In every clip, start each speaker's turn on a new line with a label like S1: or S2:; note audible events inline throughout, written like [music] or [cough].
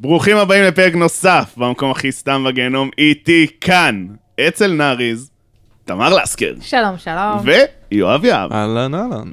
S1: ברוכים הבאים לפרק נוסף, במקום הכי סתם בגיהנום, איתי כאן, אצל נאריז, תמר לסקר,
S2: שלום, שלום.
S1: ויואב יהב,
S3: אהלן אהלן.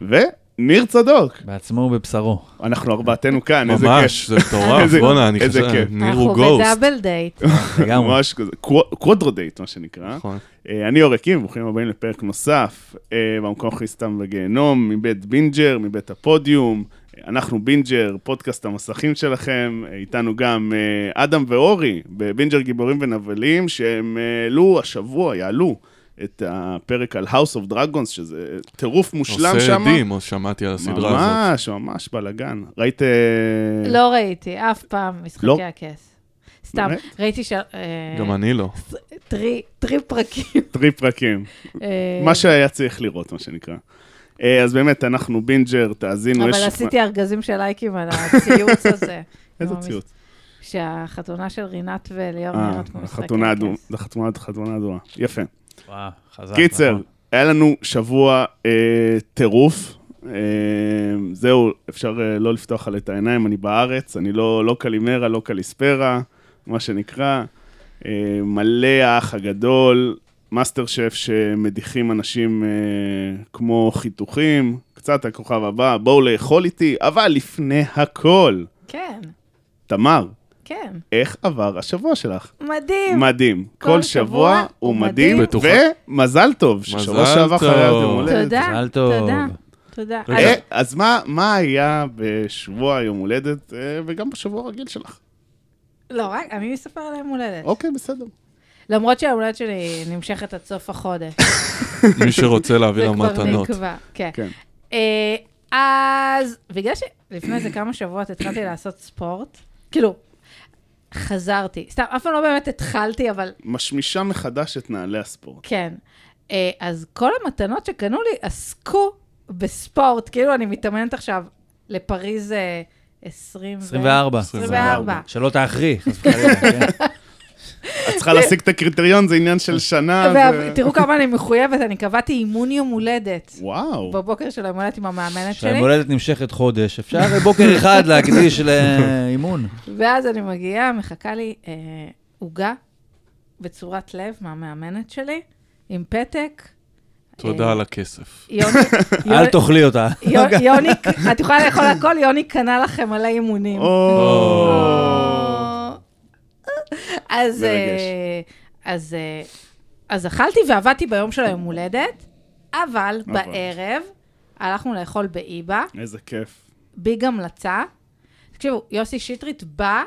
S1: וניר צדוק.
S4: בעצמו ובבשרו.
S1: אנחנו ארבעתנו כאן, איזה כיף.
S3: ממש, זה מטורף,
S1: איזה-
S3: בואנה, אני
S1: איזה
S3: חושב,
S1: כיף.
S3: ניר
S2: אנחנו
S3: הוא גוסט.
S2: בדאבל דייט.
S4: לגמרי.
S1: ממש כזה, קו- קוודרודייט, מה שנקרא.
S3: נכון.
S1: אה, אני אורקים, ברוכים הבאים לפרק נוסף, אה, במקום הכי סתם בגיהנום, מבית בינג'ר, מבית הפודיום. אה, אנחנו בינג'ר, פודקאסט המסכים שלכם, איתנו גם אה, אדם ואורי בבינג'ר גיבורים ונבלים, שהם העלו השבוע, יעלו את הפרק על House of Dragons, שזה טירוף מושלם
S3: עושה
S1: שם.
S3: עדים, או שמעתי על הסדרה הזאת.
S1: ממש, ממש בלאגן. ראית... אה,
S2: לא ראיתי אף פעם
S1: לא?
S2: משחקי הכס. סתם,
S1: באמת?
S2: ראיתי ש... אה,
S3: גם אני
S1: [laughs]
S3: לא.
S2: טרי- טרי פרקים.
S1: טרי פרקים.
S2: אה,
S1: מה שהיה צריך לראות, מה שנקרא. אה, אז באמת, אנחנו בינג'ר, תאזינו. יש-
S2: אבל עשיתי ארגזים של לייקים על הציוץ הזה.
S1: [laughs] איזה
S2: עם המס-
S1: ציוץ?
S2: שהחתונה של רינת וליאור
S1: אה,
S2: נראית כמו משחקי
S1: חתונה אדומה,
S2: הכס.
S1: זה חתונה חתונה אדומה, יפה.
S4: וואו, חזק.
S1: קיצר,
S4: נכון.
S1: היה לנו שבוע אה, טירוף. אה, זהו, אפשר אה, לא לפתוח עלי את העיניים, אני בארץ, אני לא לא קלימרה, לא קליספרה, מה שנקרא. אה, מלא האח הגדול, מאסטר שף שמדיחים אנשים אה, כמו חיתוכים, קצת הכוכב הבא, בואו לאכול איתי, אבל לפני הכל,
S2: כן,
S1: תמר,
S2: כן.
S1: איך עבר השבוע שלך?
S2: מדהים.
S1: מדהים.
S2: כל
S1: כל שבוע
S2: שבוע
S1: הוא
S2: הוא
S1: מדהים,
S2: מדהים.
S3: בטוחה.
S1: ומזל טוב, ששבוע
S3: מזל
S1: שעבר
S3: טוב.
S1: חגגת יום הולדת.
S2: תודה,
S4: מזל טוב.
S2: תודה, תודה.
S3: רגע.
S1: אה, אז מה- מה היה בשבוע יום הולדת, אה, וגם בשבוע הרגיל שלך?
S2: לא, רק, אני אספר על היום הולדת.
S1: אוקיי, בסדר.
S2: למרות שהיום הולדת שלי נמשכת עד סוף החודש.
S3: מי שרוצה להביא לה
S2: זה כבר
S3: מתנות.
S2: נקבע, כן.
S1: כן.
S2: אה, אז בגלל שלפני איזה כמה שבועות התחלתי לעשות ספורט, כאילו, חזרתי. סתם, אף פעם לא באמת התחלתי, אבל
S1: משמישה מחדש את נעלי הספורט.
S2: כן. אה, אז כל המתנות שקנו לי עסקו בספורט. כאילו, אני מתאמנת עכשיו לפריז אה, 20 ו-
S4: 24.
S2: 24.
S4: שלא תאחרי, חס וחלילה.
S2: [laughs]
S4: כן.
S1: את צריכה להשיג את הקריטריון, זה עניין של שנה. ו-
S2: ותראו כמה אני מחויבת, אני קבעתי אימון יום הולדת.
S1: וואו.
S2: בבוקר של היום הולדת עם המאמנת שלי.
S4: כשהיום הולדת נמשכת חודש, אפשר אה, בוקר אחד להקדיש לאימון.
S2: ואז אני מגיעה, מחכה לי אה, עוגה בצורת לב מהמאמנת שלי, עם פתק.
S3: תודה על הכסף.
S4: [laughs]
S2: יוני,
S4: אל תאכלי אותה.
S2: יוני, יוני, את יכולה לאכול הכל, יוני קנה לכם מלא אימונים.
S1: או.
S2: [laughs] אה. אז,
S1: מרגש.
S2: אה, אז, אה, אז אכלתי ועבדתי ביום של היום הולדת, אבל
S4: נכון.
S1: אבל.
S2: בערב הלכנו לאכול באיבה,
S1: איזה כיף.
S2: ביג המלצה. תקשיבו, יוסי שטרית בא,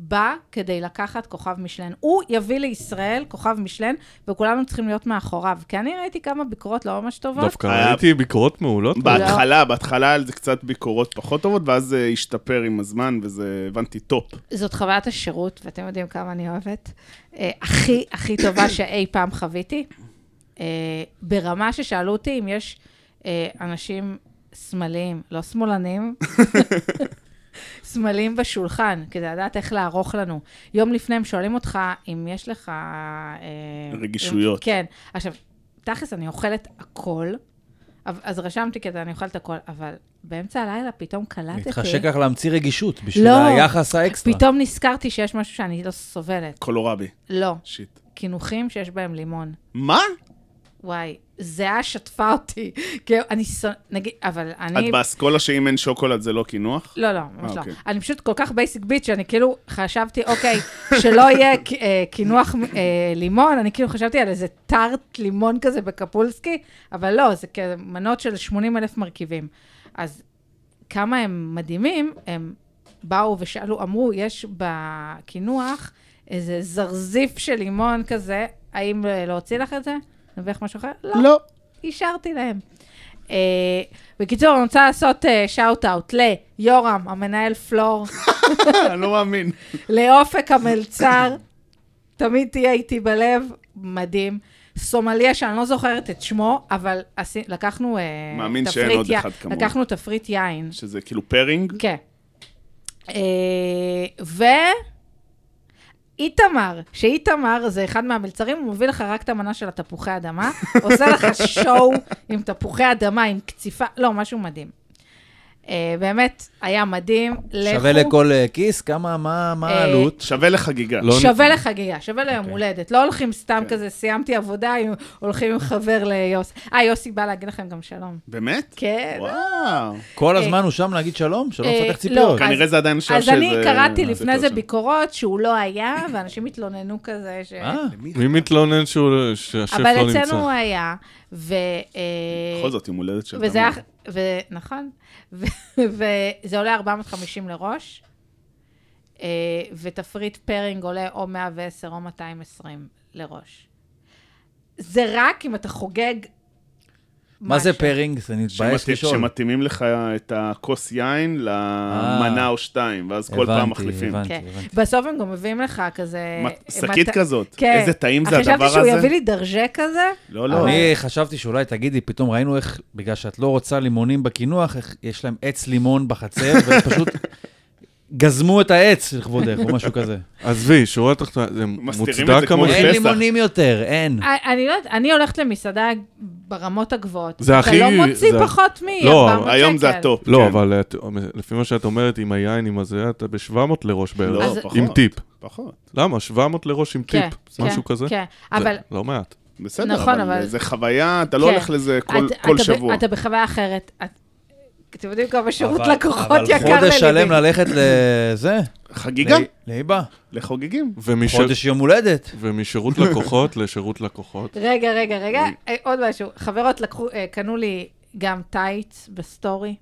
S2: בא כדי לקחת כוכב משלן. הוא יביא לישראל כוכב משלן, וכולנו צריכים להיות מאחוריו. כי אני ראיתי כמה ביקורות לא ממש טובות.
S3: דווקא
S1: היה-
S3: ראיתי ביקורות מעולות.
S1: בהתחלה, בהתחלה על זה קצת ביקורות פחות טובות, ואז זה השתפר עם הזמן, וזה, הבנתי, טופ.
S2: זאת חוויית השירות, ואתם יודעים כמה אני אוהבת, אה, הכי הכי טובה שאי פעם חוויתי. אה, ברמה ששאלו אותי אם יש אה, אנשים שמאליים, לא שמאלנים, שמאליים בשולחן, כדי לדעת איך לערוך לנו. יום לפני הם שואלים אותך אם יש לך... אה,
S1: רגישויות.
S2: אם- כן. עכשיו, תכלס, אני אוכלת הכל, אבל- אז רשמתי כזה, אני אוכלת הכל, אבל באמצע הלילה פתאום קלטתי...
S4: [laughs] מתחשק לך להמציא רגישות בשביל
S2: לא.
S4: היחס האקסטרה.
S2: פתאום נזכרתי שיש משהו שאני לא סובלת.
S1: קולורבי,
S2: לא.
S1: שיט.
S2: קינוחים שיש בהם לימון.
S1: מה?
S2: וואי, זהה שטפה אותי. [laughs] כאילו, אני שונא... נגיד, אבל
S1: את
S2: אני...
S1: באסכולה שאם אין שוקולד זה לא קינוח?
S2: לא, לא, ממש
S1: אה,
S2: לא.
S1: אוקיי.
S2: אני פשוט כל כך בייסיק ביט, שאני כאילו חשבתי, אוקיי, שלא יהיה ק- אה, קינוח אה, לימון, אני כאילו חשבתי על איזה טארט לימון כזה בקפולסקי, אבל לא, זה כזה מנות של 80 אלף מרכיבים. אז כמה הם מדהימים, הם באו ושאלו, אמרו, יש בקינוח איזה זרזיף של לימון כזה, האם אה, להוציא לך את זה? נביח משהו אחר? לא.
S1: לא.
S2: אישרתי להם. אה, בקיצור, אני רוצה לעשות שאוט-אאוט ליורם, המנהל
S1: [laughs]
S2: פלור,
S1: אני לא מאמין.
S2: לאופק המלצר, תמיד תהיה איתי בלב, מדהים. סומליה, שאני לא זוכרת את שמו, אבל עשי, לקחנו אה,
S1: מאמין
S2: תפריט
S1: שאין עוד
S2: י-
S1: אחד כמוהו.
S2: לקחנו תפריט יין.
S1: שזה כאילו פרינג?
S2: כן. אה, ו... איתמר, שאיתמר זה אחד מהמלצרים, הוא מביא לך רק את המנה של התפוחי אדמה, עושה לך שואו עם תפוחי אדמה, עם קציפה, לא, משהו מדהים. אה, אה, באמת, היה מדהים.
S4: שווה
S2: לכו.
S4: לכל אה, כיס? כמה, מה מה לא.
S2: אה,
S4: העלות?
S1: שווה לחגיגה.
S3: לא-
S2: שווה לחגיגה, שווה ליום הולדת. לא הולכים סתם כזה, סיימתי עבודה, הולכים עם חבר ליוסי. אה, יוסי בא להגיד לכם גם שלום.
S1: באמת?
S2: כן.
S1: וואו.
S4: כל הזמן הוא שם להגיד שלום? שלום
S2: אה,
S4: מפתח
S2: לא,
S4: ציפיות.
S2: אז-
S1: כנראה זה עדיין שלב
S2: אז
S1: שזה... אה,
S2: אני קראתי
S1: זה
S2: לפני זה
S1: שם.
S2: ביקורות שהוא לא היה, ואנשים התלוננו כזה ש...
S4: אה,
S1: למי?
S3: מי מתלונן שהוא- שהשף
S2: אבל
S3: לא נמצא?
S2: אצלנו הוא היה, ו... אה,
S1: בכל זאת, יום הולדת של
S2: וזה היה...
S1: תמר.
S2: ו... נכון. [laughs] ו- וזה עולה 450 לראש, אה, ותפריט פרינג עולה או 110 או 220 לראש. זה רק אם אתה חוגג
S4: מה זה
S2: משהו.
S4: פרינג? אני מתבייש
S1: שמתאים-
S4: לשאול.
S1: שמתאימים לך את הכוס יין למנה או שתיים, ואז כל פעם
S4: אה. הבנתי,
S1: מחליפים.
S4: הבנתי,
S2: כן.
S4: הבנתי.
S2: בסוף הם גם מביאים לך כזה...
S1: מת- שקית
S2: מת-
S1: כזאת.
S2: אה, כן.
S1: איזה טעים זה
S2: אך
S1: הדבר
S2: חשבתי שהוא
S1: הזה?
S2: יביא לי דרז'ה כזה.
S1: לא, לא.
S4: אני חשבתי שאולי תגידי, פתאום ראינו איך, בגלל שאת לא רוצה לימונים בקינוח, איך יש להם עץ לימון בחצר, והם פשוט גזמו את העץ לכבודך, או משהו כזה.
S3: עזבי, שורה תחתונה, זה
S1: מסתירים את זה
S3: מוצדק
S1: כמו
S3: המוצדק.
S1: לפסח.
S4: אין לימונים יותר, אין.
S2: אני אני לא יודעת, אני הולכת למסעדה ברמות הגבוהות.
S3: זה הכי-
S2: אתה לא מוציא
S3: זה-
S2: פחות מ-400 שקל.
S3: לא,
S1: היום זה הטופ.
S3: לא,
S1: כן.
S3: אבל את- לפי מה שאת אומרת, עם היין, עם הזה, אתה ב-700 לראש
S1: לא,
S3: בערך.
S2: אז-
S1: פחות.
S3: עם טיפ.
S1: פחות.
S3: למה? 700 לראש עם
S2: כן,
S3: טיפ,
S2: כן,
S3: משהו כזה?
S2: כן,
S3: זה
S2: אבל...
S3: לא מעט.
S1: בסדר,
S2: נכון,
S1: אבל
S2: אבל-
S1: זה חוויה, אתה לא
S2: כן.
S1: הולך לזה כל-
S2: אתה-
S1: כל
S2: אתה ב-
S1: שבוע.
S2: אתה בחוויה אחרת. את- אתם יודעים כמה שירות
S4: אבל-
S2: לקוחות יקר לליבי.
S4: אבל חודש שלם ללכת לזה?
S1: חגיגה,
S4: ל- לאיבה.
S1: לחוגגים.
S3: ומש-
S4: חודש יום הולדת.
S3: ומשירות לקוחות לשירות לקוחות.
S2: רגע, רגע, רגע, אה, עוד משהו. חברות לקחו, אה, קנו לי גם טייץ בסטורי,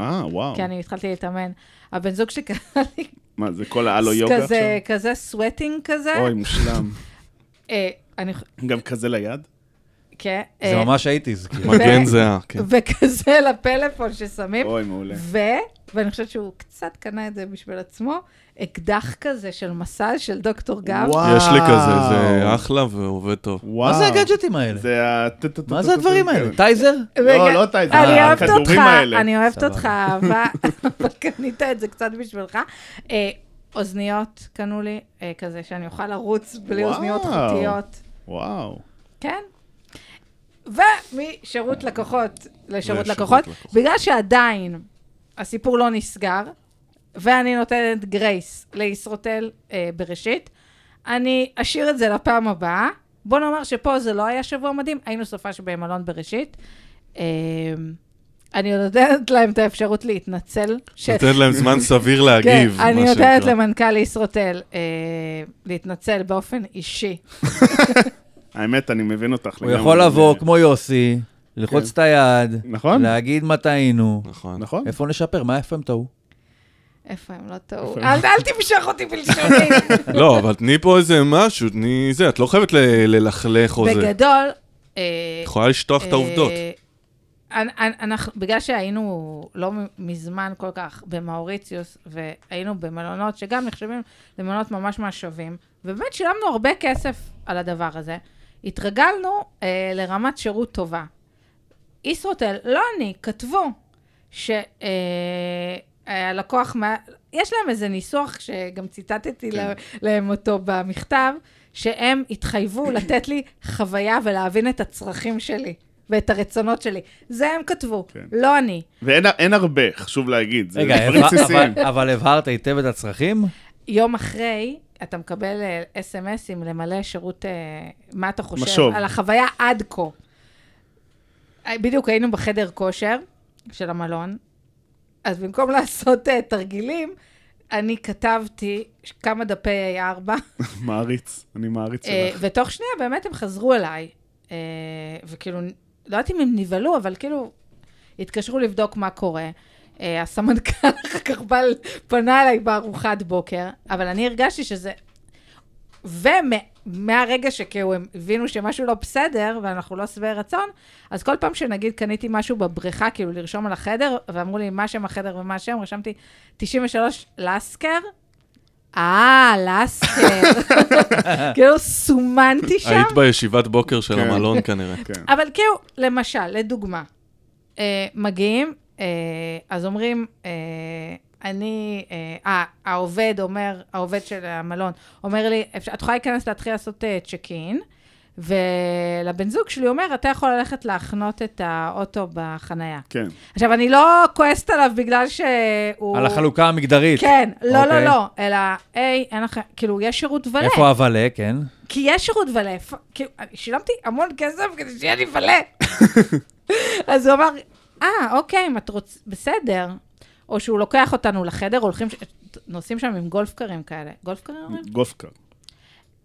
S1: אה, וואו.
S2: כי אני התחלתי להתאמן. הבן זוג שלי [laughs] קנה לי
S1: מה, זה כל ההלו יוגה
S2: כזה-
S1: עכשיו?
S2: כזה סווטינג כזה.
S1: אוי, מושלם.
S2: אה, אני... ח-
S1: גם כזה ליד?
S2: כן.
S4: זה
S2: אה,
S4: ממש הייתי, זה כאילו.
S3: מגן זהה, כן.
S2: וכזה לפלאפון ששמים.
S1: אוי, מעולה.
S2: ו... ואני חושבת שהוא קצת קנה את זה בשביל עצמו, אקדח כזה של מסע של דוקטור גב.
S1: וואו.
S3: יש לי כזה, זה אחלה ועובד טוב.
S1: וואו.
S4: מה זה הגאדג'טים האלה?
S1: זה ה...
S4: מה זה הדברים
S1: כן.
S4: האלה? טייזר?
S2: רגע,
S1: לא אותה, את זה,
S2: אני אוהבת
S1: הכדורים
S2: אותך,
S1: האלה.
S2: אני אוהבת
S4: סבבה.
S2: אותך, אהבה, [laughs] אבל קנית את זה קצת בשבילך. אה, אוזניות קנו לי, אה, כזה שאני אוכל לרוץ בלי
S1: וואו.
S2: אוזניות חוטיות.
S1: וואו.
S2: כן. ומשירות לקוחות לשירות
S3: לשירות
S2: לקוחות,
S3: לקוחות.
S2: בגלל שעדיין הסיפור לא נסגר, ואני נותנת גרייס לישרוטל אה, בראשית, אני אשאיר את זה לפעם הבאה. בוא נאמר שפה זה לא היה שבוע מדהים, היינו סופש במלון בראשית. אה, אני נותנת להם את האפשרות להתנצל. ש-
S3: נותנת להם זמן סביר להגיב.
S2: כן, אני
S3: מה
S2: נותנת
S3: שנקרא.
S2: למנכ"ל ישרוטל אה, להתנצל באופן אישי.
S1: האמת, אני מבין אותך.
S4: הוא
S1: לגמרי.
S4: יכול
S1: זה-
S4: לבוא כמו יוסי, ללחוץ את היד,
S1: נכון.
S4: להגיד מה טעינו,
S3: נכון.
S1: נכון.
S4: איפה נשפר, מה איפה הם טעו?
S2: איפה הם לא טעו? אל אל תמשוך אותי [laughs] בלשוני.
S3: לא, אבל תני פה איזה משהו, תני זה, את לא חייבת ל- ללכלך או זה. את
S2: בגדול... אה,
S3: יכולה לשטוח את העובדות.
S2: אה, אנ- אנ- אנחנו, בגלל שהיינו לא מ- מזמן כל כך במאוריציוס, והיינו במלונות שגם נחשבים למלונות ממש מהשווים, ובאמת שילמנו הרבה כסף על הדבר הזה, התרגלנו אה, לרמת שירות טובה. ישרוטל, לא אני, כתבו שהלקוח, אה, הלקוח מה- יש להם איזה ניסוח שגם ציטטתי
S1: כן.
S2: לה- להם אותו במכתב, שהם התחייבו לתת לי חוויה ולהבין את הצרכים שלי ואת הרצונות שלי. זה הם כתבו,
S1: כן.
S2: לא אני.
S1: ואין אין הרבה, חשוב להגיד. זה
S4: רגע, אה,
S1: דברים
S4: הבהר-
S1: בסיסיים.
S4: אבל- אבל הבהרת היטב את הצרכים?
S2: יום אחרי, אתה מקבל אה, אס.אם.אסים למלא שירות, אה, מה אתה חושב?
S1: משוב.
S2: על החוויה עד כה. אה, בדיוק היינו בחדר כושר של המלון, אז במקום [laughs] לעשות אה, תרגילים, אני כתבתי ש- כמה דפי A4,
S4: אה.
S1: מעריץ, אני מעריץ
S2: אה,
S1: שלך.
S2: ותוך שנייה באמת הם חזרו אליי, אה, וכאילו, לא יודעת אם הם נבהלו, אבל כאילו, התקשרו לבדוק מה קורה. אה, הסמנכ"ל אחר כך בא, פנה אליי בארוחת בוקר, אבל אני הרגשתי שזה... ומהרגע שכאילו הם הבינו שמשהו לא בסדר, ואנחנו לא שבעי רצון, אז כל פעם שנגיד קניתי משהו בבריכה, כאילו לרשום על החדר, ואמרו לי מה שם החדר ומה השם, רשמתי 93 לסקר. אה, לסקר. כאילו סומנתי שם.
S3: היית בישיבת בוקר של
S1: כן.
S2: [laughs]
S3: המלון כנראה.
S1: כן.
S2: אבל כאילו, למשל, לדוגמה, אה, מגיעים, אה, אז אומרים, אה, אני, אה, אה, העובד אומר, העובד של המלון אומר לי, "אפשר- את יכולה להיכנס להתחיל לעשות אה, צ'ק אין, ולבן זוג שלי אומר, אתה יכול ללכת להחנות את האוטו בחנייה.
S1: כן.
S2: עכשיו, אני לא כועסת עליו בגלל שהוא...
S4: על החלוקה המגדרית.
S2: כן, לא, לא,
S4: אוקיי.
S2: לא, אלא, היי, אין לכם, כאילו, יש שירות ולה.
S4: איפה הוולה, כן?
S2: כי יש שירות ולה. פ- כאילו, אני שילמתי המון כסף כדי שיהיה לי ולה. אז הוא אמר, אה, אוקיי, אם את רוצה, בסדר. או שהוא לוקח אותנו לחדר, הולכים, ש- נוסעים שם עם גולף קרים כאלה. גולף קרים? אומרים?
S1: גופקר.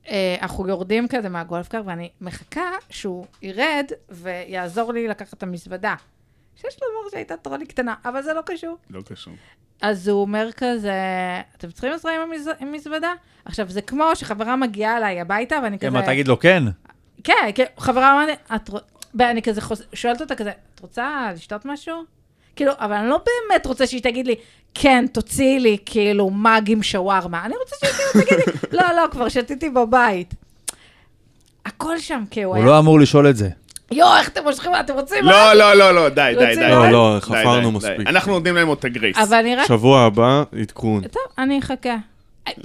S2: אה, אנחנו יורדים כזה מהגולף קר, ואני מחכה שהוא ירד ויעזור לי לקחת את המזוודה. שיש לו אמור שהייתה טרולי קטנה, אבל זה לא קשור.
S1: לא קשור.
S2: אה, אז הוא אומר כזה, אתם צריכים עזרה עם, המז... עם מזוודה? עכשיו, זה כמו שחברה מגיעה אליי הביתה, ואני
S4: כן,
S2: כזה...
S4: מה, תגיד לו כן?
S2: כן, כן, חברה אמרה לי, את... רוצ- ואני כזה חוז... שואלת אותה כזה, את רוצה לשתות משהו? כאילו, אבל אני לא באמת רוצה שהיא תגיד לי, כן, תוציאי לי, כאילו, מאג עם שווארמה. אני רוצה שהיא כאילו תגיד לי, לא, לא, כבר שתיתי בבית. הכל שם, כי הוא
S4: הוא
S2: היה...
S4: לא אמור לשאול את זה.
S2: יואו, איך אתם מושכים, אתם רוצים?
S1: לא, לא, לא, לא, די, די,
S2: רוצים
S1: די.
S2: עוד?
S1: די,
S3: לא, לא,
S1: די,
S3: חפרנו
S1: די.
S3: מספיק.
S1: אנחנו נותנים להם עוד את הגרייס.
S2: אבל אני רק...
S3: שבוע הבא, עדכון.
S2: טוב, אני אחכה.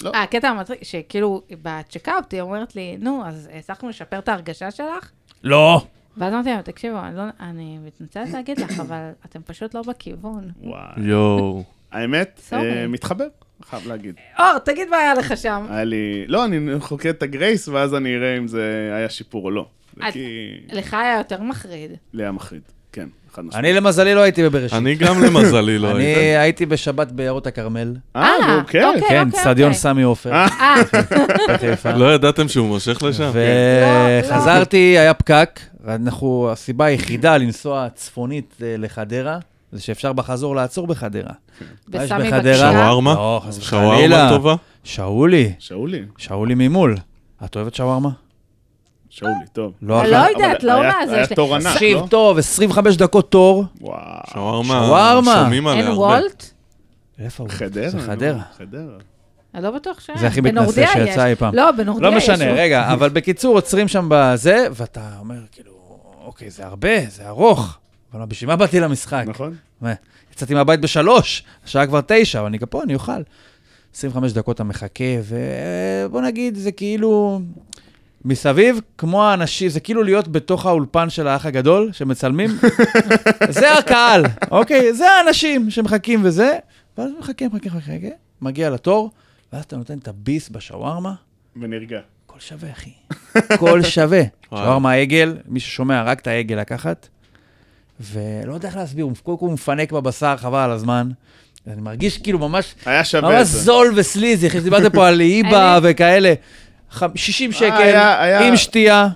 S1: לא.
S2: אה, הקטע המצחיק, שכאילו, בצ'קאפט היא אומרת לי, נו, אז הצלחנו לשפר את ההרגשה שלך?
S4: לא.
S2: ואז אמרתי להם, תקשיבו, אני, לא, אני מתנצלת להגיד לך, אבל אתם פשוט לא בכיוון.
S1: וואי.
S3: יואו.
S1: האמת,
S2: סורי.
S1: אה, מתחבר, חייב להגיד.
S2: אור, תגיד מה היה לך שם.
S1: היה לי... לא, אני חוקר את הגרייס, ואז אני אראה אם זה היה שיפור או לא. זה
S2: אז-
S1: כי...
S2: לך היה יותר מחריד.
S1: לי היה מחריד. כן, חד משמעית.
S4: אני למזלי לא הייתי בבראשית.
S3: אני גם למזלי לא
S4: אני
S3: הייתי.
S4: הייתי בשבת בעיירות הכרמל.
S2: אה,
S1: נו, כן.
S2: אוקיי.
S4: כן, אצטדיון
S2: אוקיי.
S4: סמי עופר.
S2: אה,
S4: בחיפה.
S3: לא ידעתם שהוא מושך לשם?
S2: לא, לא.
S4: וחזרתי, היה פקק, אנחנו, הסיבה היחידה לנסוע צפונית אה, לחדרה, זה שאפשר בחזור לעצור בחדרה. מה יש
S2: בסמי
S4: בחדרה?
S2: בבקשה.
S3: שווארמה?
S4: לא, חס
S3: שווארמה
S4: וחלילה.
S3: טובה?
S4: שאולי,
S1: שאולי,
S4: שאולי ממול. את אוהבת שווארמה?
S1: שאולי, טוב.
S4: לא
S2: אני
S4: אכלת.
S2: לא יודעת,
S1: אבל
S2: לא
S1: היה-
S2: מה זה
S1: היה
S2: שלי.
S1: תור ענק,
S4: תקשיב
S1: לא?
S4: טוב, 25 דקות תור.
S1: וואו.
S3: שווארמה,
S4: שווארמה.
S3: שומעים עליה
S2: אין
S3: הרבה.
S2: וולט?
S4: איפה הוא?
S1: חדרה.
S4: זה
S1: נו,
S4: חדרה.
S1: חדרה.
S2: אני לא בטוח שהיה.
S4: זה הכי
S2: בנורדיה
S4: מתנשא
S2: יש.
S4: שיצא אי פעם.
S2: לא, בנורדיה
S4: לא
S2: יש.
S4: משנה,
S2: הוא-
S4: רגע, אבל בקיצור, עוצרים שם בזה, ואתה אומר, כאילו, אוקיי, זה הרבה, זה ארוך. אבל מה, בשביל מה באתי למשחק?
S1: נכון?
S4: מה, יצאתי מהבית בשלוש, השעה כבר תשע, אבל אני גם פה, אני אוכל. 25 דקות אתה מחכה, ובוא נגיד, זה כאילו... מסביב, כמו האנשים, זה כאילו להיות בתוך האולפן של האח הגדול, שמצלמים. זה הקהל, אוקיי? זה האנשים שמחכים וזה, ואז מחכה, מחכה, מחכה, מחכה, מגיע לתור, ואז אתה נותן את הביס בשווארמה,
S1: ונרגע.
S4: הכל שווה, אחי. [laughs] הכל שווה. שווארמה עגל, מי ששומע, רק את העגל לקחת. ולא יודע איך להסביר, הוא קודם כל מפנק בבשר, חבל על הזמן. אני מרגיש כאילו ממש,
S1: היה שווה את
S4: ממש
S1: זה.
S4: זול וסליזי, אחי, שדיברתם פה על היבה וכאלה. חמ- 60 שקל,
S1: אה, היה- היה-
S4: עם שתייה.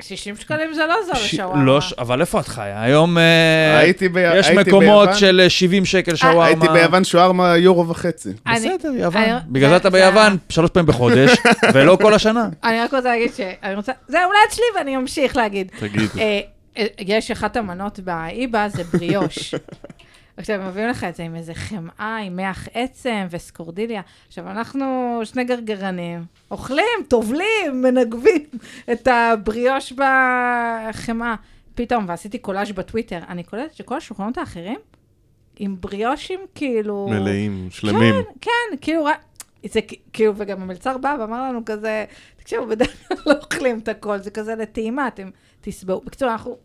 S2: 60 שקלים זה לא זול
S4: ש-
S2: לשווארמה.
S4: לא, ש- אבל איפה את חיה? היום אה,
S1: הייתי ב-
S4: יש
S1: הייתי
S4: מקומות
S1: ביוון.
S4: של אה, 70 שקל שווארמה.
S1: הייתי ביוון שוארמה יורו וחצי.
S2: אני-
S4: בסדר, יוון.
S2: אני-
S4: בגלל זה אתה ביוון שלוש פעמים
S1: [laughs]
S4: בחודש, ולא כל השנה.
S2: אני רק רוצה להגיד ש... אני רוצה... זה המלץ שלי ואני אמשיך להגיד.
S3: תגיד.
S2: אה, אה, יש אחת המנות באיבה, זה בריאוש. עכשיו, הם מביאים לך את זה עם איזה חמאה, עם מח עצם וסקורדיליה. עכשיו, אנחנו שני גרגרנים, אוכלים, טובלים, מנגבים את הבריאוש בחמאה. פתאום, ועשיתי קולאז' בטוויטר, אני קולטת שכל השולחנות האחרים עם בריאושים כאילו...
S3: מלאים, שלמים.
S2: כן, כן, כאילו, רק- זה כ- כאילו, וגם המלצר בא ואמר לנו כזה, תקשיבו, בדרך כלל לא אוכלים את הכל, זה כזה לטעימה, אתם תסבעו. בקיצור, אנחנו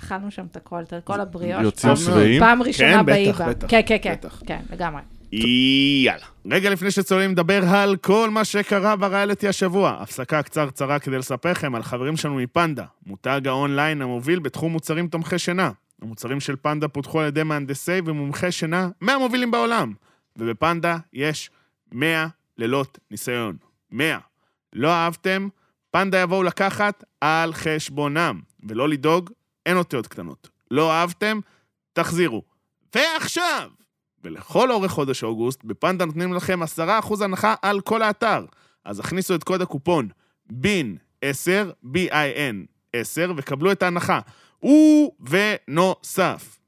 S2: אכלנו שם את הכל, את כל הבריאות.
S3: יוצאים
S1: פעם-
S3: שבעים?
S2: אה, פעם ראשונה
S1: כן, בטח,
S2: באיבה.
S1: בטח,
S2: כן, כן, כן,
S1: בטח.
S2: כן, לגמרי.
S1: יאללה. רגע לפני שצוללים לדבר על כל מה שקרה בריאליטי השבוע, הפסקה קצרצרה כדי לספר לכם על חברים שלנו מפנדה, מותג האונליין המוביל בתחום מוצרים תומכי שינה. המוצרים של פנדה פותחו על ידי מהנדסי ומומחי שינה מהמובילים בעולם. ובפנדה יש 100 לילות ניסיון. 100. לא אהבתם? פנדה יבואו לקחת על חשבונם. ולא לדאוג, אין אותיות קטנות. לא אהבתם? תחזירו. ועכשיו! ולכל אורך חודש אוגוסט, בפנדה נותנים לכם 10% הנחה על כל האתר. אז הכניסו את קוד הקופון בין 10, B-I-N 10, וקבלו את ההנחה. ובנוסף,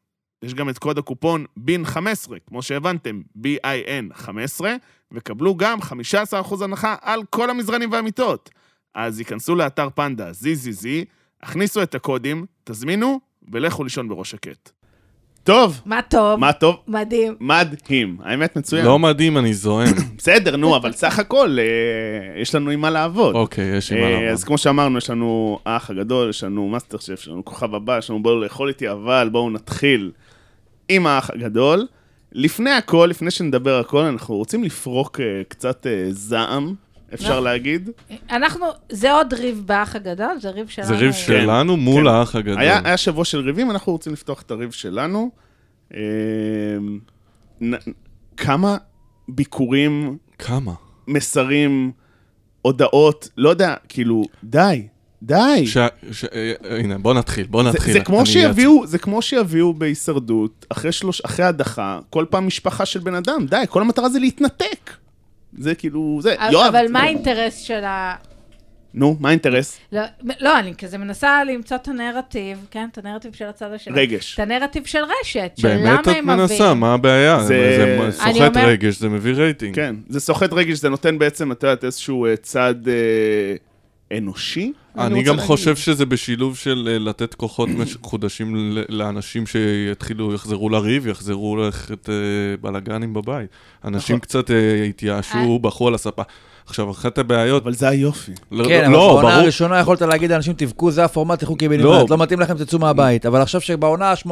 S1: יש גם את קוד הקופון בין 15, כמו שהבנתם, B-I-N 15, וקבלו גם 15% הנחה על כל המזרנים והמיטות. אז ייכנסו לאתר פנדה ZZZ, הכניסו את הקודים, תזמינו, ולכו לישון בראש שקט. טוב,
S2: מה טוב,
S1: מה טוב?
S2: מדהים.
S1: מדהים. האמת מצוין.
S3: לא מדהים, אני
S1: [coughs]
S3: זועם.
S1: בסדר, נו, אבל סך הכל, אה, יש לנו עם מה לעבוד.
S3: אוקיי, יש לי מה
S1: אה,
S3: לעבוד.
S1: אז כמו שאמרנו, יש לנו האח הגדול, יש לנו מאסטר שף, יש לנו כוכב הבא, יש לנו בואו לאכול איתי, אבל בואו נתחיל עם האח הגדול. לפני הכל, לפני שנדבר הכל, אנחנו רוצים לפרוק אה, קצת אה, זעם, אפשר
S2: נכון.
S1: להגיד.
S2: אנחנו, זה עוד ריב באח הגדול, זה ריב שלנו.
S3: זה ריב שלנו מול האח הגדול.
S1: כן. היה, היה שבוע של ריבים, אנחנו רוצים לפתוח את הריב שלנו. אה, נ, כמה ביקורים,
S3: כמה?
S1: מסרים, הודעות, לא יודע, כאילו, די, די.
S3: ש- ש- אה, הנה, בוא נתחיל, בוא
S1: זה,
S3: נתחיל.
S1: זה, כמו
S3: אני
S1: שיביאו, זה כמו שיביאו בהישרדות, אחרי, שלוש, אחרי הדחה, כל פעם משפחה של בן אדם, די, כל המטרה זה להתנתק. זה כאילו, זה,
S2: אבל-
S3: לא,
S1: יואב.
S2: אבל מה האינטרס של ה...
S1: נו, מה האינטרס?
S2: לא, לא, אני כזה מנסה למצוא את הנרטיב, כן? את הנרטיב של הצד השני.
S1: רגש.
S2: את הנרטיב של רשת, של למה הם
S3: באמת
S2: מביאים.
S3: את מנסה, מה הבעיה?
S1: זה-
S3: זה
S1: אני
S3: סוחט
S2: אומר-
S3: רגש, זה מביא רייטינג.
S1: כן, זה סוחט רגש, זה נותן בעצם, את יודעת, איזשהו אה, צד אה, אנושי.
S3: אני
S1: רוצה
S3: גם
S1: להגיד.
S3: חושב שזה בשילוב של אה, לתת כוחות [coughs] מחודשים ל- לאנשים שיתחילו, יחזרו לריב, יחזרו ללכת אה, בלאגנים בבית.
S1: נכון.
S3: אנשים קצת אה,
S2: אה.
S3: התייאשו, בכו על הספה. עכשיו, אחת הבעיות...
S1: אבל זה היופי.
S3: לא,
S4: כן, אבל
S3: לא,
S4: בעונה
S3: ברור-
S4: הראשונה יכולת להגיד לאנשים, תבכו, זה הפורמט, תלכו קיבינימט, לא מתאים לכם, תצאו מהבית. אבל עכשיו שבעונה ה-18,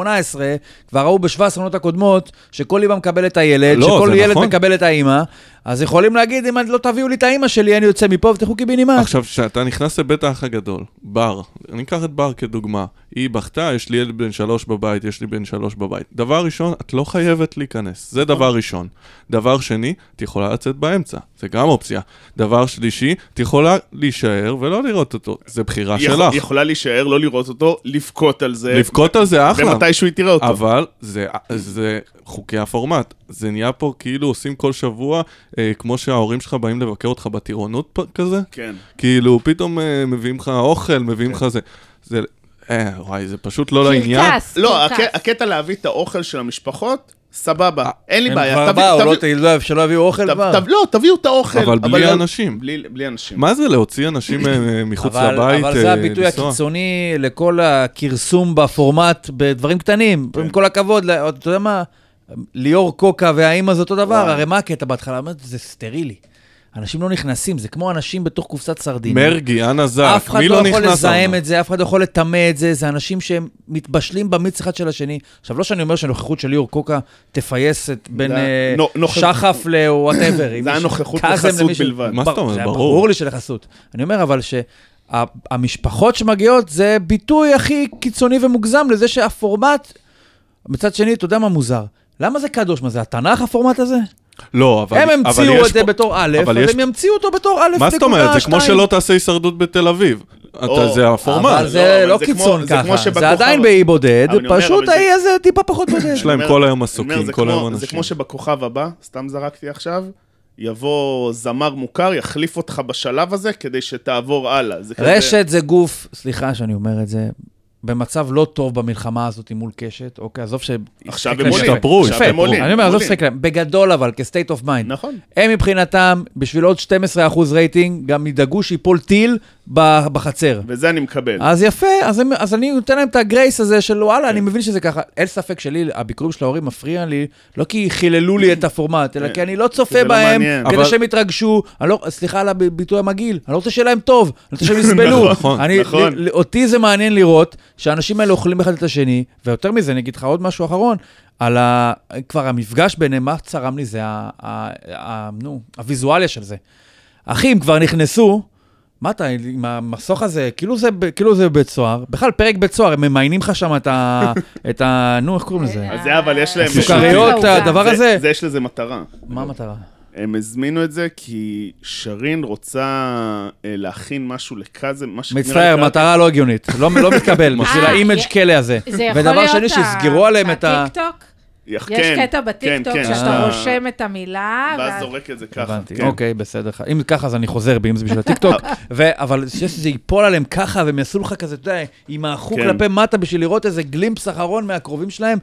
S4: כבר ראו ב-17 העונות הקודמות, שכל אמא מקבל את הילד,
S3: לא,
S4: שכל
S3: זה
S4: ילד
S3: נכון.
S4: מקבל את האמא, אז יכולים להגיד, אם לא תביאו לי את האמא שלי, אני יוצא מפה ותלכו
S1: אה.
S4: קיבינימט.
S3: עכשיו, כשאתה נכנס לבית האח הגדול, בר, אני אקח את בר כדוגמה, היא בכתה, יש לי ילד בן שלוש בבית, יש לי בן שלוש בבית. דבר ראשון, את לא חייבת להיכנס,
S1: אה.
S3: זה דבר ראשון. דבר שני, את יכולה לצאת באמצע, זה גם אופציה. דבר שלישי, את יכולה להישאר ולא לראות אותו, זה בחירה
S1: יכול-
S3: שלך.
S1: יכולה להישאר, לא לראות אותו, לבכות על זה.
S3: לבכות על זה אחלה.
S1: ומתישהו היא תראה אותו.
S3: אבל זה, זה חוקי הפורמט, זה נהיה פה כאילו עושים כל שבוע, אה, כמו שההורים שלך באים לבקר אותך בטירונות פה- כזה,
S1: כן.
S3: כאילו, פתאום אה, מביאים לך אוכל, מביאים לך זה. זה... אה, וואי, זה פשוט לא לעניין.
S2: קרקס,
S1: לא,
S2: קרקס.
S1: הק- הקטע להביא את האוכל של המשפחות,
S3: אה,
S1: סבבה, אין לי
S4: הם
S1: בעיה.
S4: כבר
S1: תביא-
S4: באו,
S1: תביא-
S4: לא תביאו- שלא יביאו אוכל
S1: תב-
S4: כבר.
S1: תב- לא, תביאו את האוכל.
S3: אבל בלי
S1: לא-
S3: האנשים.
S1: בלי בלי אנשים.
S3: מה זה להוציא אנשים אה, מחוץ
S4: אבל-
S3: לבית,
S4: אבל זה
S3: אה,
S4: הביטוי
S3: לנסוע?
S4: הקיצוני לכל הכרסום בפורמט בדברים קטנים.
S3: כן.
S4: עם כל הכבוד, לא- אתה יודע מה, ליאור קוקה והאימא זה אותו דבר, הרי מה הקטע בהתחלה? אמרת, זה סטרילי. אנשים לא נכנסים, זה כמו אנשים בתוך קופסת סרדינים.
S3: מרגי, אנה זק,
S4: אף אחד
S3: מי
S4: לא
S3: לא
S4: יכול
S3: נכנס?
S4: לזהם
S3: לנו?
S4: את זה, אף אחד לא יכול לטמא את זה, זה אנשים שהם מתבשלים במיץ אחד של השני. עכשיו, לא שאני אומר שהנוכחות של ליאור קוקה תפייס את בין
S1: זה-
S4: אה,
S1: נו- נוכח-
S4: שחף לוואטאבר. אם
S1: היה
S4: מישהו-
S1: נוכחות
S4: קאזם
S1: לחסות
S4: למישהו-
S1: בלבד.
S3: מה זאת
S4: בר-
S3: אומרת?
S4: זה היה
S3: ברור.
S4: ברור לי שלחסות. אני אומר, אבל ש... ה- המשפחות שמגיעות זה ביטוי הכי קיצוני ומוגזם לזה שהפורמט, מצד שני, אתה יודע מה מוזר? למה זה קדוש? מה זה התנ"ך הפורמט הזה?
S3: לא, אבל
S4: הם
S3: אבל
S4: המציאו
S3: יש
S4: את זה
S3: פה-
S4: בתור א',
S3: אבל
S4: אז
S3: יש-
S4: הם ימציאו אותו בתור א',
S3: מה זאת אומרת? זה כמו שלא תעשה הישרדות בתל אביב. אתה,
S1: או,
S3: זה הפורמט.
S4: אבל
S1: לא,
S4: זה
S1: אבל
S4: לא
S1: זה
S4: קיצון
S1: כמו- זה
S4: ככה,
S1: כמו שבכוכב-
S4: זה עדיין באי בודד,
S1: אבל אני אומר,
S4: פשוט
S1: אבל זה-
S4: האי הזה טיפה פחות בודד.
S3: יש להם
S1: אני
S3: כל
S1: אומר-
S3: היום
S1: אני אומר,
S3: מסוקים,
S1: זה
S3: כל
S1: כמו-
S3: היום
S1: זה
S3: אנשים.
S1: כמו שבכוכב הבא, סתם זרקתי עכשיו, יבוא זמר מוכר, יחליף אותך בשלב הזה כדי שתעבור הלאה. זה כזה-
S4: [laughs] רשת זה גוף, סליחה שאני אומר את זה, במצב לא טוב במלחמה הזאת מול קשת, אוקיי, עזוב ש...
S1: עכשיו
S4: יפה,
S1: הם עולים.
S3: השתפרו,
S1: עכשיו הם
S3: השתפרו.
S1: עולים.
S4: אני אומר, עזוב
S1: עולים.
S4: שחק להם, בגדול אבל, כ-state of mind.
S1: נכון.
S4: הם מבחינתם, בשביל עוד 12% רייטינג, גם ידאגו שיפול טיל ב- בחצר.
S1: וזה אני מקבל. כן.
S4: אז יפה, אז, הם, אז אני נותן להם את הגרייס הזה של וואלה, אני מבין שזה ככה. אין ספק שלי, הביקורים של ההורים מפריע לי, לא כי חיללו לי את הפורמט, אלא כי אני לא
S1: זה
S4: צופה
S1: לא
S4: בהם,
S1: מעניין.
S4: כדי
S3: אבל-
S4: שהם יתרגשו, אני לא, סליחה על הביטוי המגעיל, אני לא רוצה שיהיה להם טוב, אני רוצה שהם יסבלו.
S3: נכון,
S1: [laughs]
S4: אני-
S1: נכון.
S4: ל- ל- אותי זה מעניין לראות שהאנשים האלה אוכלים אחד את השני, ויותר מזה, אני אגיד לך עוד משהו אחרון, על ה... כבר המפגש ביניהם, מה צרם לי זה ה... ה... ה... נו, הוויזואליה של זה. אחים כבר נכנסו, מה אתה, עם המסוך הזה, כאילו זה, ב- כאילו זה בית סוהר, בכלל פרק בית סוהר, הם ממיינים לך שם את ה... [laughs] את ה... נו, איך קוראים לזה?
S2: אה.
S1: אז זה אבל יש להם...
S4: הסוכריות,
S2: זה-
S4: הדבר הזה.
S1: זה- זה יש לזה מטרה.
S4: מה המטרה?
S1: הם הזמינו את זה כי שרין רוצה אה, להכין משהו לקאזם, מה שנראה...
S4: מצטער,
S1: לקאזם.
S4: מטרה לא הגיונית, לא לא
S2: [laughs]
S4: מתקבל, בשביל
S2: אה,
S4: האימג'
S2: יה-
S4: כלא הזה.
S2: זה יכול
S4: ודבר
S2: להיות
S4: שני, שיסגרו עליהם את ה...
S2: הטיקטוק?
S1: יח-
S2: יש
S1: כן,
S2: קטע בטיקטוק
S1: כן, כן,
S2: שאתה רושם את המילה,
S1: ואז זורק את זה ככה.
S4: הבנתי,
S1: כן.
S4: אוקיי, בסדר. אם ככה, אז אני חוזר בי, אם זה בשביל
S2: [laughs]
S4: הטיקטוק. ו- אבל שיש שזה ייפול עליהם ככה, והם יעשו לך כזה, אתה יודע, עם החוק
S1: כן.
S4: כלפי מטה בשביל לראות איזה גלימפס אחרון מהקרובים שלהם,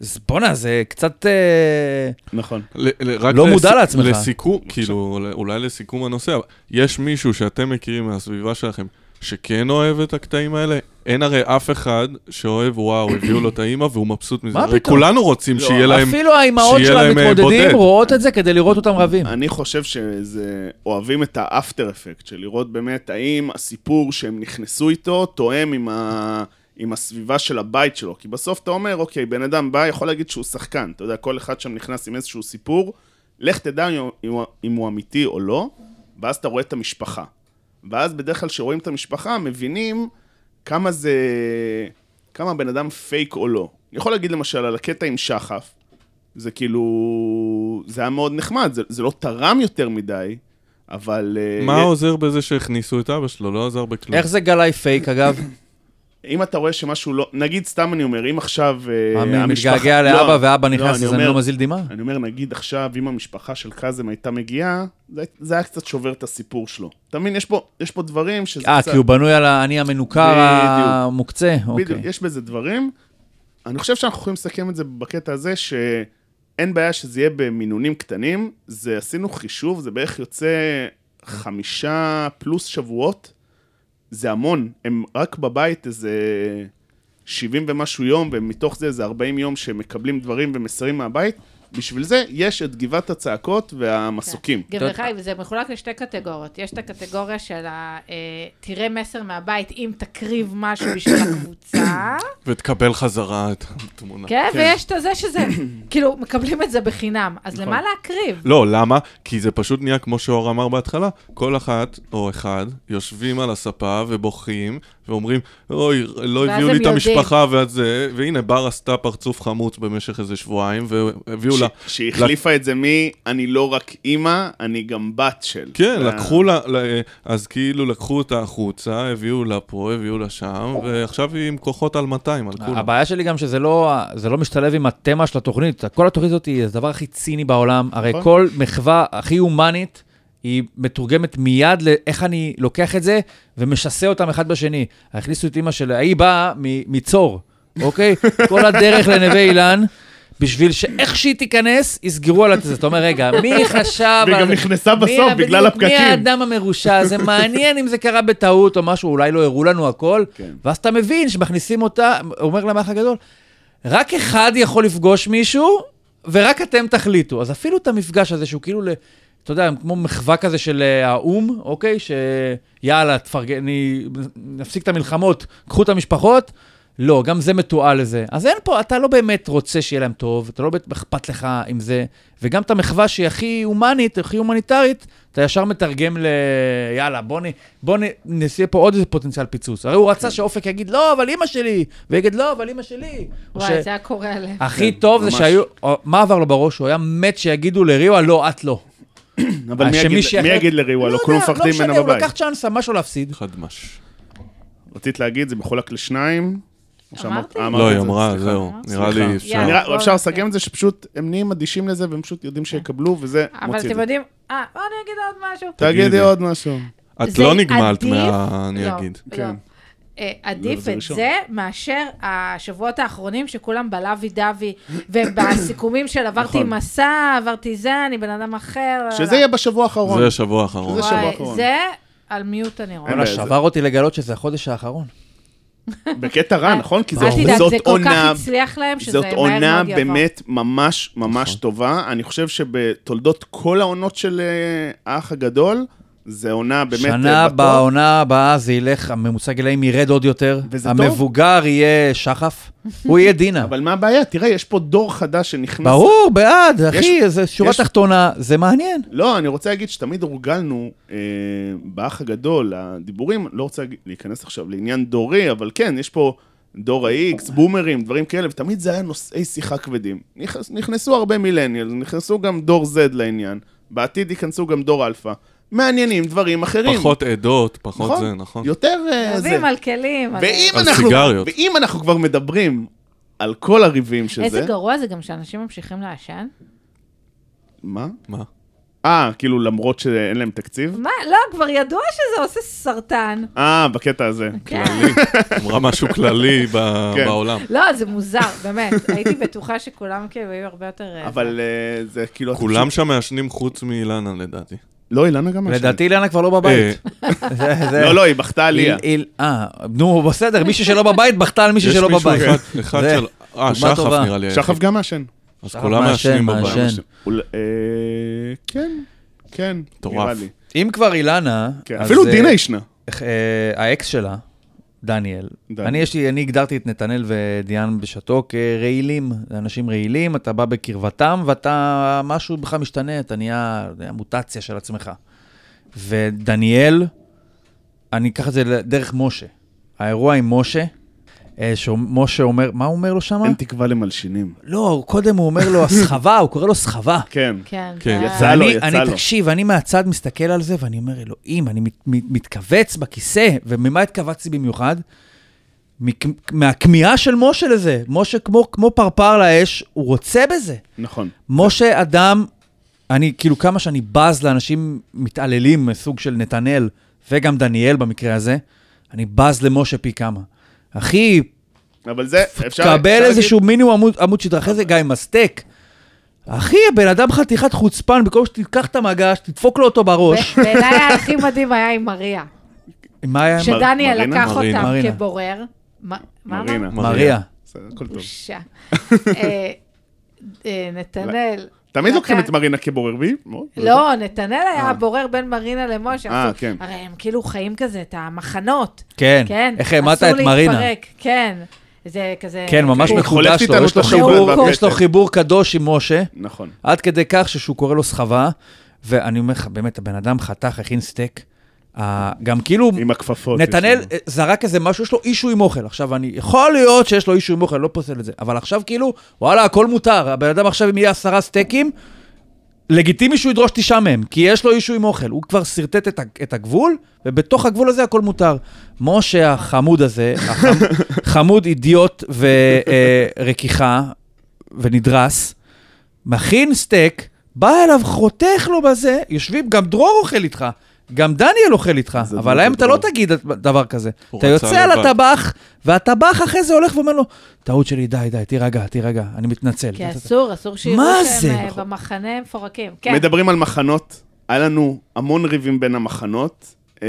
S4: אז בואנה, זה קצת... אה,
S1: נכון.
S3: ל- ל- רק
S4: לא מודע לעצמך.
S3: לסיכום, כאילו, ל- אולי לסיכום הנושא, אבל יש מישהו שאתם מכירים מהסביבה שלכם שכן אוהב את הקטעים האלה? אין הרי אף אחד שאוהב, וואו, הביאו לו את האימא והוא מבסוט מזה.
S4: מה
S3: הרי
S4: פתאום?
S3: כולנו רוצים שיהיה להם...
S4: אפילו האימהות
S3: שיהיה
S4: של
S3: להם, אה, בודד.
S4: המתמודדים רואות את זה כדי לראות אותם רבים.
S1: אני חושב שזה... אוהבים את האפטר אפקט, של לראות באמת האם הסיפור שהם נכנסו איתו תואם עם, ה... עם הסביבה של הבית שלו. כי בסוף אתה אומר, אוקיי, בן אדם בא, יכול להגיד שהוא שחקן. אתה יודע, כל אחד שם נכנס עם איזשהו סיפור, לך תדע אם, הוא- אם הוא אמיתי או לא, ואז אתה רואה את המשפחה. ואז בדרך כלל כשרואים את המשפחה, מבינים כמה זה... כמה הבן אדם פייק או לא. אני יכול להגיד למשל על הקטע עם שחף, זה כאילו... זה היה מאוד נחמד, זה, זה לא תרם יותר מדי, אבל... אה,
S3: מה עוזר בזה שהכניסו את אבא שלו? לא עזר בכלום.
S4: איך זה גלאי פייק, אגב?
S1: אם אתה רואה שמשהו לא... נגיד, סתם אני אומר, אם עכשיו... אה,
S4: מה,
S1: המשפחה-
S4: מתגעגע
S1: לא,
S4: לאבא ואבא
S1: לא,
S4: נכנס, אז אני
S1: אומר-
S4: לא מזיל דמעה?
S1: אני אומר, נגיד עכשיו, אם המשפחה של קאזם הייתה מגיעה, זה, זה היה קצת שובר את הסיפור שלו. אתה מבין, יש פה, יש פה דברים שזה
S4: אה,
S1: קצת...
S4: כי הוא בנוי על האני המנוכר
S1: בדיוק.
S4: המוקצה?
S1: בדיוק,
S4: אוקיי.
S1: יש בזה דברים. אני חושב שאנחנו יכולים לסכם את זה בקטע הזה, שאין בעיה שזה יהיה במינונים קטנים. זה, עשינו חישוב, זה בערך יוצא חמישה פלוס שבועות. זה המון. הם רק בבית איזה 70 ומשהו יום, ומתוך זה איזה 40 יום שמקבלים דברים ומסרים מהבית. בשביל זה יש את גבעת הצעקות והמסוקים.
S3: כן.
S2: גבר חי, כן. וזה מחולק לשתי קטגוריות. יש את הקטגוריה של ה... אה, תראה מסר מהבית אם תקריב משהו בשביל
S1: [coughs]
S2: הקבוצה,
S3: ותקבל חזרה את התמונה.
S2: כן? ויש את זה
S1: [coughs]
S2: שזה, כאילו, מקבלים את זה בחינם. אז
S1: נכון.
S2: למה להקריב?
S3: לא, למה? כי זה פשוט נהיה, כמו שאור אמר בהתחלה, כל אחת או אחד יושבים על הספה ובוכים ואומרים, אוי, לא
S2: ואז
S3: הביאו
S2: הם
S3: לי את
S2: יודעים."
S3: המשפחה ואת זה, והנה, בר עשתה פרצוף חמוץ במשך איזה שבועיים, והביאו לה...
S1: ש- שהחליפה את זה מ... אני לא רק אימא, אני גם בת של.
S3: כן,
S1: אה,
S3: לקחו לה, לה- אז כאילו לקחו אותה החוצה, הביאו לה פה, הביאו לה שם, ועכשיו היא עם כוחות על 200, על כולם.
S4: הבעיה שלי גם שזה לא, זה לא משתלב עם התמה של התוכנית. כל התוכנית הזאת היא הדבר הכי ציני בעולם. הרי
S1: נכון.
S4: כל מחווה הכי הומנית, היא מתורגמת מיד לאיך אני לוקח את זה ומשסה אותם אחד בשני. הכניסו את אימא של... היא באה מ- מצור, אוקיי? [laughs] כל הדרך לנווה אילן. בשביל שאיך שהיא תיכנס, יסגרו על זה. אתה אומר, רגע, מי
S1: [laughs]
S4: חשב...
S1: והיא
S4: על-
S1: גם נכנסה בסוף
S4: מי-
S1: בגלל
S4: בדיוק, מי
S1: הפקקים.
S4: האדם המרושע הזה? מעניין אם זה קרה בטעות או משהו, אולי לא הראו לנו הכל.
S1: כן.
S4: ואז אתה מבין שמכניסים אותה, אומר להם האח הגדול, רק אחד יכול לפגוש מישהו, ורק אתם תחליטו. אז אפילו את המפגש הזה, שהוא כאילו, ל- אתה יודע, כמו מחווה כזה של אה, האו"ם, אוקיי? שיאללה, תפרגן, אני- נפסיק את המלחמות, קחו את המשפחות. לא, גם זה מתועל לזה. אז אין פה, אתה לא באמת רוצה שיהיה להם טוב, אתה לא באמת אכפת לך עם זה, וגם את המחווה שהיא הכי הומנית, הכי הומניטרית, אתה ישר מתרגם ל... יאללה, בוא, נ... בוא נ... נעשה פה עוד איזה פוטנציאל פיצוץ. הרי הוא
S1: כן.
S4: רצה שאופק יגיד, לא, אבל אימא שלי, ויגיד, לא, אבל אימא שלי. או
S2: וואי, זה היה קורע לב.
S4: הכי
S1: כן,
S4: טוב זה
S1: ממש.
S4: שהיו... או- מה עבר לו בראש? הוא היה מת שיגידו לריוה, לא, את לא.
S1: אבל מי יגיד-
S4: שמישהי
S1: מי
S4: אחרת-
S1: יגיד לריוה? לא כולם
S4: יודע,
S1: מפחדים
S4: לא
S1: ממנה
S4: משנה, הוא
S1: בבית.
S4: לקח צ'אנסה, מה יש לו להפסיד?
S3: חד מש.
S1: רצית להגיד, זה מחולק לשניים. או שאמרת-
S2: אמרתי.
S1: אה, אמרת
S3: לא, היא
S1: את זה,
S3: אמרה,
S1: סליחה.
S3: זהו. נראה
S1: סליחה.
S3: לי אפשר.
S1: אני
S2: יאללה.
S1: רק- אפשר לסכם את זה שפשוט הם נהיים אדישים לזה והם פשוט יודעים שיקבלו וזה
S2: כן. אבל
S1: מוציא את
S2: אתם
S1: זה.
S2: יודעים, אה, בוא אני אגיד עוד משהו.
S1: תגידי
S3: תגידי.
S1: עוד משהו.
S3: את
S2: זה
S3: לא נגמלת
S2: עדיף-
S3: מה... אני
S2: לא,
S3: אגיד.
S2: לא.
S1: כן.
S2: אה,
S1: לא,
S2: עדיף
S1: זה
S2: את
S1: ראשון.
S2: זה מאשר השבועות האחרונים שכולם בלאבי דאבי,
S1: [coughs]
S2: ובסיכומים של עברתי
S1: נכון.
S2: מסע, עברתי זה, אני בן אדם אחר.
S1: שזה יהיה בשבוע האחרון.
S3: זה השבוע האחרון.
S1: זה
S2: וואי,
S1: שבוע אחרון.
S2: זה על מיוט אני רואה.
S1: אין
S4: וואלה,
S1: בעיה, זה-
S4: שבר אותי לגלות שזה החודש האחרון.
S1: בקטע רע, נכון? כי זה-
S2: אה, אל תדאג,
S1: זאת
S2: זה כל כך
S1: עונה
S2: הצליח להם, שזה
S1: זאת
S2: מהר מאוד יעבור.
S1: עונה באמת ממש ממש
S3: נכון.
S1: טובה. אני חושב שבתולדות כל העונות של אה, האח הגדול, זה עונה באמת... אה,
S4: שנה
S1: בטופ.
S4: בעונה הבאה זה ילך, הממוצע גילאים ירד עוד יותר.
S1: וזה טוב.
S4: המבוגר יהיה [laughs] שחף, הוא יהיה דינה.
S1: אבל מה הבעיה? תראה, יש פה דור חדש שנכנס
S4: ברור, בעד,
S1: יש-
S4: אחי, זה שורה
S1: יש-
S4: תחתונה, זה מעניין.
S1: לא, אני רוצה להגיד שתמיד הורגלנו אה, באח הגדול, הדיבורים, לא רוצה להגיד- להיכנס עכשיו לעניין דורי, אבל כן, יש פה דור ה-X, בומרים, דברים כאלה, ותמיד זה היה נושאי שיחה כבדים. נכנס, נכנסו הרבה מילניאל, נכנסו גם דור Z לעניין, בעתיד ייכנסו גם דור אלפא. מעניינים דברים אחרים.
S3: פחות עדות, פחות זה, נכון?
S1: יותר אה, זה.
S2: אוהבים על כלים. על-
S1: ואם
S3: על
S1: אנחנו,
S3: סיגריות.
S1: ואם אנחנו כבר מדברים על כל הריבים שזה...
S2: איזה גרוע זה גם שאנשים ממשיכים לעשן.
S1: מה?
S3: מה?
S1: אה, כאילו למרות שאין להם תקציב?
S2: מה, לא, כבר ידוע שזה עושה סרטן.
S1: אה, בקטע הזה.
S2: כן.
S3: אמרה משהו כללי ב-
S1: כן.
S3: בעולם.
S2: לא, זה מוזר,
S1: [laughs]
S2: באמת. הייתי בטוחה שכולם כאילו היו הרבה יותר... אה,
S1: אבל אה, זה כאילו...
S3: כולם שם מעשנים חוץ מאילנה, לדעתי.
S1: לא, אילנה גם מעשנת.
S4: לדעתי אילנה כבר לא בבית. [laughs] זה- זה-
S1: לא, לא, היא בכתה עליה.
S4: איל- איל- אה, נו, בסדר, מישהי שלא בבית בכתה על מישהי
S3: יש
S4: שלא
S3: מישהו
S4: בבית.
S3: אחד- אחד
S4: זה-
S3: של... אה,
S4: דוגמה
S3: שחף
S4: טובה.
S3: נראה לי.
S1: שחף גם מעשן.
S3: אז
S4: שחף
S3: כולם
S4: מעשן,
S3: מעשנים
S4: מעשן.
S3: בבית.
S1: אול- אה, כן, כן,
S3: מטורף.
S1: נראה לי.
S4: אם כבר אילנה,
S1: כן,
S4: אז,
S1: אפילו
S4: אה,
S1: דינה ישנה.
S4: אה, האקס שלה, דניאל,
S1: דניאל.
S4: אני יש לי, אני הגדרתי את נתנאל ודיאן בשעתו כרעילים, זה אנשים רעילים, אתה בא בקרבתם ואתה, משהו בך משתנה, אתה נהיה נהיה מוטציה של עצמך. ודניאל, אני אקח את זה ל- דרך משה. האירוע עם משה, אה, שמשה אומר, מה הוא אומר לו שם?
S1: אין תקווה למלשינים.
S4: לא, הוא- קודם הוא אומר לו הסחבה, הוא קורא לו סחבה.
S1: כן.
S2: כן,
S3: כן,
S2: זה-
S1: יצא. לו,
S4: ואני-
S1: יצא
S4: אני,
S1: לו.
S4: תקשיב, אני מהצד מסתכל על זה, ואני אומר, אלוהים, אני מת, מת, מתכווץ בכיסא, וממה התכווצתי במיוחד? מק- מהכמיהה של משה לזה. משה כמו, כמו פרפר לאש, הוא רוצה בזה.
S1: נכון.
S4: משה אדם, אני, כאילו, כמה שאני בז לאנשים מתעללים, סוג של נתנאל, וגם דניאל במקרה הזה, אני בז למשה פי כמה. אחי,
S1: אבל זה, אפשר... אפשר
S4: קבל
S1: להגיד-
S4: איזשהו מינימום עמוד, עמוד שדרה, אחרי זה גם עם הסטייק. אחי, הבן אדם חתיכת חוצפן, במקום שתיקח את המגש, תדפוק לו אותו בראש.
S2: ב- בעיניי הכי מדהים היה עם מריה.
S4: מה היה עם
S2: שדניאל
S1: אה, מרינה?
S2: לקח
S3: מרינה.
S2: אותם
S4: מרינה.
S2: כבורר. מה מה אמרת?
S1: מרינה.
S4: מריה?
S1: בסדר, הכל טוב. [laughs]
S2: בושה. אה, אה, נתנאל.
S1: תמיד לוקחים
S2: לקח-
S1: את מרינה כבוררים. מאוד.
S2: כן. לא, נתנאל היה הבורר בין מרינה למשה.
S1: אה,
S2: עשו-
S1: כן.
S2: הרי הם כאילו חיים כזה את המחנות.
S4: כן.
S2: כן.
S4: איך העמדת את
S2: אסור
S4: מרינה?
S2: להתפרק, כן. זה כזה...
S4: כן, ממש
S1: הוא חולף
S4: מקודש לו.
S1: איתנו
S4: יש לו
S1: את החיבור
S4: חיבור-
S1: והפטר.
S4: יש לו חיבור קדוש עם משה,
S1: נכון.
S4: עד כדי כך שכשהוא קורא לו סחבה, ואני אומר לך, באמת, הבן אדם חתך, הכין סטייק. אה, גם כאילו,
S1: עם הכפפות.
S4: נתנאל
S1: יש לנו.
S4: אה, זרק איזה משהו, יש לו אישו עם אוכל. עכשיו, אני, יכול להיות שיש לו אישו עם אוכל, לא פוסל את זה, אבל עכשיו כאילו, וואלה, הכל מותר. הבן אדם עכשיו, אם יהיה עשרה סטייקים, לגיטימי שהוא ידרוש תשעה מהם, כי יש לו אישו עם אוכל. הוא כבר שרטט את, ה- את הגבול, ובתוך הגבול הזה הכל מותר. משה החמוד הזה, החמ, חמוד אידיוט ורכיכה ונדרס, מכין סטייק, בא אליו, חותך לו בזה, יושבים, גם דרור אוכל איתך, גם דניאל אוכל איתך,
S1: זה
S4: אבל
S1: דרור,
S4: להם
S1: זה
S4: אתה לא
S1: דרור.
S4: תגיד דבר כזה.
S3: הוא
S4: אתה
S3: רצה
S4: יוצא על
S3: לבד.
S4: הטבח, והטבח אחרי זה הולך ואומר לו, טעות שלי, די, די, תירגע, תירגע, אני מתנצל.
S2: כי אסור, אסור שיראו
S4: מה
S2: שהם
S4: זה?
S2: אה, במחנה מפורקים. כן.
S1: מדברים על מחנות, היה לנו המון ריבים בין המחנות. אה,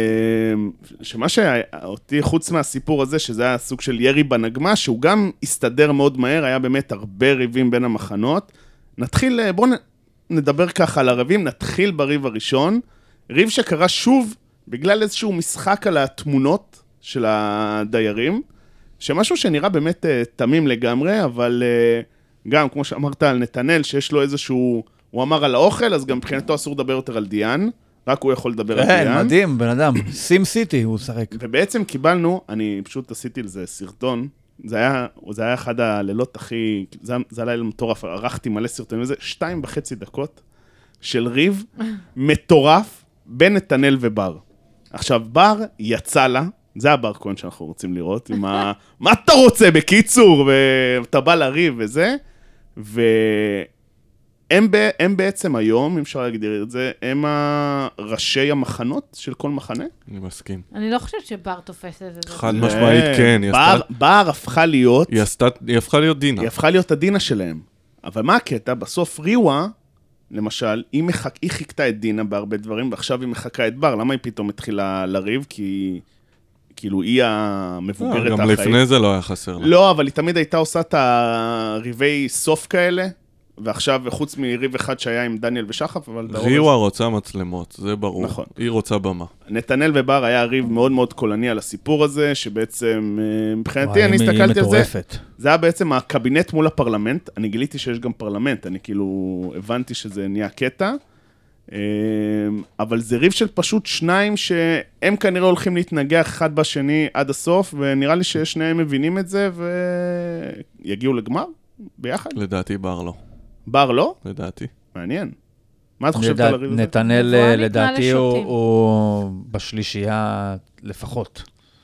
S1: שמה שאותי, חוץ מהסיפור הזה, שזה היה סוג של ירי בנגמ"ש, שהוא גם הסתדר מאוד מהר, היה באמת הרבה ריבים בין המחנות. נתחיל, אה, בואו נ- נדבר ככה על הרבים, נתחיל בריב הראשון. ריב שקרה שוב בגלל איזשהו משחק על התמונות של הדיירים, שמשהו שנראה באמת אה, תמים לגמרי, אבל אה, גם, כמו שאמרת על נתנאל, שיש לו איזשהו... הוא אמר על האוכל, אז גם מבחינתו אסור לדבר יותר על דיאן, רק הוא יכול לדבר על דיאן.
S4: כן, מדהים, בן אדם. סים סיטי, הוא שחק.
S1: ובעצם קיבלנו, אני פשוט עשיתי לזה סרטון, זה היה, זה היה אחד הלילות הכי, זה, היה- זה היה לילה מטורף, ערכתי מלא סרטונים וזה, שתיים וחצי דקות של ריב מטורף בין נתנאל ובר. עכשיו, בר יצא לה, זה הבר כהן שאנחנו רוצים לראות, עם ה... מה אתה רוצה, בקיצור, ואתה בא לריב וזה, והם ב- הם בעצם היום, אם אפשר להגדיר את זה, הם הראשי המחנות של כל מחנה.
S3: אני מסכים.
S2: אני לא חושבת שבר תופס את זה.
S3: חד משמעית, כן. היא
S1: בר,
S3: עשתה-
S1: בר הפכה להיות,
S3: היא עשתה, היא הפכה להיות דינה.
S1: היא הפכה להיות הדינה שלהם. אבל מה הקטע? בסוף ריווה, למשל, היא, מחק, היא חיכתה את דינה בהרבה דברים, ועכשיו היא מחקה את בר. למה היא פתאום התחילה לריב? כי כאילו היא
S3: לא,
S1: המבוגרת
S3: גם לפני זה לא היה חסר לה.
S1: לא, אבל היא תמיד הייתה עושה את הריבי סוף כאלה, ועכשיו, חוץ מריב אחד שהיה עם דניאל ושחף, אבל... ברוב
S3: ריווה רוצה מצלמות, זה ברור.
S1: לא נכון.
S3: היא רוצה במה.
S1: נתנאל ובר היה ריב מאוד מאוד קולני על הסיפור הזה, שבעצם, אה, מבחינתי,
S4: וואי,
S1: אני
S4: היא- היא
S1: הסתכלתי על זה,
S4: מטורפת.
S1: זה היה בעצם הקבינט מול הפרלמנט, אני גיליתי שיש גם פרלמנט, אני כאילו הבנתי שזה נהיה קטע, אמ, אבל זה ריב של פשוט שניים שהם כנראה הולכים להתנגח אחד בשני עד הסוף, ונראה לי ששניהם מבינים את זה ויגיעו לגמר ביחד.
S3: לדעתי בר לא.
S1: בר לא?
S3: לדעתי.
S1: מעניין. מה את חושבת על הריב הזה?
S4: נתנאל,
S2: נבואה
S4: אה,
S2: ניתנה
S4: לדעתי, הוא-
S2: לשוטים.
S4: הוא בשלישייה לפחות.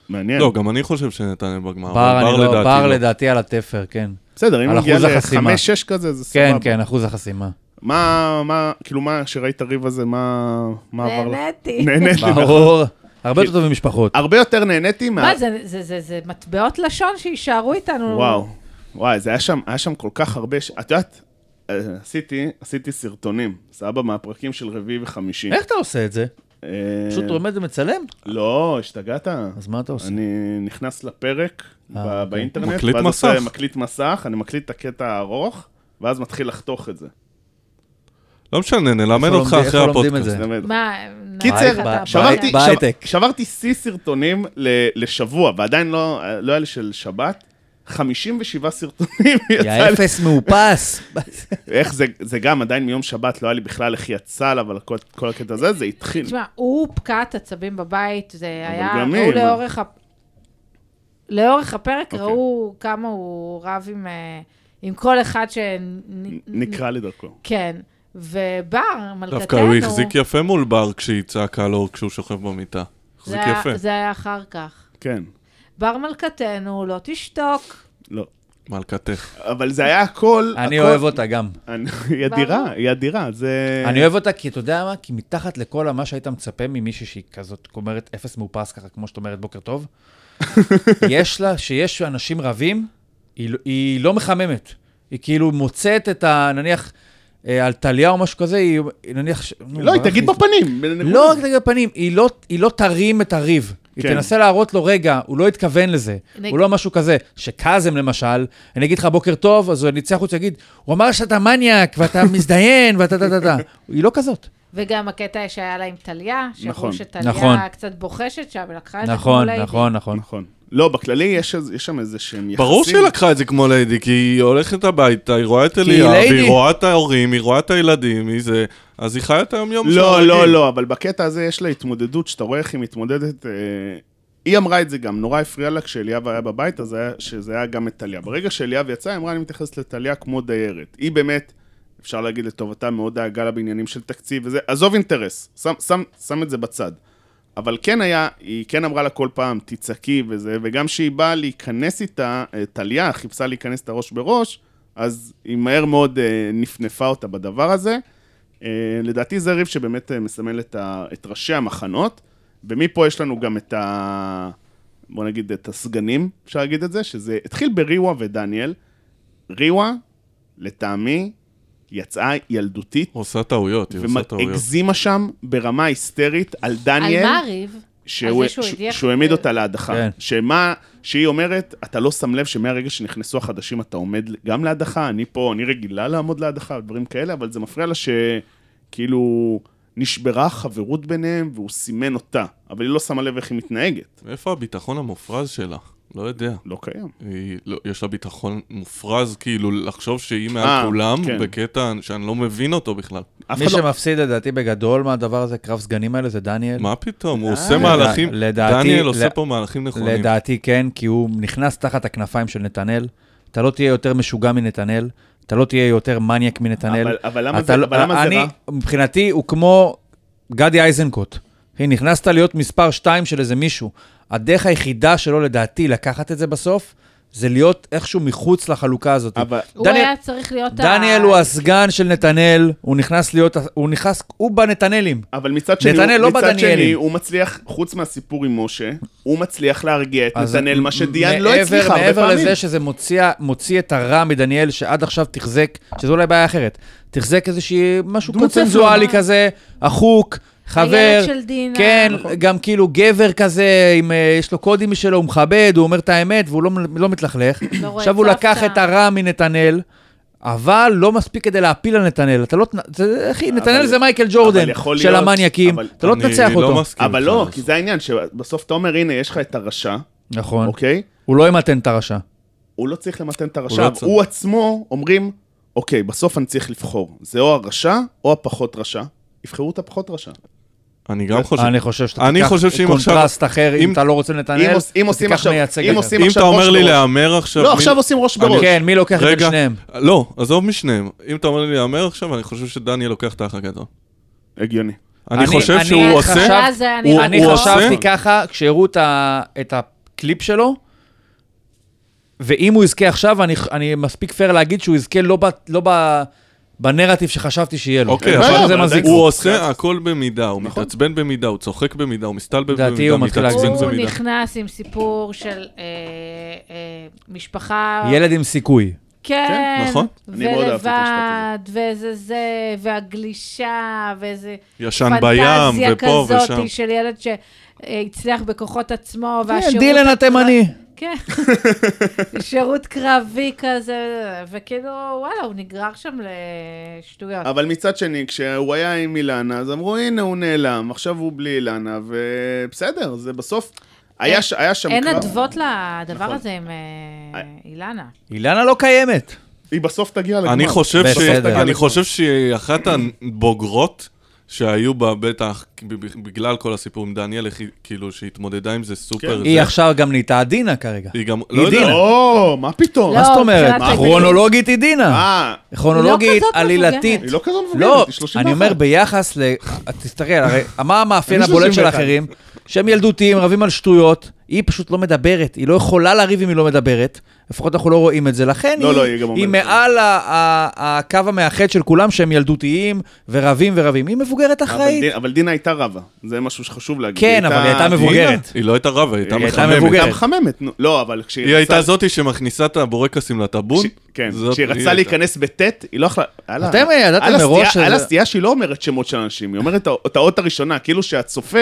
S1: מעניין.
S3: לא, גם אני חושב שנתנאל בגמר,
S4: בר,
S3: אבל
S4: אני
S3: בר
S4: לא, בר
S3: לדעתי לא.
S4: לדעתי על התפר, כן.
S1: בסדר, אם
S4: על
S1: נגיע
S4: אחוז החסימה.
S1: ל-5-6 כזה, זה סבבה.
S4: כן, כן, אחוז
S1: [laughs]
S4: החסימה.
S1: מה, מה, כאילו, מה, שראית את הריב הזה, מה מה עבר לך?
S2: נהניתי.
S1: נהניתי.
S4: ברור. הרבה יותר טוב ממשפחות.
S1: הרבה יותר נהניתי מה... [laughs]
S2: מה, זה- זה- זה זה מטבעות לשון שיישארו איתנו.
S1: וואו, וואי, זה היה שם, היה שם כל כך הרבה, ש... את יודעת, אה, עשיתי, עשיתי סרטונים, סבא, מהפרקים של רביעי וחמישי.
S4: איך אתה עושה את זה?
S1: אה,
S4: פשוט עומד ומצלם?
S1: לא, השתגעת?
S4: אז מה אתה עושה?
S1: אני נכנס לפרק ב-
S4: אוקיי.
S1: באינטרנט,
S3: מקליט
S1: ואז
S3: מסך.
S1: עושה מקליט מסך, אני מקליט את הקטע הארוך, ואז מתחיל לחתוך את זה.
S3: לא משנה, נלמד
S4: איפה
S3: אותך
S4: לומדים-
S3: אחרי
S4: איפה לומדים
S3: הפודקאסט.
S4: את זה?
S1: באמת.
S2: מה,
S1: קיצר,
S2: נראה לך את
S1: שברתי,
S2: הפרק?
S4: ב- בהייטק.
S1: שב- שברתי שיא סרטונים ל- לשבוע, ועדיין לא לא היה לי של שבת. 57 סרטונים
S4: יא
S1: יצא לי,
S4: אפס
S1: [laughs]
S4: מאופס.
S1: איך זה, זה גם עדיין מיום שבת, לא היה לי בכלל איך יצא לה, אבל כל, כל הקטע הזה, זה התחיל.
S2: תשמע, הוא פקעת עצבים בבית, זה
S1: אבל
S2: היה,
S1: גם
S2: ראו
S1: היא, מה?
S2: לאורך הפ... לאורך הפרק
S1: אוקיי.
S2: ראו כמה הוא רב עם, אה, עם כל אחד שנקרא.
S1: נקרא לדרכו.
S2: כן, ובר, מלכתנו.
S3: דווקא הוא החזיק יפה מול בר כשהיא צעקה לו כשהוא שוכב במיטה.
S2: זה
S3: החזיק
S2: היה-
S3: יפה.
S2: זה היה אחר כך.
S1: כן,
S2: בר מלכתנו, לא תשתוק.
S1: לא.
S3: מלכתך.
S1: אבל זה היה הכל...
S4: אני
S1: הכל-
S4: אוהב אותה גם.
S1: אני- היא אדירה, היא אדירה, זה...
S4: אני אוהב אותה כי אתה יודע מה? כי מתחת לכל מה שהיית מצפה ממישהי שהיא כזאת אומרת אפס מאופס ככה, כמו שאת אומרת בוקר
S1: [laughs]
S4: טוב, יש לה, שיש אנשים רבים, היא, לא- היא לא מחממת. היא כאילו מוצאת את ה... נניח, אה, על טליה או משהו כזה, היא היא נניח... ש- נו,
S1: לא, היא
S4: ברח
S1: תגיד
S4: לי.
S1: בפנים.
S4: לא רק תגיד בפנים, היא לא- היא לא תרים את הריב. היא
S1: כן.
S4: תנסה להראות לו, רגע, הוא לא התכוון לזה,
S2: נג-
S4: הוא לא משהו כזה. שקאזם למשל, אני אגיד לך בוקר טוב, אז אני אצא החוצה ויגיד, הוא אמר שאתה מניאק,
S1: [laughs]
S4: ואתה מזדיין, ואתה טה טה טה. היא לא כזאת.
S2: וגם הקטע שהיה לה עם טליה,
S1: נכון.
S2: שאמרו שטליה
S4: נכון.
S2: קצת בוחשת שם, ולקחה את זה
S4: נכון,
S2: כמו
S4: נכון, נכון.
S1: נכון. לא, בכללי יש איז- יש שם איזה שהם יחסים.
S3: ברור שהיא לקחה את זה כמו ליידי, כי היא הולכת הביתה, היא רואה את אליה,
S4: ליידי.
S3: והיא רואה את ההורים, היא רואה את הילדים, היא זה... אז היא חיה את היום-יום שלה.
S1: לא, לא,
S3: רגיל.
S1: לא, אבל בקטע הזה יש לה התמודדות, שאתה רואה איך היא מתמודדת. אה, היא אמרה את זה גם, נורא הפריע לה כשאליאב היה בבית, אז היה, שזה היה גם את טליה. ברגע שאליאב יצא, היא אמרה, אני מתייחסת לטליה כמו דיירת. היא באמת, אפשר להגיד לטובתה, מאוד דאגה לה בעניינים של תקציב וזה, עזוב אינטרס, שם, שם, שם את זה בצד. אבל כן היה, היא כן אמרה לה כל פעם, תצעקי וזה, וגם כשהיא באה להיכנס איתה, אה, טליה חיפשה להיכנס את הראש בראש, אז היא מהר מאוד אה, נפנפה אותה בדבר הזה. אה, לדעתי זה ריב שבאמת אה, מסמל את, ה, את ראשי המחנות, ומפה יש לנו גם את ה... בוא נגיד את הסגנים, אפשר להגיד את זה, שזה התחיל בריווה ודניאל. ריווה, לטעמי, יצאה ילדותית,
S3: עושה טעויות, היא עושה טעויות.
S1: והגזימה שם ברמה היסטרית על
S2: על
S1: דניאל.
S2: מה הריב?
S1: שהוא,
S2: על זה שהוא
S1: ש-
S2: הדיח-
S1: שהוא העמיד אותה להדחה.
S4: כן.
S1: כן. שמה, שהיא אומרת, אתה לא שם לב שמהרגע שנכנסו החדשים אתה עומד גם להדחה, אני פה, אני רגילה לעמוד להדחה, דברים כאלה, אבל זה מפריע לה שכאילו נשברה החברות ביניהם והוא סימן אותה, אבל היא לא שמה לב איך היא מתנהגת.
S3: איפה הביטחון המופרז שלה? לא יודע.
S1: לא קיים.
S3: היא, לא, יש לה ביטחון מופרז, כאילו, לחשוב שהיא
S1: אה,
S3: מעל כולם,
S1: כן.
S3: בקטע שאני לא מבין אותו בכלל.
S1: אף
S4: מי
S1: אחד לא...
S4: שמפסיד לדעתי בגדול מהדבר הזה, קרב סגנים האלה, זה דניאל.
S3: מה פתאום, הוא
S1: אה,
S3: עושה
S1: לדע-
S3: מהלכים,
S4: לדעתי-
S3: דניאל
S4: ל-
S3: עושה פה מהלכים נכונים.
S4: לדעתי כן, כי הוא נכנס תחת הכנפיים של נתנאל. אתה לא תהיה יותר משוגע מנתנאל, אתה לא תהיה יותר מניאק מנתנאל.
S1: אבל, אבל למה
S4: אתה
S1: זה,
S4: לא-
S1: אבל למה
S4: אני,
S1: זה רע?
S4: מבחינתי, הוא כמו גדי איזנקוט. אחי, נכנסת להיות מספר 2 של איזה מישהו. הדרך היחידה שלו, לדעתי, לקחת את זה בסוף, זה להיות איכשהו מחוץ לחלוקה הזאת.
S1: אבל...
S2: הוא
S4: דניאל-
S2: היה צריך להיות...
S4: דניאל
S2: ה-
S4: הוא הסגן של נתנאל, הוא נכנס להיות, הוא נכנס, הוא בנתנאלים.
S1: אבל מצד שני,
S4: נתנאל
S1: הוא,
S4: לא
S1: מצד שני,
S4: בדניאלים.
S1: הוא מצליח, חוץ מהסיפור עם משה, הוא מצליח להרגיע את
S4: אז
S1: נתנאל, מה שדיאן לא
S4: מעבר-
S1: הצליח הרבה פעמים.
S4: מעבר לזה שזה מוציא, מוציא את הרע מדניאל, שעד עכשיו תחזק, שזו אולי בעיה אחרת, תחזק איזושהי משהו
S1: דמות
S4: קונצנזואלי
S2: ספר.
S4: כזה, החוק, חבר.
S2: הילד של דינה.
S4: כן,
S1: נכון.
S4: גם כאילו גבר כזה, עם, אה, יש לו קודים משלו, הוא מכבד, הוא אומר את האמת, והוא לא, מ- לא מתלכלך.
S2: לא רואה
S4: עכשיו הוא
S2: צוותא.
S4: לקח את הרע מנתנאל, אבל לא מספיק כדי להפיל על נתנאל. אתה לא... תנ- זה- אחי, נתנאל זה מייקל ג'ורדן
S1: אבל יכול
S4: של
S1: להיות-
S4: המניאקים,
S1: אבל
S4: אתה לא
S3: אני
S4: תנצח
S3: לא
S4: אותו.
S3: מסכים
S1: אבל
S3: איתך
S1: לא,
S3: לזה.
S1: כי זה העניין, שבסוף אתה אומר, הנה, יש לך את הרשע,
S4: כאילו, נכון,
S1: אוקיי?
S4: הוא לא ימתן את הרשע.
S1: הוא לא צריך למתן את
S3: הוא
S1: הרשע.
S3: לא
S1: הוא,
S3: צריך.
S1: עצמו, אומרים, אוקיי, בסוף אני צריך לבחור. זה או הרשע או הפחות רשע. יבחרו את הפחות רשע.
S3: אני גם חושב.
S4: אני חושב שאתה
S3: אני
S4: תיקח
S3: חושב שאם עכשיו-
S4: קונטרסט אחר,
S3: אם-
S4: אם אתה לא רוצה
S1: אם
S4: לנתנאל,
S1: עוש- אם עושים
S4: תיקח
S1: עכשיו-
S4: מייצג
S1: אם
S4: אחר.
S1: עושים
S3: אם
S1: עכשיו
S3: אתה אומר
S1: ראש
S3: לי
S1: בראש.
S3: להמר עכשיו...
S1: לא,
S3: מי-
S1: עכשיו עושים ראש
S3: אני-
S1: בראש.
S4: כן, מי לוקח את
S3: רגע,
S4: שניהם?
S3: לא, עזוב משניהם. אם אתה אומר לי להמר עכשיו, אני חושב שדניאל לוקח את האח הגדול.
S1: הגיוני.
S3: אני
S4: אני-
S3: חושב
S4: אני
S3: שהוא
S4: חשב-
S3: עושה...
S2: ואז זה היה
S3: הוא-
S2: נראה
S4: אני
S2: לי
S3: הוא
S2: טוב.
S4: חשבתי
S3: עושה-
S4: ככה, כשהראו את ה- את הקליפ שלו, ואם הוא יזכה עכשיו, אני- אני מספיק פייר להגיד שהוא יזכה לא ב- לא ב- בנרטיב שחשבתי שיהיה לו.
S3: אוקיי,
S4: אני
S1: אבל-
S4: חושב שזה
S1: אבל
S4: מזיק.
S1: זה-
S3: הוא עושה הכל במידה, הוא מתעצבן במידה, הוא צוחק במידה, הוא מסתלבב
S4: לדעתי
S3: במידה,
S4: הוא מתחיל
S3: מתעצבן
S4: להגזים.
S2: הוא
S3: במידה.
S2: נכנס עם סיפור של אה, אה, משפחה...
S4: ילד עם סיכוי.
S2: כן,
S3: נכון.
S1: אני מאוד אהבתי את המשפט
S2: ולבד, ואיזה זה, והגלישה, ואיזה
S3: ישן בים,
S2: פנטזיה
S3: ופה ושם.
S4: לא
S2: כזאת של ילד שהצליח בכוחות עצמו,
S4: כן,
S2: והשירות...
S4: דילן
S2: הקרב-
S4: התימני.
S2: כן, [laughs] שירות קרבי כזה, וכאילו, וואלה, הוא נגרר שם לשטויות.
S1: אבל מצד שני, כשהוא היה עם אילנה, אז אמרו, הנה, הוא נעלם, עכשיו הוא בלי אילנה, ובסדר, זה בסוף... היה, ש... היה שם
S2: אין
S1: קרב.
S2: אדוות לדבר
S1: נכון.
S2: הזה עם אה, אילנה.
S4: אילנה לא קיימת.
S1: היא בסוף תגיע לגמר.
S3: אני חושב, ש...
S4: בסדר.
S3: אני חושב שהיא אחת הבוגרות שהיו בה בטח, בגלל כל הסיפור עם דניאל, איך היא- כאילו שהתמודדה עם זה סופר.
S1: כן.
S3: זה.
S4: היא עכשיו גם נהייתה עדינה כרגע.
S3: היא גם,
S4: היא
S3: לא יודע,
S4: דינה.
S1: לא, מה פתאום?
S4: מה
S2: לא,
S4: זאת אומרת?
S2: מבחינת מה? ההיבטים.
S4: כרונולוגית היא דינה.
S1: אה,
S2: היא
S4: כרונולוגית,
S2: לא כזאת
S4: עלילתית.
S2: מבוגרת.
S1: היא לא כזו מבוגרת,
S4: לא,
S1: היא 31.
S4: אני אומר ביחס ל... את תסתכל, הרי מה המאפיין
S1: אני
S4: הבולט של
S1: 31.
S4: האחרים? שהם ילדותיים, רבים על שטויות, היא פשוט לא מדברת, היא לא יכולה לריב אם היא לא מדברת, לפחות אנחנו לא רואים את זה, לכן
S1: לא,
S4: היא,
S1: לא, היא גם
S4: היא
S1: אומרת.
S4: מעל ה- ה- הקו המאחד של כולם שהם ילדותיים ורבים ורבים, היא מבוגרת
S1: אבל
S4: אחראית.
S1: דין- אבל דינה הייתה רבה, זה משהו שחשוב להגיד.
S4: כן, אבל היא הייתה מבוגרת.
S3: היא לא הייתה רבה, היא הייתה
S4: היא הייתה
S3: מחממת.
S4: מבוגרת.
S1: הייתה מחממת, נו. לא, אבל כשהיא
S3: היא הייתה זאתי שמכניסה את הבורקסים לטאבון.
S1: כש- כן,
S3: זאת-
S1: כשהיא
S3: היא
S1: רצתה
S3: הייתה.
S1: להיכנס בטית, היא לא יכלה... על ה-
S4: אתם ידעתם
S1: על הסטייה-
S4: מראש שזה-
S1: על הסטייה שהיא לא אומרת שמות של אנשים, היא אומרת את הא- את האות הראשונה, כאילו שהצופה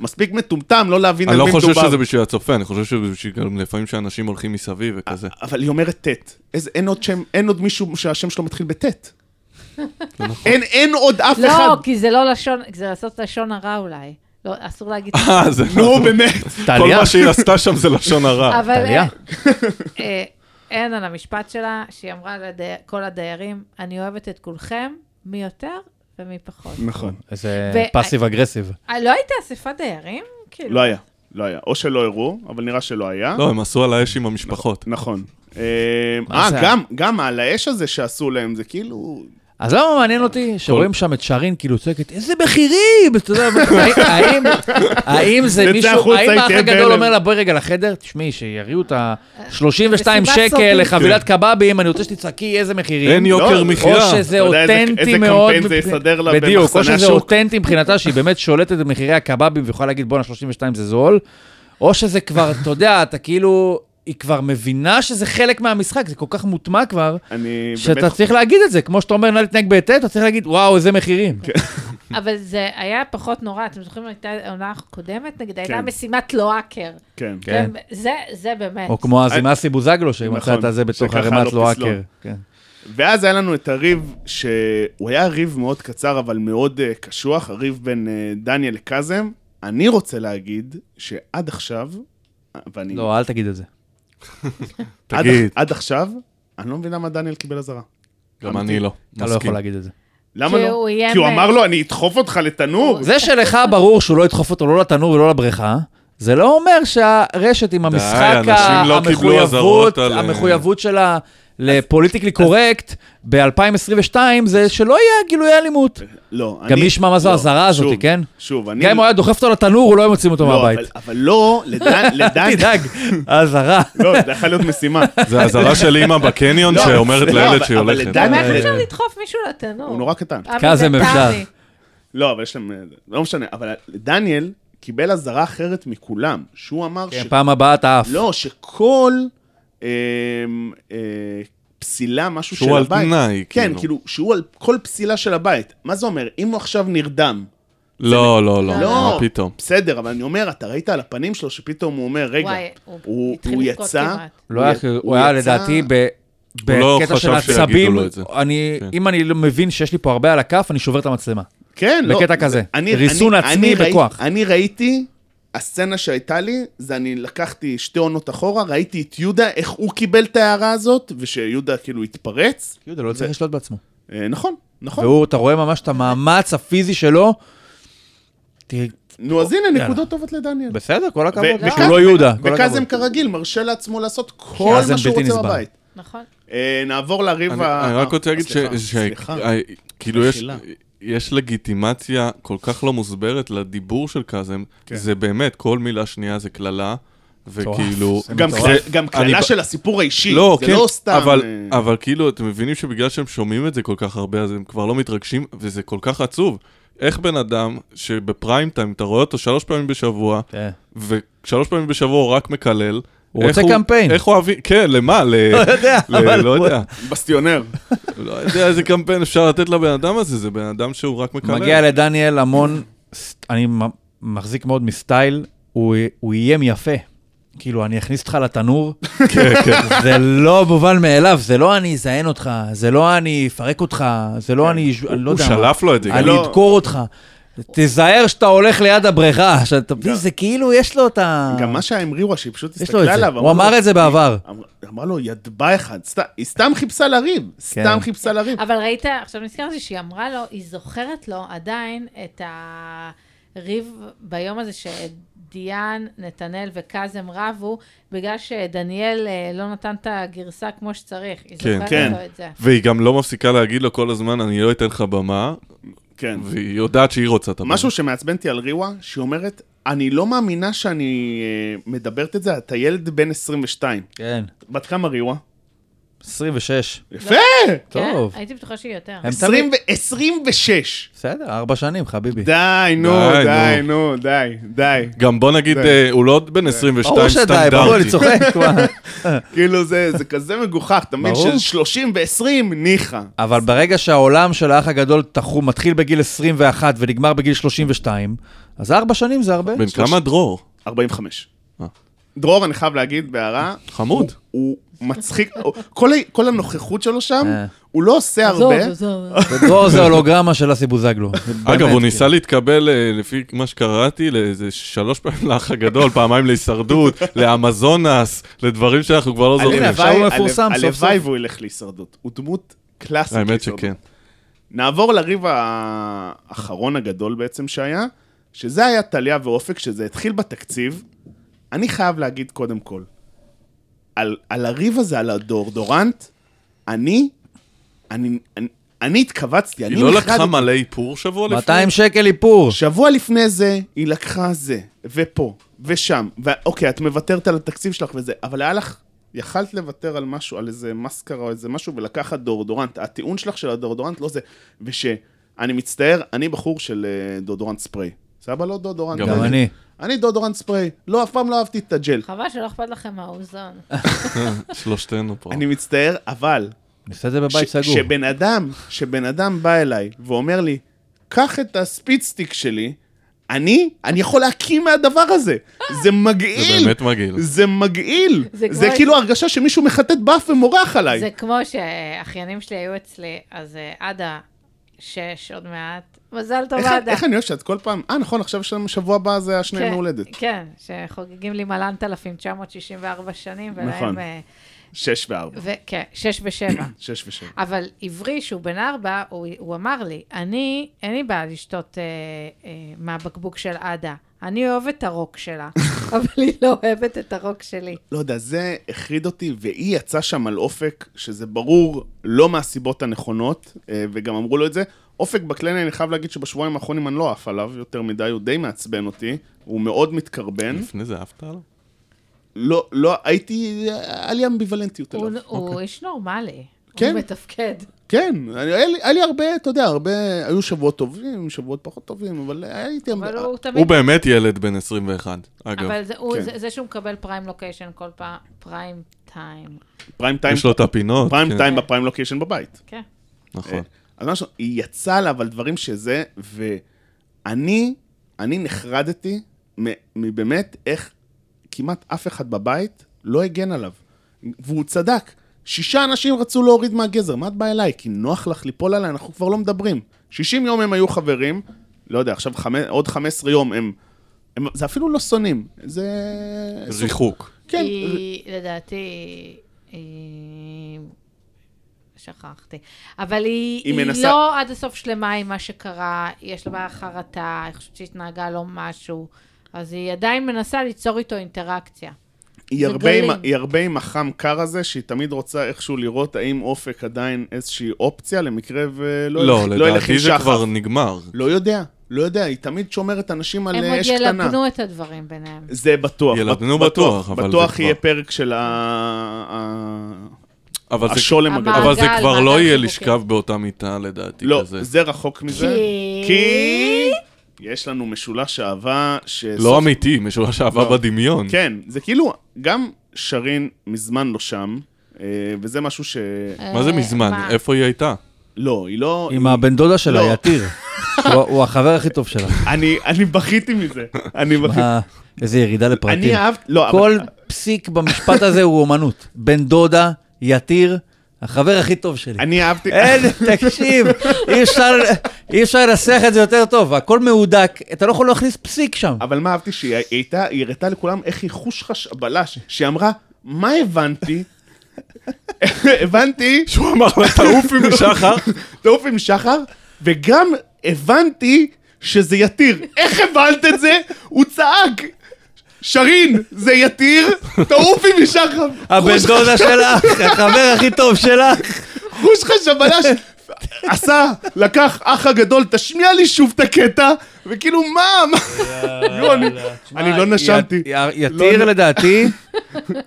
S1: מספיק מטומטם לא להבין
S3: אני
S1: על
S3: לא
S1: מי מדובר.
S3: חושב שזה בשביל הצופה, אני חושב שזה בשביל גם לפעמים שאנשים הולכים מסביב וכזה.
S1: אבל היא אומרת טית. איזה- אין עוד שם, אין עוד מישהו שהשם שלו מתחיל בטית.
S3: נכון.
S1: אין- אין עוד אף אחד.
S2: לא, כי זה לא לשון, זה לעשות לשון הרע אולי. לא, אסור
S1: [laughs]
S2: להגיד...
S3: [laughs] אה, זה...
S1: נו, באמת.
S3: כל מה שהיא עשתה שם זה לשון הרע.
S2: אבל
S4: טליה.
S2: אה, אה, אין על המשפט שלה, שהיא אמרה לכל הדיירים, אני אוהבת את כולכם, מי יותר ומי פחות.
S1: נכון.
S4: איזה
S2: ו-
S4: פאסיב אגרסיב.
S2: אה, לא הייתה אספת דיירים? כאילו,
S1: לא היה, לא היה. או שלא הראו, אבל נראה שלא היה.
S3: לא, הם עשו על האש עם המשפחות.
S1: נכון. אה,
S4: מה
S1: אה,
S4: זה?
S1: גם, גם על האש הזה שעשו להם, זה כאילו...
S4: אז למה מעניין אותי שרואים שם את שרין כאילו צועקת, איזה מחירים! אתה יודע, האם- האם זה
S1: תצא
S4: מישהו,
S1: החוצה,
S4: האם
S1: היא
S4: האח
S1: תהיה
S4: הגדול
S1: בהלם.
S4: אומר לה, בואי רגע לחדר, תשמעי, שיריעו את ה-32
S2: מסיבת
S4: שקל
S2: סרטים.
S4: לחבילת קבבים, אני רוצה שתצעקי איזה מחירים.
S3: אין יוקר
S1: לא,
S4: או
S3: מחיה.
S1: אתה
S4: שזה
S1: יודע איזה-
S4: אותנטי
S1: איזה
S4: מאוד.
S1: קמפיין זה
S4: מבחינת-
S1: יסדר לה
S4: בדיוק, או
S1: במחסני
S4: שזה
S1: השוק.
S4: אותנטי מבחינתה, שהיא באמת שולטת במחירי הקבבים ויכולה להגיד, בואנה, 32 זה זול, או שזה כבר, אתה יודע, אתה כאילו, היא כבר מבינה שזה חלק מהמשחק, זה כל כך מוטמע כבר,
S1: אני
S4: שאתה
S1: באמת...
S4: צריך להגיד את זה. כמו שאתה אומר, נא להתנהג בהיטב, אתה צריך להגיד, וואו, איזה מחירים.
S1: כן.
S2: אבל זה היה פחות נורא. אתם זוכרים, הייתה עונה קודמת, נגיד, הייתה
S1: כן.
S2: משימת לואקר.
S1: כן.
S4: כן.
S2: זה, זה באמת.
S4: או כמו אז עם
S1: אני-
S4: אסי בוזגלו, שמצא את
S1: נכון,
S4: הזה בתוך
S1: שככה
S4: ערימת כן.
S1: לא
S4: לואקר.
S1: פסלון. ואז היה לנו את הריב, שהוא היה ריב מאוד קצר, אבל מאוד אה, קשוח, הריב בין אה, דניאל לקאזם. אני רוצה להגיד שעד עכשיו, אה, ואני...
S4: לא, אל תגיד את זה.
S1: עד,
S3: תגיד,
S1: עד עכשיו, אני לא מבין למה דניאל קיבל אזהרה.
S3: גם אני לא.
S4: אתה לא
S3: מסכים.
S4: יכול להגיד את זה.
S1: למה
S2: כי
S1: לא?
S2: הוא איים
S1: כי הוא
S2: ב-
S1: אמר לו, אני אדחוף אותך לתנור.
S4: זה שלך ברור שהוא לא ידחוף אותו לא לתנור ולא לבריכה, זה לא אומר שהרשת עם המשחק,
S3: אנשים
S4: ה-
S3: לא קיבלו
S4: המחויבות,
S3: אזהרות
S1: אה,
S3: על-
S4: המחויבות שלה לפוליטיקלי קורקט ב-2022, זה שלא יהיה גילוי אלימות.
S1: לא, אני...
S4: גם מי ישמע מה זו
S1: לא,
S4: האזהרה הזאת,
S1: שוב,
S4: כן?
S1: שוב, אני...
S4: גם אם הוא היה דוחף אותו לתנור, הוא לא היו מוצאים אותו
S1: לא,
S4: מהבית.
S1: אבל- אבל לא, לדן... לדן-
S4: [laughs] אל תדאג, האזהרה.
S1: לא, זה יכול להיות משימה.
S3: זה אזהרה של אימא בקניון
S1: לא,
S3: שאומרת
S1: לא,
S3: לילד
S1: אבל-
S3: שהיא
S1: אבל
S3: הולכת.
S1: לדעת-
S2: גם איך
S4: אה,
S2: אפשר לדחוף מישהו לתנור?
S1: הוא נורא קטן.
S2: אבל
S4: כזה
S2: זה
S4: אפשר.
S2: טרי.
S1: לא, אבל יש להם... אה, לא משנה, אבל דניאל קיבל אזהרה אחרת מכולם, שהוא אמר
S4: כן,
S1: ש...
S4: פעם הבאה אתה עף.
S1: לא, שכל אה, אה, פסילה, משהו של
S3: שהוא על
S1: הבית...
S3: תנאי,
S1: כן,
S3: כאילו.
S1: כאילו, שהוא על כל פסילה של הבית. מה זה אומר? אם הוא עכשיו נרדם,
S3: לא, לא, לא, מה
S1: לא,
S3: פתאום.
S1: בסדר, אבל אני אומר, אתה ראית על הפנים שלו שפתאום הוא אומר, רגע,
S2: וואי, הוא
S1: הוא
S2: התחיל
S1: הוא
S2: לבכות
S1: יצא,
S2: כמעט.
S4: לא היה,
S1: הוא
S4: הוא
S1: יצא-
S4: היה לדעתי ב...
S3: הוא לא
S4: בקטע של
S3: חשב שיגידו
S4: עצבים,
S3: לו את זה.
S4: אני,
S3: כן.
S4: אם אני לא מבין שיש לי פה הרבה על הכף, אני שובר את המצלמה.
S1: כן, לא.
S4: בקטע
S1: זה-
S4: כזה. ריסון עצמי
S1: ראי-
S4: בכוח.
S1: אני ראיתי, הסצנה שהייתה לי, זה אני לקחתי שתי עונות אחורה, ראיתי את יהודה, איך הוא קיבל את ההערה הזאת, ושיהודה כאילו התפרץ.
S4: יהודה לא צריך לשלוט בעצמו.
S1: אה, נכון, נכון.
S4: והוא, אתה רואה ממש את המאמץ הפיזי שלו. תראי,
S1: נו, אז הנה,
S4: יאללה.
S1: נקודות טובות לדניאל.
S4: בסדר, כל הכבוד.
S1: ו-
S4: שהוא לא
S1: וכ-
S4: יהודה.
S1: ו-
S4: כל
S1: וקאזם
S4: הכבוד.
S1: כרגיל מרשה לעצמו לעשות כל
S4: קאזם
S1: מה שהוא
S4: בלתי
S1: רוצה
S4: נסבל.
S1: בבית.
S2: נכון.
S1: אה, נעבור לריב
S3: אני
S1: ה...
S3: אני רק רוצה
S1: אה,
S3: להגיד ש...
S1: סליחה,
S3: ש-
S1: סליחה.
S3: אה, כאילו יש...
S1: מחילה.
S3: יש לגיטימציה כל כך לא מוסברת לדיבור של קאזם,
S1: כן.
S3: זה באמת, כל מילה שנייה זה קללה, וכאילו...
S4: מטורף.
S1: גם
S4: זה-
S1: קלה- גם
S3: אני
S1: קללה
S3: ב-
S1: של הסיפור האישי,
S3: לא,
S1: זה
S3: כן,
S1: לא סתם...
S3: אבל,
S1: אה,
S3: אבל כאילו, אתם מבינים שבגלל שהם שומעים את זה כל כך הרבה, אז הם כבר לא מתרגשים, וזה כל כך עצוב. איך בן אדם שבפריים טיים, אתה רואה אותו שלוש פעמים בשבוע,
S4: כן.
S3: ושלוש פעמים בשבוע הוא רק מקלל,
S4: הוא רוצה קמפיין.
S3: איך הוא אוהבים, כן, למה? ל-
S4: לא יודע,
S3: ל-
S4: אבל
S3: לא
S4: הוא-
S3: יודע.
S1: בסטיונר.
S3: לא יודע איזה קמפיין אפשר לתת לבן אדם הזה, זה בן אדם שהוא רק מקלל.
S4: מגיע לדניאל המון, ס- אני מ- מחזיק מאוד מסטייל, הוא הוא איים יפה. כאילו, אני אכניס אותך
S3: [laughs]
S4: לתנור,
S3: כן, כן.
S4: זה לא מובן מאליו, זה לא אני אזיין אותך, זה לא אני אפרק אותך, זה לא אני, אני לא
S3: כן. הוא
S4: יודע מה.
S3: שלף לו את זה.
S4: אני
S3: גם.
S1: לא-
S4: אדקור אותך. תיזהר שאתה הולך ליד
S3: [laughs]
S4: הבריכה, שאתה מבין, זה כאילו, יש לו את ה...
S1: גם מה שהאמרי הוא, שהיא פשוט
S4: יש לו את
S1: הסתכלה
S4: זה.
S1: עליו.
S4: הוא אמר
S1: לו-
S4: את זה בעבר.
S1: אמר- אמרה לו, ידבה אחד, סת- היא סתם חיפשה לריב, סתם
S4: כן.
S1: חיפשה לריב.
S2: אבל ראית, עכשיו נזכרתי שהיא אמרה לו, היא זוכרת לו עדיין את הריב ביום הזה שדיאן, נתנאל וקאזם רבו, בגלל שדניאל אה, לא נתן את הגרסה כמו שצריך. היא
S3: כן,
S2: זוכרת
S1: כן.
S2: לו את זה.
S3: והיא גם לא מפסיקה להגיד לו כל הזמן, אני לא אתן לך במה,
S1: כן.
S3: והיא יודעת שהיא רוצה את הבמה.
S1: משהו שמעצבן אותי על ריווה, שהיא אומרת, אני לא מאמינה שאני אה, מדברת את זה, אתה ילד בן 22.
S4: כן,
S1: בת כמה ריווה?
S4: 26.
S1: יפה!
S2: כן?
S4: טוב.
S2: הייתי בטוחה שהיא יותר.
S4: הם
S1: עשרים ו- 26.
S4: בסדר, ארבע שנים, חביבי.
S1: די, נו,
S3: די,
S1: די, נו, די, די.
S3: גם בוא נגיד,
S1: זה-
S3: אה, הוא לא בן 22
S4: ברור שדי, ברור, אני
S3: סטנדרטי.
S1: [laughs]
S4: צוחק, מה.
S1: כאילו זה זה כזה מגוחך, אתה מבין?
S4: ברור.
S1: של 30 ו-20, ניחא.
S4: אבל ברגע שהעולם של האח הגדול תחום, מתחיל בגיל 21 ונגמר בגיל 32, אז ארבע שנים זה הרבה.
S3: בן כמה דרור?
S1: 45.
S3: אה.
S1: דרור, אני חייב להגיד בהערה,
S3: חמוד.
S2: [laughs]
S1: הוא מצחיק, הוא- כל ה- כל הנוכחות שלו שם,
S4: אה.
S1: הוא לא עושה
S2: עזוב,
S1: הרבה.
S2: עזוב.
S4: ודרור זה הולוגרמה של אסי בוזגלו.
S3: אגב,
S4: באמת,
S3: הוא
S4: כאילו.
S3: ניסה להתקבל, אה, לפי מה שקראתי, לאיזה שלוש פעמים לאח הגדול, פעמיים
S4: [laughs]
S3: להישרדות, לאמזונס, לדברים שאנחנו כבר לא זוכרים.
S4: הנה, עכשיו הוא מפורסם
S1: הלוואי-
S4: סוף סוף.
S1: הלוואי והוא ילך להישרדות. הוא דמות קלאסית.
S3: האמת
S1: להישרדות.
S3: שכן.
S1: נעבור לריב האחרון הגדול בעצם שהיה, שזה היה טליה ואופק, שזה התחיל בתקציב. אני חייב להגיד קודם כל, על, על הריב הזה, על הדורדורנט, אני, אני, אני, אני התכווצתי, אני
S3: היא לא לקחה
S1: נחרדתי.
S3: מלא איפור שבוע לפני?
S4: 200 שקל איפור.
S1: שבוע לפני זה, היא לקחה זה, ופה, ושם. ואוקיי, את מוותרת על התקציב שלך וזה, אבל היה לך... יכלת לוותר על משהו, על איזה מסקרה או איזה משהו, ולקחת דאודורנט. הטיעון שלך של הדאודורנט לא זה, ושאני מצטער, אני בחור של אה, דאודורנט ספרי. סבא לא דאודורנט.
S3: גם
S4: גם
S1: אה,
S4: אני.
S1: אני דאודורנט ספרי. לא, אף פעם לא אהבתי את הג'ל.
S2: חבל שלא אכפת לכם מהאוזון.
S3: אה, שלושתנו פה.
S1: אני מצטער, אבל...
S4: נעשה את זה בבית
S1: ש-
S4: סגור.
S1: שבן אדם, שבן אדם בא אליי ואומר לי, קח את הספיצטיק שלי, אני, אני יכול להקים מהדבר הזה. זה
S3: זה
S1: מגעיל.
S3: באמת מגעיל.
S1: זה מגעיל.
S2: זה
S1: זה
S2: כמו-
S1: כאילו הרגשה שמישהו מחטט באף ומורח
S2: זה
S1: עליי.
S2: כמו שהאחיינים שלי היו אצלי, אז אה, עדה שש עוד מעט. מזל טוב,
S1: איך-
S2: עדה.
S1: איך אני אוהב שאת כל פעם, אה נכון, עכשיו שלנו שבוע הבא זה השני
S2: כן,
S1: יום הולדת.
S2: כן, שחוגגים לי מלנת 1964 שנים,
S1: נכון.
S2: ולהם... אה,
S1: שש וארבע,
S2: ו- כן, שש ושבע. [clears throat]
S1: שש ושבע.
S2: אבל עברי, שהוא בן ארבע, הוא, הוא אמר לי, אני, אין לי בעיה לשתות אה, אה, מהבקבוק של עדה. אני אוהב את הרוק שלה, אבל היא לא אוהבת את הרוק שלי.
S1: לא יודע, זה החריד אותי, והיא יצאה שם על אופק, שזה ברור לא מהסיבות הנכונות, אה, וגם אמרו לו את זה. אופק בקלני, אני חייב להגיד שבשבועיים האחרונים אני לא עף עליו יותר מדי, הוא די מעצבן אותי, הוא מאוד מתקרבן.
S3: לפני זה אהבת עליו?
S1: לא, לא, הייתי, היה לי אמביוולנטיות
S2: הוא, לא-
S1: עליו.
S2: הוא איש נורמלי.
S1: כן.
S2: הוא מתפקד.
S1: כן, אני- היה לי- היה לי הרבה, אתה יודע, הרבה, היו שבועות טובים, שבועות פחות טובים, אבל הייתי...
S2: אבל הוא תמיד...
S3: הוא באמת ילד בן 21, אגב.
S2: אבל זה, הוא,
S1: כן.
S2: זה, זה שהוא מקבל פריים לוקיישן כל פעם, פריים טיים.
S1: פריים טיים,
S3: יש לו את הפינות.
S1: פריים
S3: כן,
S1: טיים אה, בפריים לוקיישן בבית.
S2: כן.
S3: נכון.
S1: אז משהו, היא יצאה עליו על דברים שזה, ואני, אני נחרדתי מ- מבאמת איך כמעט אף אחד בבית לא הגן עליו. והוא צדק. שישה אנשים רצו להוריד מהגזר, מה את באה אליי? כי נוח לך ליפול עליי, אנחנו כבר לא מדברים. 60 יום הם היו חברים, לא יודע, עכשיו חמ... עוד 15 יום הם... הם... זה אפילו לא שונאים, זה...
S3: ריחוק.
S1: כן,
S2: היא, לדעתי, היא... שכחתי. אבל
S1: היא
S2: היא, היא,
S1: מנסה-
S2: לא עד הסוף שלמה עם מה שקרה, יש לה בעיה חרטה, אני חושבת שהתנהגה לא משהו, אז היא עדיין מנסה ליצור איתו אינטראקציה.
S1: היא
S2: זה
S1: הרבה, עם,
S2: גלים.
S1: היא הרבה עם החם קר הזה, שהיא תמיד רוצה איכשהו לראות האם אופק עדיין איזושהי אופציה, למקרה ולא
S3: לא,
S1: ילך- ילך עם
S3: לדעתי זה
S1: שחף.
S3: כבר נגמר.
S1: לא יודע, לא יודע, היא תמיד שומרת אנשים על
S2: הם
S1: אה,
S2: עוד
S1: אש קטנה.
S2: ילבנו את הדברים ביניהם.
S1: זה בטוח.
S3: ילבנו
S1: בט-
S3: בטוח, אבל זה
S1: בטוח
S3: כבר-
S1: יהיה פרק של ה... ה-
S3: אבל זה-
S1: השולם
S2: אמר-
S1: הגדול.
S3: אבל זה
S2: מעגל,
S3: כבר
S2: מעגל
S3: לא יהיה
S2: חיבוקים.
S3: לשכב באותה מיטה, לדעתי.
S1: לא,
S3: כזה.
S1: זה רחוק מזה.
S2: כי-
S1: כי... יש לנו משולש אהבה ש...
S3: לא אמיתי, משולש אהבה בדמיון.
S1: כן, זה כאילו, גם שרין מזמן לא שם, אה, וזה משהו ש...
S2: אה,
S3: מה זה מזמן? איפה היא הייתה?
S1: לא, היא לא...
S4: עם הבן דודה שלה,
S1: לא.
S4: יתיר. שהוא- הוא החבר הכי טוב שלה.
S1: אני, אני בכיתי מזה. אני בכיתי.
S4: מה, איזה ירידה לפרטים.
S1: אני אהבתי... לא,
S4: כל
S1: אבל...
S4: פסיק במשפט הזה הוא אומנות. בן דודה, יתיר, החבר הכי טוב שלי.
S1: אני אהבתי...
S4: אין, תקשיב, אי אפשר- אי אפשר לנסח את זה יותר טוב, הכל מהודק, אתה לא יכול להכניס פסיק שם.
S1: אבל מה אהבתי שהיא הייתה, היא הראתה לכולם איך היא חושחש בלש, שהיא אמרה, מה הבנתי? [laughs] הבנתי,
S3: שהוא אמר לה, תעוף [laughs] עם שחר.
S1: טוב עם שחר, וגם הבנתי שזה יתיר. איך הבנת את זה? הוא צעק. שרין, זה יתיר, תעופי משחר.
S4: הבן דודה שלך, החבר הכי טוב שלך.
S1: חוש חשבלש עשה, לקח אח הגדול, תשמיע לי שוב את הקטע, וכאילו מה, מה, נו, אני- אני לא נשמתי.
S4: י- י- יתיר
S1: לא-
S4: לדעתי,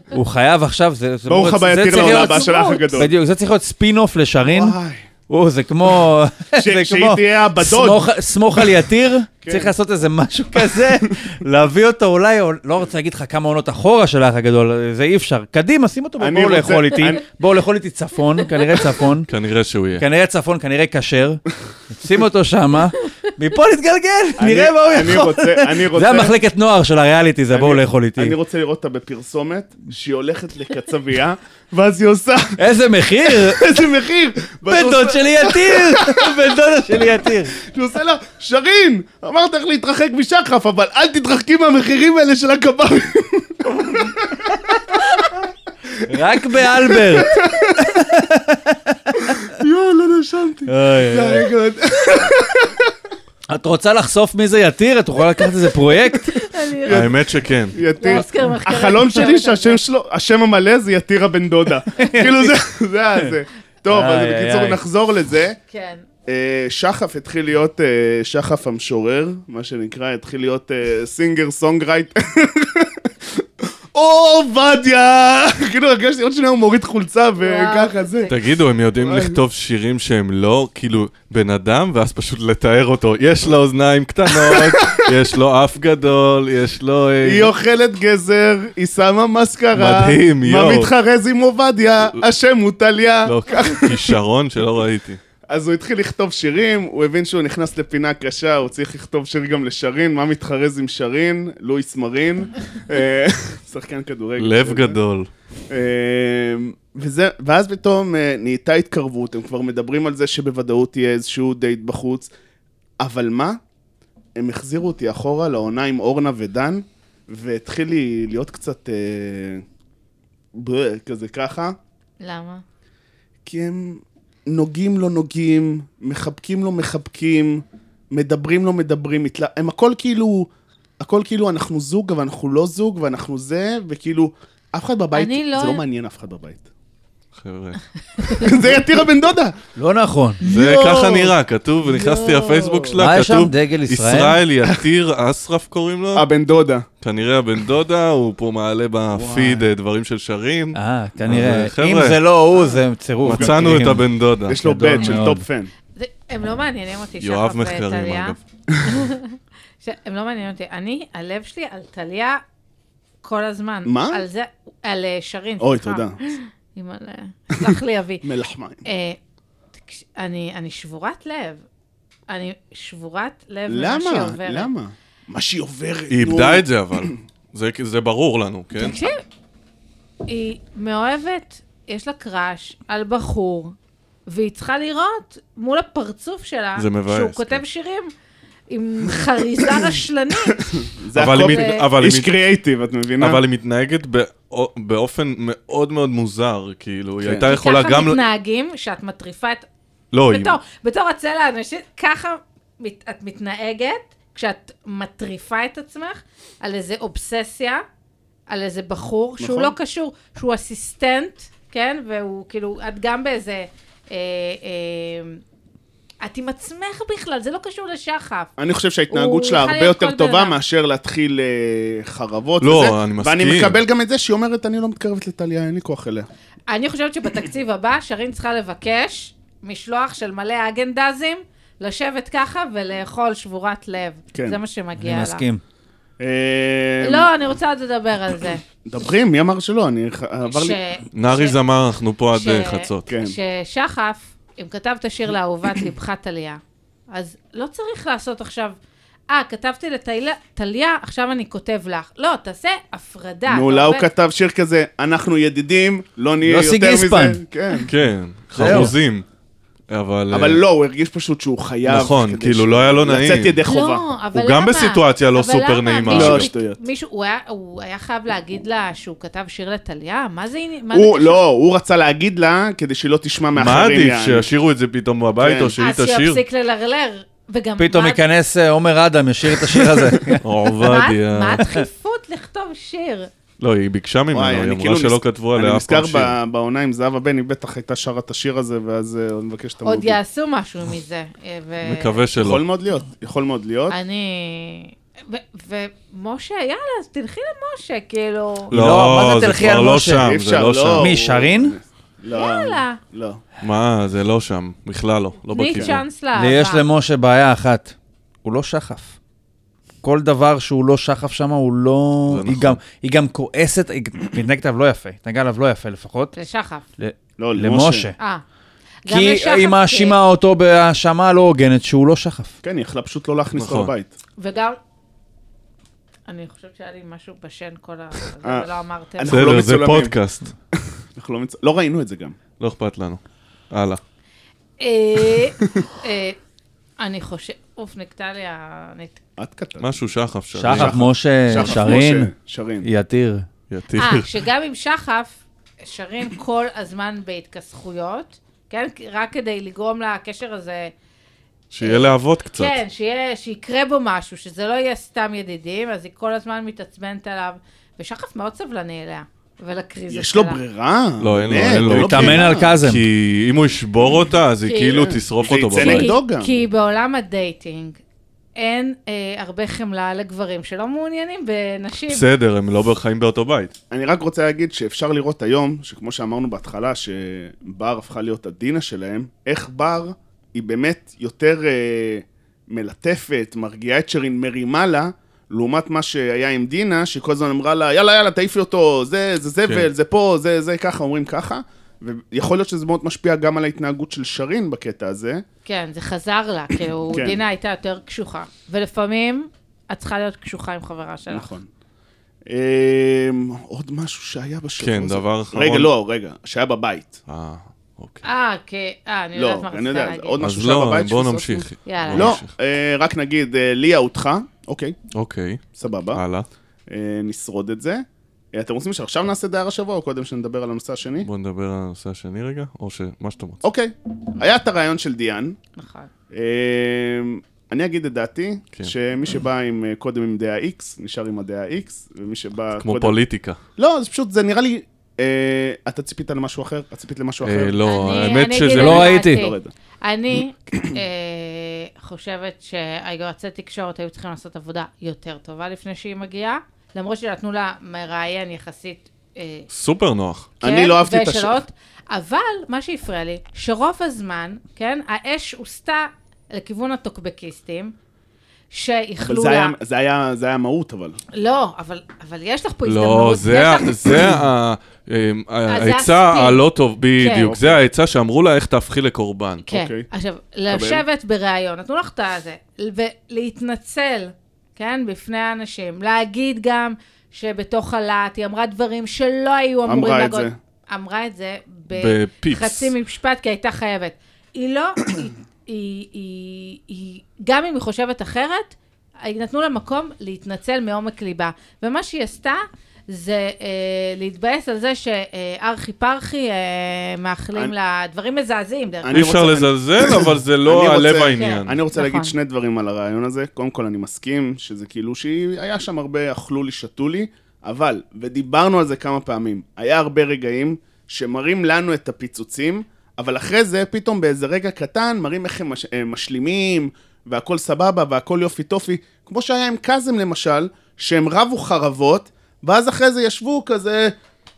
S4: הוא חייב עכשיו, זה... זה
S1: ברוך
S4: מורץ-
S1: הבא
S4: זה
S1: יתיר
S4: צריך
S1: לעונה
S4: להיות-
S1: הבאה של האח הגדול.
S4: בדיוק, זה צריך להיות ספין-אוף לשרין.
S1: וואי.
S4: או,
S1: [laughs]
S4: זה כמו... זה כמו-
S1: שהיא תהיה כן. הבת דוד.
S4: סמוך- סמוך על
S1: [laughs]
S4: יתיר, צריך לעשות איזה משהו כזה, להביא אותו אולי, או- לא רוצה להגיד לך כמה עונות אחורה של האח הגדול, זה אי אפשר. קדימה, שים אותו, בו,
S1: אני
S4: בואו
S1: רוצה-
S4: לאכול איתי,
S1: אני-
S4: בואו לאכול איתי צפון, כנראה
S1: [laughs]
S4: צפון.
S3: כנראה שהוא יהיה.
S4: כנראה צפון, כנראה כשר, שים אותו שמה, מפה נתגלגל, נראה
S1: אני-
S4: מה הוא
S1: אני
S4: יכול.
S1: רוצה- אני רוצה-
S4: זה המחלקת נוער של הריאליטי, זה בואו
S1: אני-
S4: לאכול לא איתי.
S1: אני רוצה לראות אותה בפרסומת, שהיא הולכת לקצבייה, ואז היא עושה, [laughs]
S4: איזה מחיר?
S1: איזה מחיר! ואז
S4: בן
S1: הוא
S4: דוד
S1: עושה-
S4: שלי
S1: [laughs]
S4: יתיר! בן דודה שלי יתיר.
S1: שהוא עושה לה, שרין, אמרת איך להתרחק משחף, אבל אל תתרחקי מהמחירים האלה של הקברים.
S4: [laughs] רק באלברט.
S1: יואו, לא נשמתי. זה
S4: אה.
S1: הרגע הזה.
S4: את רוצה לחשוף מי זה יתיר? את יכולה לקחת איזה פרויקט? [laughs]
S1: כן.
S2: אני-
S3: האמת שכן.
S1: יתיר.
S2: אוסקר מחקרים.
S1: החלום שלי שהשם שלו, השם המלא זה יתיר הבן
S4: [laughs]
S1: דודה. כאילו זה, זה ה- זה. טוב, אז
S4: איי,
S1: בקיצור
S4: איי.
S1: נחזור לזה.
S2: כן.
S1: אה, שחף התחיל להיות אה, שחף המשורר, מה שנקרא, התחיל להיות אה, סינגר סונגרייט. [laughs] או עובדיה! [laughs] כאילו הרגשתי עוד שנייה הוא מוריד חולצה וככה זה.
S3: תגידו, הם יודעים לכתוב שירים שהם לא כאילו בן אדם, ואז פשוט לתאר אותו. יש לו אוזניים
S1: [laughs]
S3: קטנות, יש לו אף גדול, יש לו... אה,
S1: היא אוכלת גזר, היא שמה מסקרה.
S3: מדהים, יואו.
S1: מה מתחרז עם עובדיה, השם הוא טליה. [laughs]
S3: לא, כישרון שלא ראיתי.
S1: אז הוא התחיל לכתוב שירים, הוא הבין שהוא נכנס לפינה קשה, הוא צריך לכתוב שיר גם לשרין, מה מתחרז עם שרין? לואיס מרין, אה, [laughs] שחקן כדורגל. [laughs]
S3: לב גדול.
S1: אה, וזה, ואז פתאום אה, נהייתה התקרבות, הם כבר מדברים על זה שבוודאות יהיה איזשהו דייט בחוץ, אבל מה? הם החזירו אותי אחורה לעונה עם אורנה ודן, והתחיל לי להיות קצת... אה, ב- כזה ככה.
S2: למה?
S1: כי הם נוגעים לא נוגעים, מחבקים לא מחבקים, מדברים לא מדברים, מתלה... הם הכל כאילו, הכל כאילו אנחנו זוג, אבל אנחנו לא זוג, ואנחנו זה, וכאילו, אף אחד בבית,
S2: אני לא-
S1: זה לא מעניין אף אחד בבית.
S3: חבר'ה.
S1: [laughs] זה יתיר הבן דודה!
S4: לא נכון.
S3: זה
S1: יואו.
S3: ככה נראה, כתוב, נכנסתי
S1: יואו.
S3: לפייסבוק
S4: מה
S3: שלה,
S4: יש שם?
S3: כתוב,
S4: דגל ישראל?
S3: ישראל יתיר אסרף קוראים
S1: [laughs]
S3: לו,
S1: הבן דודה.
S3: כנראה הבן דודה, הוא פה מעלה בפיד אה, דברים של שרים.
S4: אה, כנראה.
S3: אבל, חבר'ה,
S4: אם זה לא הוא, זה צירוף. כן,
S3: מצאנו את הבן דודה.
S1: יש לו
S4: גדול
S1: בט של
S4: מאוד.
S1: טופ פן.
S2: זה- הם לא מעניינים אותי,
S3: יואב
S2: שחף
S3: מחקרים,
S2: וטליה.
S3: אגב.
S2: [laughs] ש- הם לא מעניינים אותי. אני, הלב שלי על טליה כל הזמן.
S1: מה?
S2: על זה, על אה, שרין.
S1: אוי,
S2: סליחה. [laughs]
S1: תודה.
S2: אימא'לה, סלח לי אבי. [laughs]
S1: מלח מים.
S2: אה, תקש- אני אני שבורת לב. אני שבורת לב ממה שהיא
S1: למה?
S2: עוברת.
S1: למה? מה שהיא עוברת.
S3: היא
S1: נו.
S3: איבדה את זה אבל, זה- זה ברור לנו, כן?
S2: תקשיב, היא מאוהבת, יש לה קראש על בחור, והיא צריכה לראות מול הפרצוף שלה,
S3: זה מבאס,
S2: שהוא
S3: כן.
S2: כותב שירים עם חריזה רשלנית.
S1: זה
S3: אבל
S1: הכל-
S3: היא מת- אבל היא
S1: איש
S3: מת-
S1: קריאייטיב, את מבינה?
S3: אבל היא מתנהגת באו- באופן מאוד מאוד מוזר, כאילו, היא
S1: כן.
S3: הייתה
S1: כי
S3: [coughs] יכולה
S2: ככה
S3: גם...
S2: מתנהגים, שאת מטריפה את...
S3: לא, היא...
S2: בתור, בתור הצלע האנושית, ככה מת, את מתנהגת כשאת מטריפה את עצמך על איזה אובססיה, על איזה בחור, נכון. שהוא
S1: נכון.
S2: לא קשור, שהוא אסיסטנט, כן? והוא כאילו, את גם באיזה... אה, אה, את עם עצמך בכלל, זה לא קשור לשחף.
S1: אני חושב
S2: הוא
S1: שההתנהגות שלה
S2: יכול
S1: הרבה
S2: להיות
S1: יותר
S2: כל בן
S1: טובה
S2: אדם.
S1: מאשר להתחיל אה, חרבות
S3: לא,
S1: וזה.
S3: אני
S1: ואני
S3: מסכים.
S1: מקבל גם את זה שהיא אומרת, אני לא מתקרבת לטליה, אין לי כוח אליה.
S2: אני חושבת שבתקציב הבא שרין צריכה לבקש משלוח של מלא אגנדזים, לשבת ככה ולאכול שבורת לב.
S1: כן.
S2: זה מה שמגיע
S4: אני
S2: לה.
S4: מסכים.
S1: אה,
S2: לא, אני רוצה עוד לדבר על זה.
S1: דברי, מי אמר שלא? אני ח- עבר לי...
S2: ש-
S3: נארי
S2: ש-
S3: זמר, אנחנו פה עד
S2: ש-
S3: אה, חצות.
S1: כן.
S2: ששחף, אם כתבת
S1: [coughs]
S2: שיר לאהובת ליבך טליה, אז לא צריך לעשות עכשיו, אה, כתבתי לטליה, טליה, עכשיו אני כותב לך. לא, תעשה הפרדה.
S1: נו,
S2: אתה
S1: לה הוא
S2: עובד-
S1: כתב שיר כזה, אנחנו ידידים, לא נהיה
S4: יוסי
S1: יותר
S4: גיספן.
S1: מזה. כן.
S3: כן, חרוזים. אבל...
S1: אבל
S3: אה,
S1: לא, הוא הרגיש פשוט שהוא חייב.
S3: נכון,
S1: כדי
S3: כאילו,
S1: ש-
S3: לא היה לו
S1: לצאת
S3: נעים.
S1: ידי חובה.
S2: לא, אבל
S3: הוא
S2: למה?
S3: גם בסיטואציה לא
S2: אבל
S3: סופר
S2: למה?
S3: נעימה.
S2: מישהו-
S1: לא, שטויות.
S2: מישהו, הוא היה- הוא היה חייב להגיד לה שהוא כתב שיר לטליה? מה זה עניין? מה זה
S1: הוא,
S2: קשור?
S1: לא, הוא רצה להגיד לה, כדי שהיא לא תשמע מאחרים.
S3: מה עדיף,
S1: יעני.
S3: שישירו את זה פתאום בבית,
S1: כן.
S3: או
S4: אה,
S3: שהיא
S2: אז
S3: תשיר?
S2: שיפסיק ללרלר. וגם
S4: פתאום
S2: מה-
S4: ייכנס אה, עומר אדם, ישיר את השיר הזה.
S3: [laughs] עובדיה.
S2: מה- מה הדחיפות לכתוב שיר?
S3: לא, היא ביקשה ממנו,
S1: וואי, אני
S3: היא אמרה
S1: כאילו
S3: שלא
S1: נז-
S3: כתבו
S1: אני
S3: עליה אף
S1: נזכר
S3: פעם שיר.
S1: ב- בעונה עם זהבה בן, היא בטח הייתה שרה את השיר הזה, ואז אה, עוד נבקש את
S2: עוד
S1: המוביל.
S2: יעשו משהו מזה. אה, ו-
S3: מקווה שלא.
S1: יכול מאוד להיות, יכול מאוד להיות.
S4: אוקיי.
S2: אני... ו- ומשה, יאללה, אז תלכי למשה, כאילו...
S4: לא, מה
S3: לא,
S4: זה
S3: זה
S4: תלכי
S3: כבר
S4: על
S3: לא
S4: משה?
S3: שם,
S1: אי
S3: זה
S1: אפשר,
S3: לא
S1: לא.
S3: שם.
S4: מי, שרין?
S1: לא.
S2: יאללה.
S1: לא.
S3: מה, זה לא שם, בכלל לא, לא
S2: תני
S3: בכיוון.
S2: צ'אנס לאהבה.
S4: יש למשה בעיה אחת, הוא לא שחף. כל דבר שהוא לא שחף שם, הוא לא...
S3: זה
S4: היא
S3: נכון.
S4: גם- היא גם כועסת, היא מתנהגת עליו לא יפה, התנהגה עליו לא יפה לפחות.
S2: לשחף.
S4: ל-
S1: לא,
S4: למשה.
S2: אה. כן. גם
S4: כי
S2: לשחף,
S4: היא
S2: כן.
S4: מאשימה אותו בהאשמה לא הוגנת שהוא לא שחף.
S1: כן, היא יכלה פשוט לא להכניס אותו
S3: נכון.
S1: לבית.
S2: וגם... אני חושבת שהיה לי משהו בשן כל ה... זה,
S1: אה.
S2: ולא אמרתם.
S1: אנחנו לא
S3: בסדר, זה
S1: מצולמים.
S3: פודקאסט,
S1: אנחנו לא מצ- לא ראינו את זה גם.
S3: לא אכפת לנו. הלאה.
S2: אה, אה, אני חושבת... אוף, נקטע לי ה...
S4: [laughs]
S2: נט-
S1: את כתבת.
S3: משהו שחף שם.
S4: שחף, משה,
S1: שחף,
S4: שרין,
S1: משה, שרין.
S4: יתיר.
S3: יתיר.
S2: אה, שגם עם שחף, שרים כל הזמן בהתכסחויות, כן? רק כדי לגרום לקשר הזה...
S3: שיהיה להבות קצת.
S2: כן, שיהיה, שיקרה בו משהו, שזה לא יהיה סתם ידידים, אז היא כל הזמן מתעצבנת עליו, ושחף מאוד סבלני אליה, ולקריזות שלה.
S1: יש לו ברירה?
S3: לא, אין לו,
S1: באמת,
S3: אין לו.
S1: אין
S3: הוא
S1: לו
S4: התאמן
S1: ברירה.
S4: על קאזם.
S3: כי אם הוא ישבור אותה, אז היא
S2: כי-
S3: כאילו תשרוף
S1: זה
S3: אותו
S1: יצא
S3: בבית.
S1: נגדו.
S2: כי-
S1: לא גם.
S2: כי בעולם הדייטינג אין אה, הרבה חמלה לגברים שלא מעוניינים בנשים.
S3: בסדר, הם לא חיים באותו בית.
S1: אני רק רוצה להגיד שאפשר לראות היום, שכמו שאמרנו בהתחלה, שבר הפכה להיות הדינה שלהם, איך בר היא באמת יותר אה, מלטפת, מרגיעה את שרין, מרימה לה, לעומת מה שהיה עם דינה, שכל הזמן אמרה לה, יאללה, יאללה, תעיפי אותו, זה, זה זבל,
S3: כן.
S1: זה פה, זה, זה, ככה, אומרים ככה. ויכול להיות שזה מאוד משפיע גם על ההתנהגות של שרין בקטע הזה.
S2: כן, זה חזר לה, כאילו,
S1: כן.
S2: דינה הייתה יותר קשוחה. ולפעמים, את צריכה להיות קשוחה עם חברה שלך.
S1: נכון. אמ, עוד משהו שהיה בשבוע
S3: כן,
S1: הזה.
S3: דבר אחרון.
S1: רגע, לא, רגע, שהיה בבית.
S3: אה, אוקיי.
S2: אה, כן, אה, אני
S1: לא,
S2: יודעת מה
S1: אני
S2: רצית
S1: יודע,
S2: להגיד.
S1: עוד משהו
S3: אז
S1: שהיה
S3: לא,
S1: בבית
S3: בואו
S1: שפספסנו?
S3: נמשיך.
S2: יאללה.
S3: בואו
S1: לא,
S3: נמשיך.
S1: אה, רק נגיד, אה, ליה אותך, אוקיי,
S3: אוקיי,
S1: סבבה,
S3: הלאה.
S1: אה, נשרוד את זה. אה, אתם רוצים שעכשיו נעשה דייר השבוע, או קודם שנדבר על הנושא השני?
S3: בואו נדבר על הנושא השני רגע, או שמה שאתה רוצה.
S1: אוקיי, היה את הרעיון של דיאן.
S2: נכון.
S1: אה, אני אגיד את דעתי,
S3: כן.
S1: שמי שבא עם, אה, קודם עם דעה X, נשאר עם הדעה X, ומי שבא
S3: כמו
S1: קודם...
S3: פוליטיקה.
S1: לא, זה פשוט, זה נראה לי... אה, אתה ציפית למשהו אחר? את ציפית למשהו
S3: אה,
S1: אחר?
S3: לא,
S2: אני-
S3: האמת
S2: אני
S3: שזה...
S2: אגיד
S4: לא
S2: את
S4: ראיתי.
S2: דעתי.
S1: לא ראית.
S2: אני אה, חושבת שהיועצי תקשורת היו צריכים לעשות עבודה יותר טובה לפני שהיא מגיעה, למרות שנתנו לה מראיין יחסית... אה,
S3: סופר נוח.
S1: אני לא אהבתי את הש-
S2: ושאלות, אבל מה שהפריע לי, שרוב הזמן, כן, האש הוסתה לכיוון הטוקבקיסטים,
S1: אבל
S2: שאיחלו
S1: זה
S2: לה...
S1: היה- זה היה- זה היה מהות, אבל.
S2: לא, אבל, אבל יש לך פה הזדמנות.
S3: לא,
S2: אה,
S3: זה
S2: יש
S3: ה-
S2: [laughs] לך-
S3: זה ה- אמ, העצה
S2: הסטיק.
S3: הלא טוב, בדיוק.
S1: אוקיי.
S3: זה העצה שאמרו לה איך תהפכי לקורבן.
S2: כן.
S1: אוקיי.
S2: עכשיו, לשבת בריאיון, נתנו לך את הזה, ולהתנצל, כן, בפני האנשים, להגיד גם שבתוך הלהט היא אמרה דברים שלא היו אמורים
S1: אמרה את
S2: להגות- אמרה את זה
S3: בפיפס.
S2: בחצי משפט, כי הייתה חייבת. היא
S1: [coughs]
S2: לא, היא, היא, היא, היא, גם אם היא חושבת אחרת, נתנו לה מקום להתנצל מעומק ליבה. ומה שהיא עשתה, זה אה, להתבאס על זה שארכי פרחי אה, מאחלים
S1: אני-
S2: לה דברים מזעזעים, דרך
S1: אני
S3: אי אפשר
S1: רוצה-
S3: לזלזל, אבל זה
S1: אני
S3: לא
S1: רוצה-
S3: הלב
S1: כן.
S3: העניין.
S1: אני רוצה
S2: נכון.
S1: להגיד שני דברים על הרעיון הזה. קודם כל, אני מסכים שזה כאילו שהיה שם הרבה אכלו לי, שתו לי, אבל, ודיברנו על זה כמה פעמים, היה הרבה רגעים שמראים לנו את הפיצוצים, אבל אחרי זה, פתאום באיזה רגע קטן, מראים איך הם מש, הם משלימים, והכל סבבה, והכל יופי טופי, כמו שהיה עם קאזם למשל, שהם רבו חרבות, ואז אחרי זה ישבו כזה,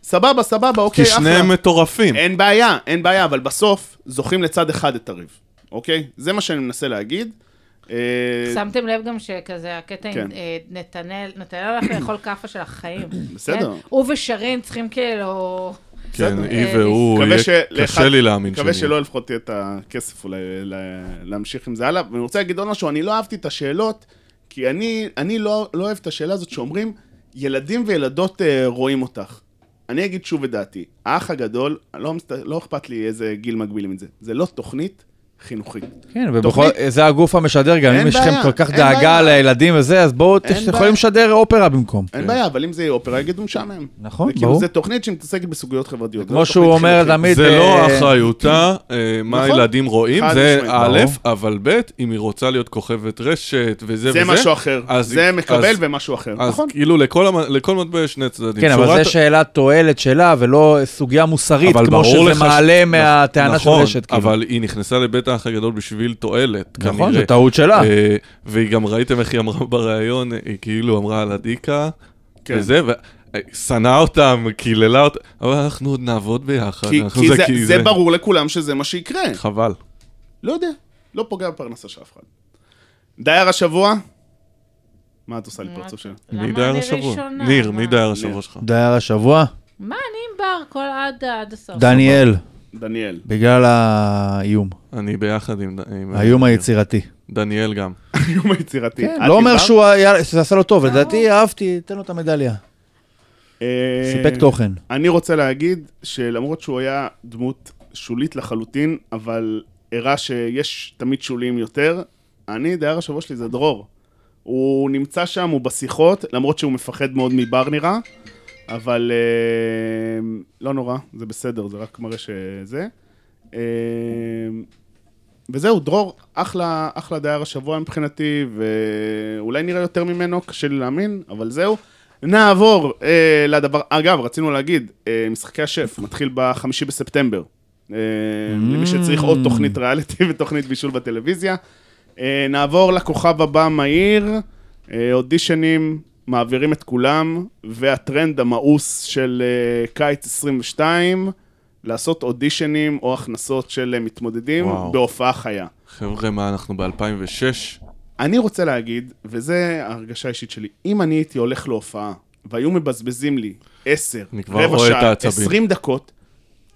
S1: סבבה, סבבה, אוקיי,
S3: כי
S1: אחלה. אה,
S3: שניהם מטורפים.
S1: אין בעיה, אין בעיה, אבל בסוף זוכים לצד אחד את הריב, אוקיי? זה מה שאני מנסה להגיד. אה,
S2: שמתם לב גם שכזה, הקטע עם
S1: כן.
S2: אה, נתנאל, נתנאל הלך לאכול [coughs] כאפה של החיים.
S1: בסדר.
S2: כן? הוא ושרין צריכים כאילו...
S3: כן,
S1: בסדר.
S3: היא
S2: אה,
S3: והוא,
S1: מקווה
S3: יהיה-
S1: שלאחד-
S3: קשה לי להאמין
S1: מקווה
S3: שאני-
S1: שלא לפחות יהיה את הכסף אולי ל- להמשיך עם זה הלאה. ואני רוצה להגיד עוד משהו, אני לא אהבתי את השאלות, כי אני, אני לא, לא אוהב את השאלה הזאת שאומרים, ילדים וילדות אה, רואים אותך. אני אגיד שוב את דעתי, האח הגדול, לא, מסת- לא אכפת לי איזה גיל מגבילים את זה, זה לא תוכנית חינוכית.
S4: כן,
S1: תוכנית-
S4: ובכל... זה הגוף המשדר גם.
S1: אין
S4: אם יש לכם
S1: בעיה,
S4: כל כך
S1: אין
S4: דאגה
S1: בעיה.
S4: לילדים וזה, אז בואו,
S1: אין
S4: אתם
S1: בעיה.
S4: יכולים לשדר אופרה במקום.
S1: אין בעיה, אבל אם זה יהיה אופרה, יגידו משעמם.
S4: כן. נכון,
S1: זה כאילו,
S4: ברור.
S1: זה תוכנית שמתעסקת בסוגיות חברתיות. זה לא
S4: כמו שהוא
S1: תוכנית
S4: אומר
S1: חינוכית.
S4: תמיד...
S3: זה
S4: אה,
S3: לא אחריותה, אה, מה
S1: נכון.
S3: הילדים רואים,
S1: חד
S3: זה
S1: משמעית.
S3: א',
S4: ברור.
S3: אבל ב', אם היא רוצה להיות כוכבת רשת וזה וזה.
S1: זה משהו אחר,
S3: אז-
S1: זה מקבל
S3: אז-
S1: ומשהו אחר,
S3: אז
S1: נכון?
S3: כאילו לכל המ- לכל מטבע יש שני צדדים.
S4: כן, אבל
S3: שורת-
S4: זו שאלה תועלת שלה, ולא סוגיה מוסרית,
S3: אבל
S4: כמו
S3: ברור
S4: שזה
S3: לך ש-
S4: מעלה
S3: נכ-
S4: מהטענה של
S3: נכון,
S4: רשת. כאילו.
S3: אבל היא נכנסה לבית האח הגדול בשביל תועלת, כנראה.
S4: נכון, זו טעות שלה.
S3: אה, והיא גם ראיתם איך היא אמרה [laughs] בריאיון, היא כאילו אמרה על הדיקה,
S1: כן.
S3: וזה, ושנאה אותם, קיללה אותם, אבל אנחנו עוד נעבוד ביחד.
S1: כי,
S3: אנחנו
S1: כי זה, זה, ברור לכולם שזה מה שיקרה.
S3: חבל.
S1: לא יודע, לא פוגע בפרנסה של אף אחד. דייר השבוע? מה את עושה לי פרצוף שלה?
S2: למה
S3: מי דייר
S2: אני
S3: השבוע?
S2: ראשונה?
S3: לא ניר, מי
S2: מה?
S3: דייר השבוע שלך?
S4: דייר השבוע,
S2: מה, אני עם בר כל עד עד הסוף.
S4: דניאל, [laughs]
S1: דניאל.
S4: בגלל האיום,
S3: אני ביחד עם... ד- עם-
S4: האיום היצירתי.
S3: דניאל גם.
S1: האיום היצירתי.
S4: כן,
S1: את
S4: לא אומר
S1: דיברת?
S4: שהוא היה- שזה עשה לו טוב, לדעתי אהבתי, תן לו את המדליה.
S1: אה,
S4: סיפק תוכן.
S1: אני רוצה להגיד שלמרות שהוא היה דמות שולית לחלוטין, אבל הראה שיש תמיד שוליים יותר, אני, דייר השבוע שלי זה דרור. הוא נמצא שם, הוא בשיחות, למרות שהוא מפחד מאוד מבר נראה, אבל אה, לא נורא, זה בסדר, זה רק מראה שזה. אה, וזהו, דרור, אחלה, אחלה דייר השבוע מבחינתי, ואולי נראה יותר ממנו, קשה לי להאמין, אבל זהו. נעבור אה, לדבר, אגב, רצינו להגיד, אה, משחקי השף מתחיל בחמישי בספטמבר. אה, למי שצריך עוד תוכנית ריאליטי [laughs] ותוכנית בישול בטלוויזיה. אה, נעבור לכוכב הבא מהיר, אה, אודישנים, מעבירים את כולם, והטרנד המאוס של אה, קיץ 22, לעשות אודישנים או הכנסות של אה, מתמודדים
S3: וואו.
S1: בהופעה חיה.
S3: חבר'ה, מה, אנחנו ב-2006?
S1: אני רוצה להגיד, וזו ההרגשה האישית שלי, אם אני הייתי הולך להופעה, והיו מבזבזים לי 10,
S3: אני כבר
S1: רבע
S3: רואה את
S1: שעה,
S3: העצבים.
S1: 20 דקות,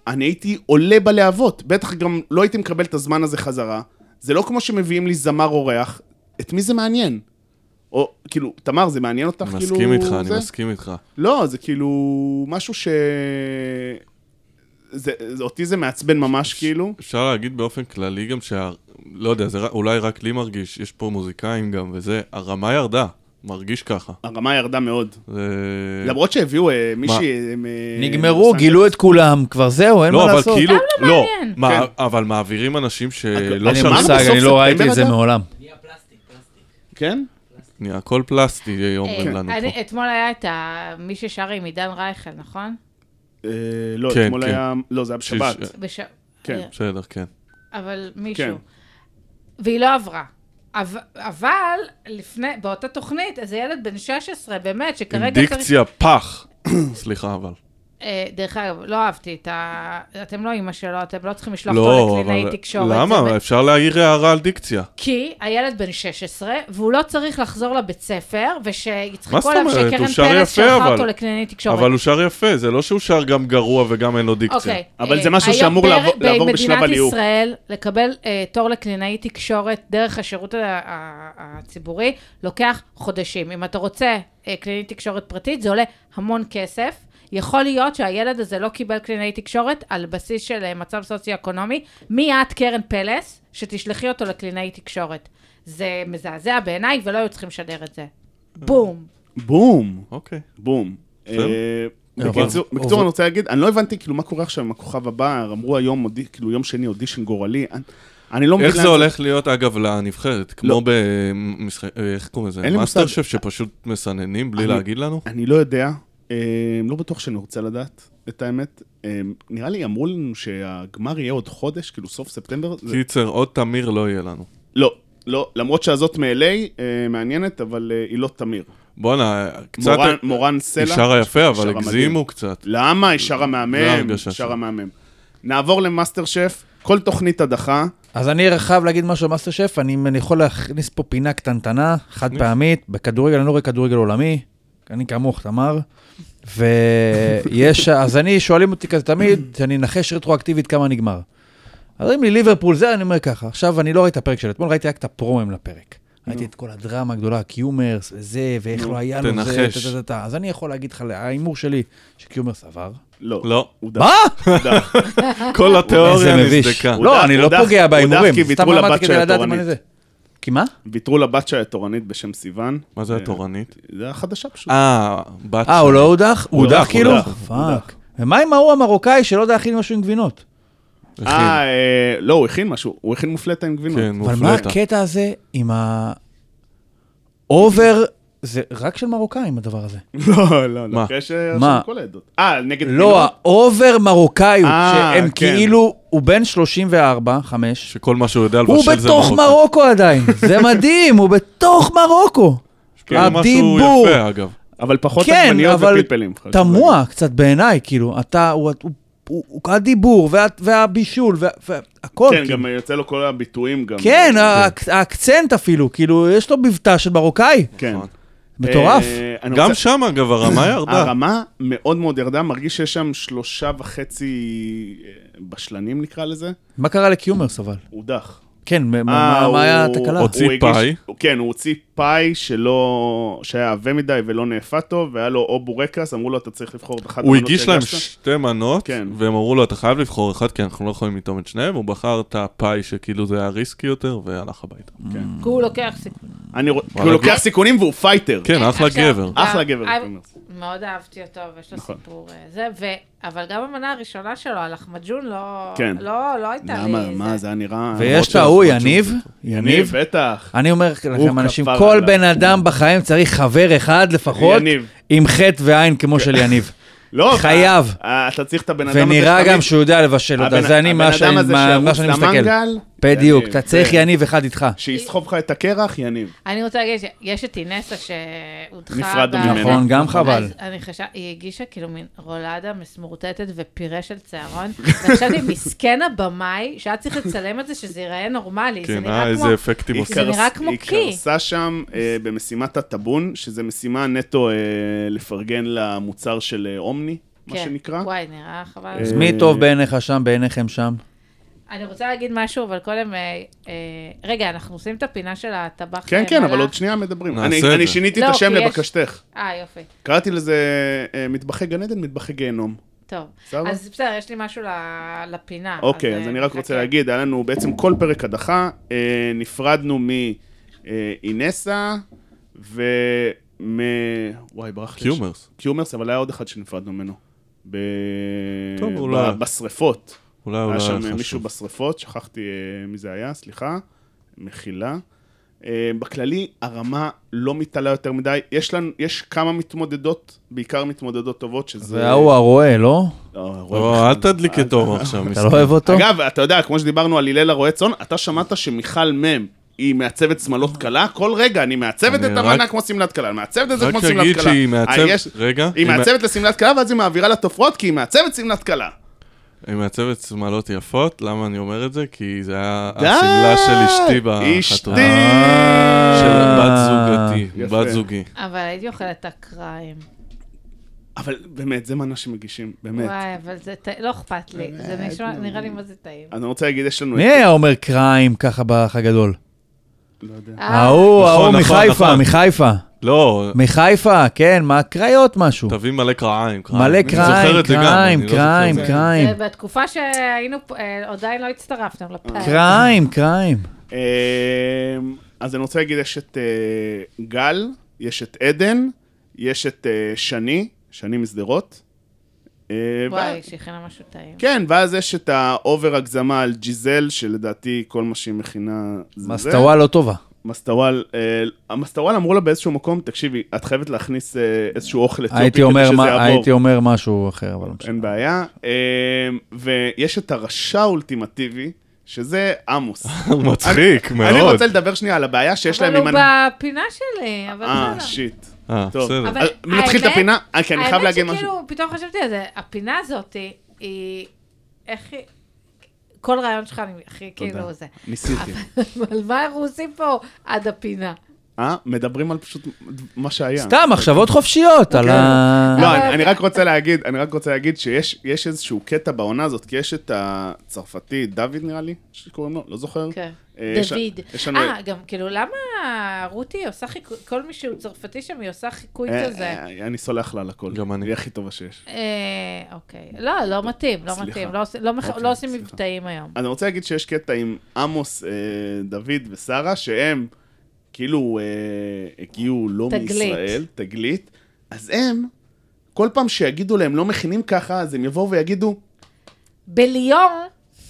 S1: אני הייתי עולה בלהבות. בטח גם לא הייתי מקבל את הזמן הזה חזרה. זה לא כמו שמביאים לי זמר אורח, את מי זה מעניין? או, כאילו, תמר, זה מעניין אותך?
S3: מסכים
S1: כאילו,
S3: איתך, אני
S1: זה?
S3: מסכים איתך.
S1: לא, זה כאילו משהו ש... זה, זה, אותי זה מעצבן ממש, כאילו.
S3: אפשר להגיד באופן כללי גם שה... לא יודע, זה ר- אולי רק לי מרגיש, יש פה מוזיקאים גם וזה, הרמה ירדה, מרגיש ככה.
S1: הרמה ירדה מאוד.
S3: זה... כן.
S1: למרות שהביאו אה, מישהי... אה, מ-
S4: נגמרו,
S1: מלוס
S4: גילו
S1: אנג'לס.
S4: את כולם, כבר זהו, אין מה
S3: לא, אבל
S4: לעשות.
S3: כאילו,
S2: סתם לא
S3: לא,
S2: מעניין.
S3: מה-
S1: כן.
S3: אבל מעבירים אנשים שלא
S4: אין
S1: שמענו
S4: לי
S3: שרדו,
S1: בסוף
S4: מושג, אני
S1: ספטמבר,
S4: לא ראיתי את זה
S1: אגב?
S4: מעולם.
S1: כן?
S3: נהיה הכל פלסטי,
S2: אה,
S3: אומרים לנו
S2: אני-
S3: פה.
S2: אתמול היה את ה- מי ששרה עם עידן רייכל, נכון?
S1: אה, לא,
S3: כן,
S1: אתמול
S3: כן.
S1: היה... לא, זה היה בשבת.
S3: שיש-
S2: בש-
S1: כן.
S2: אה,
S3: בסדר, כן.
S2: אבל
S1: כן.
S2: מישהו. והיא לא עברה. אב- אבל לפני, באותה תוכנית, איזה ילד בן 16, באמת,
S3: עם
S2: שכרגע צריך...
S3: דיקציה פח. [coughs] סליחה, אבל.
S2: אה, דרך אגב, לא אהבתי את ה... אתם לא אימא שלו, אתם לא צריכים לשלוח אותו
S3: לא,
S2: לקלינאי
S3: אבל...
S2: תקשורת. זה
S3: למה?
S2: באמת-
S3: אפשר להעיר הערה על דיקציה.
S2: כי הילד בן 16, והוא לא צריך לחזור לבית ספר,
S3: מה
S2: ושיצחקו
S3: זאת
S2: עליו
S3: אומרת? הוא
S2: שקרן
S3: שר
S2: פרס
S3: יפה,
S2: שלחה
S3: אבל-
S2: אותו לקלינאי תקשורת.
S3: אבל הוא שר יפה, זה לא שהוא שר גם גרוע וגם אין לו דיקציה.
S2: אוקיי.
S1: אבל
S2: אה,
S1: זה משהו
S2: היום
S1: שאמור
S2: פר-
S1: לעבור- לעבור בשלב הליהוק.
S2: במדינת ישראל, לקבל אה, תור לקלינאי תקשורת דרך השירות ה- ה- הציבורי, לוקח חודשים. אם אתה רוצה אה, קלינאי תקשורת פרטית, זה עולה המון כסף. יכול להיות שהילד הזה לא קיבל קלינאי תקשורת על בסיס של אה, מצב סוציו-אקונומי. מי את, קרן פלס, שתשלחי אותו לקלינאי תקשורת. זה מזעזע בעיניי, ולא היו צריכים לשדר את זה. בום.
S1: בום.
S3: אוקיי.
S1: בום.
S3: בסדר.
S1: אה,
S4: אבל-
S1: בקיצור,
S4: אבל-
S1: בקיצור, אני רוצה להגיד, אני לא הבנתי כאילו מה קורה עכשיו עם הכוכב הבא, אמרו היום, אודי- כאילו יום שני אודישן גורלי, אני- אני לא מבין...
S3: איך
S1: לאן
S3: זה הולך להיות, אגב, לנבחרת? כמו במשחק... אה, איך קוראים לזה?
S1: לא. אין לי
S3: מאסטר
S1: מושג.
S3: שף שפשוט מסננים בלי
S1: אני-
S3: להגיד לנו?
S1: אני לא יודע, אה, לא בטוח שאני רוצה לדעת את האמת. אה, נראה לי אמרו לנו שהגמר יהיה עוד חודש, כאילו סוף ספטמבר. זה-
S3: קיצר, עוד תמיר לא יהיה לנו.
S1: לא, לא, למרות שהזאת מ-LA אה, מעניינת, אבל אה, היא לא תמיר.
S3: בואנה, קצת...
S1: מורן- מורן
S3: היא
S1: סלע.
S3: שרה יפה, אבל
S1: שרה
S3: הגזימו קצת.
S1: למה? היא שרה מהמם,
S3: ההרגשה
S1: שרה
S3: לא שלי.
S1: מהמם. נעבור למאסטר שף, כל תוכנית הדחה,
S4: אז אני חייב להגיד משהו על מאסטר שף, אני, אני יכול להכניס פה פינה קטנטנה, חד
S3: תכניס.
S4: פעמית, בכדורגל, אני לא רואה כדורגל עולמי, אני כמוך, תמר, ויש, אז אני, שואלים אותי כזה תמיד, שאני אנחש רטרואקטיבית כמה נגמר. אז אם לי ליברפול זה, אני אומר ככה, עכשיו אני לא ראיתי את הפרק של אתמול, ראיתי רק את הפרומים לפרק. ראיתי את כל הדרמה הגדולה, קיומרס וזה, ואיך
S1: נו,
S4: לא היה לו זה,
S3: תנחש.
S4: טה, טה, טה, טה. אז אני יכול להגיד לך, ההימור שלי, שקיומרס עבר.
S1: לא.
S3: לא.
S1: הוא דח.
S4: מה?
S1: הוא
S4: [laughs]
S1: דח.
S3: כל התיאוריה
S4: איזה מביש.
S3: נסדקה.
S1: הוא
S4: לא,
S1: דח-
S4: אני
S1: הוא
S4: לא
S1: דח-
S4: פוגע
S1: הוא דח
S4: בהימורים,
S1: כי ויתרו
S4: סתם אמרתי
S1: לבת
S4: כדי
S1: שהיה
S4: לדעת מה
S1: תורנית.
S4: אני זה. כי מה?
S1: ויתרו לבת שהיה תורנית בשם סיוון.
S3: מה זה התורנית?
S1: זה היה חדשה פשוט.
S3: אה, בת
S4: אה,
S3: שלי.
S4: הוא לא הודח? הוא
S1: אה. הוא הודח,
S4: הודח כאילו?
S1: הוא הודח, הוא הודח.
S4: פאק. ומה עם ההוא המרוקאי שלא יודע להכין משהו עם גבינות?
S3: אחי,
S1: אה, אה, לא, הוא הכין משהו. הוא הכין מופלטה עם גבינות.
S3: כן,
S4: אבל מה
S3: מופלטה.
S4: הקטע הזה עם ה... אובר... זה רק של מרוקאים הדבר הזה.
S1: [laughs] לא, לא, לא.
S3: מה?
S1: אחרי
S4: מה?
S1: שרשום כל העדות. אה, נגד
S4: לא, האובר מרוקאיות,
S1: אה,
S4: שהם
S1: כן.
S4: כאילו, הוא בן 34, 5.
S3: שכל מה שהוא יודע על
S4: הוא
S3: בשל זה
S4: בתוך מרוקו עדיין,
S1: [laughs]
S4: זה מדהים, הוא בתוך מרוקו.
S1: כאילו
S3: כן, משהו
S4: הדיבור.
S3: יפה, אגב.
S1: אבל פחות
S4: כן,
S1: עגבניות
S4: אבל
S1: ופלפלים. חשוב להגיד.
S4: תמוה קצת בעיניי, כאילו, אתה, הוא, הוא, הוא, הוא הדיבור וה, והבישול וה- והכל.
S1: כן,
S4: כאילו.
S1: גם יוצא לו כל הביטויים גם.
S4: כן, האק- האקצנט אפילו, כאילו, יש לו מבטא של מרוקאי,
S1: כן.
S3: נכון.
S4: מטורף.
S1: אה, אני
S3: גם
S1: רוצה-
S3: שם,
S1: [laughs]
S3: אגב, הרמה ירדה.
S1: הרמה מאוד מאוד ירדה, מרגיש שיש שם שלושה וחצי אה, בשלנים נקרא לזה.
S4: מה קרה לקיומרס אבל?
S1: הודח.
S4: כן, מה-
S1: אה,
S4: מה
S1: הוא-
S4: מה היה התקלה?
S1: הוא
S3: הוציא
S1: הגיש-
S3: פאי.
S1: כן, הוא הוציא פאי שלא... שהיה עבה מדי ולא נאפה טוב, והיה לו או בורקס, אמרו לו, אתה צריך לבחור את אחת
S3: הוא
S1: המנות
S3: הגיש להם
S1: שהגשת."
S3: שתי מנות,
S1: כן.
S3: והם אמרו לו, אתה חייב לבחור אחד, כי אנחנו לא יכולים לטעום את שניהם, הוא בחר את הפאי שכאילו זה היה ריסקי יותר, והלך הביתה.
S1: כן.
S2: כי הוא לוקח סיכון.
S1: אני רוא- כי הוא לוקח סיכונים והוא פייטר.
S3: כן, אחלה
S2: עכשיו,
S3: גבר.
S2: גם-
S1: אחלה גבר,
S2: אה,
S1: קיומרס.
S2: מאוד אהבתי אותו, ויש לו
S1: נכון.
S2: סיפור אה, זה, ו- אבל גם המנה הראשונה שלו, על אחמדג'ון, לא
S1: כן.
S2: לא- לא הייתה לי...
S1: למה? מה, זה היה נראה...
S4: ויש את ההוא,
S1: למרות
S4: יניב,
S1: שהוא-
S4: יניב.
S1: בטח.
S4: אני אומר לכם,
S1: הוא
S4: אנשים,
S1: כפר
S4: כל
S1: עליו.
S4: בן אדם בחיים צריך חבר אחד לפחות,
S1: יניב.
S4: עם חטא ועין כמו של יניב.
S1: לא,
S4: חייב.
S1: אה, אתה צריך את הבן אדם הזה
S4: ונראה
S1: שתמיד-
S4: גם שהוא יודע לבשל אותה,
S1: הבן-
S4: זה אני מה
S1: הבן
S4: שאני
S1: אדם הזה
S4: מה- מה
S1: שירוץ
S4: שאני מסתכל.
S1: למנגל,
S4: בדיוק,
S1: יניב.
S4: אתה צריך
S1: כן.
S4: יניב אחד איתך.
S1: שיסחוב לך את הקרח, יניב.
S2: אני רוצה להגיד שיש את אינסה שהודחה.
S1: נפרדנו
S2: ב-
S1: ממנה.
S4: נכון, גם חבל.
S2: אז אני חשב, היא הגישה כאילו מין רולדה מסמורטטת ופירה של צהרון. [laughs] וחשבתי, מסכן הבמאי, שהיה צריך לצלם את זה שזה ייראה נורמלי. זה
S3: כן,
S2: נראה
S3: אה,
S2: כמו...
S3: איזה אפקטים
S1: היא
S3: עושים.
S2: זה
S1: קרס-
S2: נראה כמו קי.
S1: היא קרסה שם אה, במשימת הטאבון, שזה משימה נטו אה, לפרגן למוצר של אה, אומני, מה
S2: כן.
S1: שנקרא. אה.
S2: וואי, נראה חבל.
S4: אז מי טוב בעיניך שם, בעיניכם שם?
S2: אני רוצה להגיד משהו, אבל קודם... אה, אה, רגע, אנחנו עושים את הפינה של הטבח.
S1: כן,
S2: אה,
S1: כן, אבל
S2: מלאך.
S1: עוד שנייה מדברים.
S3: נעשה
S1: אני-
S3: את
S1: אני
S3: זה.
S1: שיניתי
S2: לא,
S1: את השם
S2: כי יש-
S1: לבקשתך.
S2: אה, יופי.
S1: קראתי לזה אה, מטבחי גן עדן, מטבחי גיהנום.
S2: טוב.
S1: סבבה?
S2: אז בסדר, יש לי משהו ל- לפינה.
S1: אוקיי, אז
S2: אה,
S1: אני רק רוצה
S2: נחכה.
S1: להגיד, היה לנו בעצם כל פרק הדחה, אה, נפרדנו אה, מאינסה ומ... וואי, ברח לי.
S3: קיומרס.
S1: קיומרס, אבל היה עוד אחד שנפרדנו ממנו. ב...
S3: טוב, הוא
S1: ב-
S3: לא היה.
S1: בשריפות.
S3: אולי הוא
S1: היה
S3: לא
S1: שם
S3: היה
S1: מישהו
S3: חשוב.
S1: בשריפות, שכחתי אה, מי זה היה, סליחה, מחילה. אה, בכללי, הרמה לא מתעלה יותר מדי. יש לנו, יש כמה מתמודדות, בעיקר מתמודדות טובות, שזה...
S4: זה ההוא הרועה, לא?
S1: לא, רואה
S3: לא, אל
S1: בכלל.
S3: תדליק את אור עכשיו,
S4: אתה
S3: מסכן.
S4: לא אוהב אותו?
S1: אגב, אתה יודע, כמו שדיברנו על הלל הרועה צאן, אתה שמעת שמיכל מ' היא מעצבת שמלות קלה? כל רגע, אני מעצבת
S3: אני
S1: את
S3: רק-
S1: המנה כמו שמלת קלה, אני מעצבת את זה
S3: רק
S1: כמו שמלת קלה.
S3: תגיד שהיא
S1: אה, יש-
S3: מעצבת, רגע,
S1: היא מעצבת לשמלת קלה, ואז היא מעבירה לתופרות, כי היא מעצבת שמלת קלה.
S3: היא מעצבת שמלות יפות, למה אני אומר את זה? כי זה היה אה, השמלה של אשתי בחתונה.
S1: אשתי!
S3: של
S4: אה.
S3: בת זוגתי,
S1: יפה.
S3: בת זוגי.
S2: אבל הייתי אוכלת את הקריים.
S1: אבל באמת, זה מנה שמגישים, באמת.
S2: וואי, אבל זה טעים, לא אכפת לי. זה נשמע, נראה לי מה זה טעים.
S1: אני רוצה להגיד, יש לנו...
S4: מי
S1: את-
S4: היה אומר קריים ככה בחג הגדול?
S1: לא
S2: אה,
S1: יודע.
S4: ההוא,
S3: נכון,
S4: ההוא
S3: נכון,
S4: מחיפה,
S3: נכון.
S4: מחיפה.
S3: לא,
S4: מחיפה, כן, מה, קריות משהו.
S3: תביא מלא קרעיים, קרעיים.
S4: מלא
S3: אני זוכר
S4: קריים,
S3: את זה גם,
S4: קריים,
S3: אני לא זוכר
S4: קריים,
S3: את זה.
S4: קריים.
S2: זה בתקופה שהיינו, פה, אה, עדיין לא הצטרפתם
S1: אה,
S2: לפרק.
S4: קריים, קריים.
S1: אמ, אז אני רוצה להגיד, יש את אה, גל, יש את עדן, יש את אה, שני, שני משדרות. אה,
S2: וואי,
S1: ואז-
S2: שהכינה משהו טעים.
S1: כן, ואז יש את האובר הגזמה על ג'יזל, שלדעתי כל מה שהיא מכינה זה זה.
S4: מסטווה לא טובה.
S1: מסטוואל, אה, המסטוואל אמרו לה באיזשהו מקום, תקשיבי, את חייבת להכניס אה, איזשהו אוכל אתיופי
S4: הייתי
S1: כדי
S4: אומר
S1: שזה
S4: מה-
S1: יעבור.
S4: הייתי אומר משהו אחר, אבל לא משנה.
S1: אין בעיה. אמ, ויש את הרשע האולטימטיבי, שזה עמוס.
S3: [laughs] מצחיק
S1: אני
S3: מאוד.
S1: רוצה לדבר שנייה על הבעיה שיש להם
S2: אבל
S1: עם...
S2: הוא
S1: הנ-
S2: בפינה שלי, אבל
S1: אה,
S2: בסדר.
S1: שיט.
S3: אה,
S1: טוב.
S3: בסדר.
S2: אבל
S1: אז נתחיל את
S2: האמת-
S1: הפינה? אה, כי אני חייב להגיד
S2: האמת
S1: משהו.
S2: שכאילו, פתאום חשבתי על זה, הפינה הזאת היא... איך היא... כל רעיון שלך, אני הכי כאילו זה.
S1: ניסיתי.
S2: אבל מה אנחנו עושים פה עד הפינה?
S1: אה? מדברים על פשוט מה שהיה.
S4: סתם, מחשבות חופשיות על ה...
S1: לא, אני, אני רק רוצה להגיד, אני רק רוצה להגיד שיש יש איזשהו קטע בעונה הזאת, כי יש את הצרפתי, דוד נראה לי, שקוראים לו, לא זוכר.
S2: כן.
S1: אה, יש-
S2: דוד.
S1: יש לנו-
S2: אה, גם כאילו, למה רותי עושה חיקוי, כל מי שהוא צרפתי שם, היא עושה חיקוי
S1: אה,
S2: כזה.
S1: אה, אני סולח לה על הכל.
S3: גם אני.
S1: היא הכי טובה שיש.
S2: אה, אוקיי. לא, לא מתאים, לא
S1: סליחה.
S2: מתאים. לא עושים- לא מח-
S1: אוקיי,
S2: לא עושים
S1: סליחה.
S2: מבטאים היום.
S1: אני רוצה להגיד שיש קטע עם עמוס, אה, דוד ושרה, שהם כאילו אה, הגיעו לא
S2: תגלית.
S1: מישראל, תגלית, אז הם, כל פעם שיגידו להם לא מכינים ככה, אז הם יבואו ויגידו,
S2: בליון,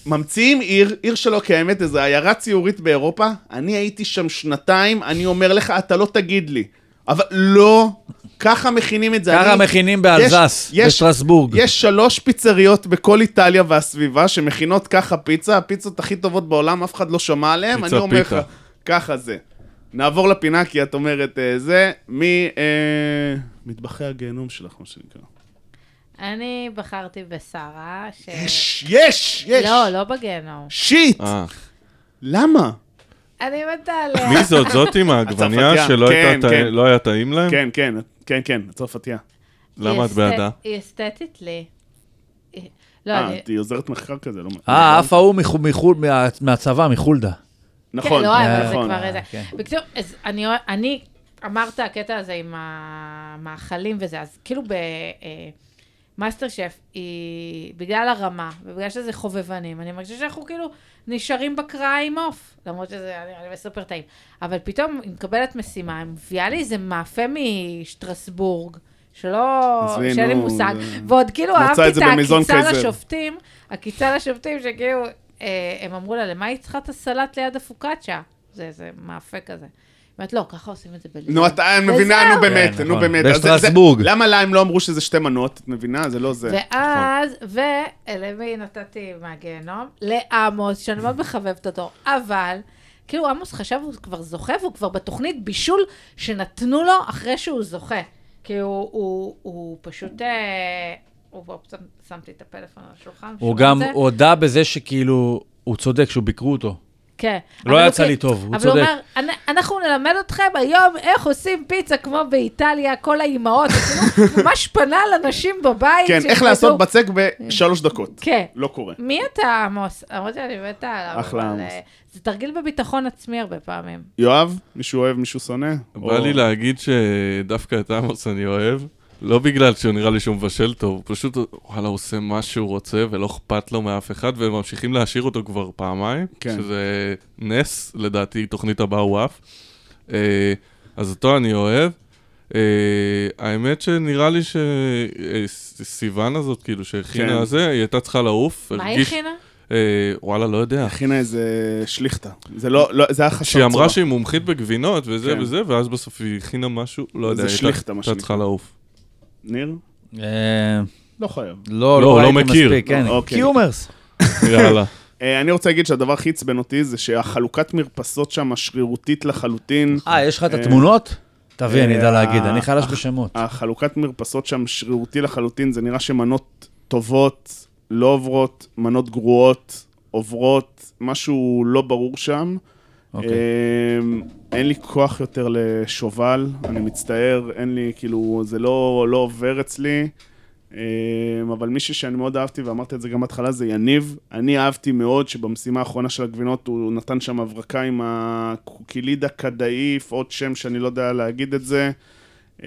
S1: ממציאים עיר, עיר שלא קיימת, איזו עיירה ציורית באירופה, אני הייתי שם שנתיים, אני אומר לך, אתה לא תגיד לי. אבל לא, ככה מכינים את זה.
S4: ככה
S1: אני-
S4: מכינים
S1: יש-
S4: באלזס,
S1: יש-
S4: בשטרסבורג.
S1: יש שלוש פיצריות בכל איטליה והסביבה שמכינות ככה פיצה, הפיצות הכי טובות בעולם, אף אחד לא שמע עליהן,
S3: פיצה
S1: אני אומר לך,
S3: פיתה.
S1: ככה זה. נעבור לפינה, כי את אומרת אה, זה, ממטבחי הגיהנום שלך, מה שנקרא.
S2: אה. אני בחרתי בשרה, ש...
S1: יש, יש, יש.
S2: לא, לא בגיהנום.
S1: שיט,
S3: אה,
S1: למה?
S2: אני מתה עליה.
S3: מי זאת? זאת עם העגבנייה
S1: הצרפתייה.
S3: שלא
S1: כן,
S3: הייתה טעים-
S1: כן.
S3: לא היה טעים להם?
S1: כן, כן, כן, כן, הצרפתייה.
S2: היא
S3: למה את
S2: אסת-
S3: בעדה?
S2: היא אסתטית לי. היא- לא,
S1: אה,
S2: אני...
S1: את היא עוזרת מחקר כזה, לא...
S4: אה, אף ההוא מחו- מחול- מה- מהצבא, מחולדה.
S1: נכון,
S2: כן, לא, אבל זה
S1: נכון.
S2: כבר איזה...
S4: כן.
S2: בקיצור, אז אני, אני אמרת הקטע הזה עם המאכלים וזה, אז כאילו במאסטר שף, היא, בגלל הרמה, ובגלל שזה חובבנים, אני מרגישה שאנחנו כאילו נשארים בקראה עם עוף, למרות שזה נראה לי סופר טעים. אבל פתאום היא מקבלת משימה, היא מביאה לי איזה מאפה משטרסבורג. שלא,
S1: עזבי,
S2: שאין לי
S1: נו,
S2: מושג,
S1: זה-
S2: ועוד כאילו
S1: מצא
S2: אהבתי
S1: את
S2: את
S1: זה במזון
S2: העקיצה
S1: קייזר.
S2: לשופטים, עקיצה לשופטים שכאילו, אה, הם אמרו לה, למה היא צריכה את הסלט ליד הפוקאצ'ה? זה איזה מאפה כזה. היא אומרת, לא, ככה עושים את זה בלילה.
S1: נו, את את מבינה,
S2: וזהו.
S1: נו באמת,
S4: כן,
S1: נו
S4: נכון.
S1: באמת. אז זה-
S4: בשטרסבורג.
S1: זה- למה לה הם לא אמרו שזה שתי מנות? את מבינה? זה לא זה.
S2: ואז, ולמי נתתי מהגיהנום? לעמוס, שאני מאוד מחבבת אותו. אבל, כאילו, עמוס חשב, הוא כבר זוכה, והוא כבר בתוכנית בישול שנתנו לו אחרי שהוא זוכה. כי הוא, הוא, הוא פשוט... אה, הוא פה פתאום שמתי את הפלאפון על השולחן.
S4: הוא
S2: שומע
S4: גם
S2: את זה?
S4: הודה בזה שכאילו, הוא צודק, שהוא ביקרו אותו.
S2: כן.
S4: לא
S2: אבל
S4: יצא
S2: הוא
S4: לי
S2: כן-
S4: טוב, הוא
S2: אבל
S4: צודק.
S2: אומר, "אנ- אנחנו נלמד אתכם היום איך עושים פיצה כמו באיטליה, כל האימהות, [laughs] כאילו, ממש פנה לנשים בבית.
S1: כן, איך
S2: שילמדו-
S1: לעשות בצק בשלוש דקות.
S2: כן.
S1: לא קורה.
S2: מי אתה, עמוס? למרות שאני מתה עליו.
S1: אחלה
S2: אבל,
S1: עמוס.
S2: אה, זה תרגיל בביטחון עצמי הרבה פעמים.
S1: יואב, מישהו אוהב, מישהו שונא?
S3: בא
S1: או-
S3: לי להגיד שדווקא את עמוס אני אוהב, לא בגלל שהוא נראה לי שהוא מבשל טוב, הוא פשוט, וואלה, הוא עושה מה שהוא רוצה ולא אכפת לו מאף אחד, וממשיכים להשאיר אותו כבר פעמיים,
S1: כן.
S3: שזה נס, לדעתי, תוכנית הבאה הוא עף. אה, אז אותו אני אוהב. אה, האמת שנראה לי שסיוון הזאת, כאילו, שהכינה
S1: כן.
S3: זה, היא הייתה צריכה לעוף.
S2: מה היא
S3: הרגיש-
S2: הכינה?
S3: אה, וואלה, לא יודע.
S1: הכינה איזה שליכטה. זה לא, לא, זה היה חסר
S3: שהיא אמרה
S1: צורה.
S3: שהיא מומחית בגבינות וזה
S1: כן.
S3: וזה, ואז בסוף היא הכינה משהו, לא יודע,
S1: זה
S3: היא
S1: שליכטה, מה
S3: הייתה צריכה
S1: שנקרא.
S3: לעוף. [laughs]
S1: ניר?
S4: אה,
S1: לא חייב.
S4: לא,
S3: לא, הוא לא
S4: ראיתי
S3: מכיר.
S4: מספיק, כן.
S1: אוקיי.
S4: קיומרס.
S1: [laughs]
S3: יאללה.
S1: אה, אני רוצה להגיד שהדבר הכי עצבן אותי זה שהחלוקת מרפסות שם שרירותית לחלוטין.
S4: אה, יש לך את
S1: אה,
S4: התמונות? תביא, אני אדע
S1: אה,
S4: להגיד, אני
S1: אה,
S4: חלש
S1: אה,
S4: בשמות.
S1: החלוקת מרפסות שם שרירותי לחלוטין, זה נראה שמנות טובות לא עוברות, מנות גרועות עוברות, משהו לא ברור שם.
S4: אוקיי.
S1: אמ, אין לי כוח יותר לשובל, אני מצטער, אין לי, כאילו, זה לא, לא עובר אצלי. אמ, אבל מישהו שאני מאוד אהבתי, ואמרתי את זה גם בהתחלה, זה יניב. אני אהבתי מאוד שבמשימה האחרונה של הגבינות הוא נתן שם הברקה עם הקוקילידה קדאיף, עוד שם שאני לא יודע להגיד את זה. אמ,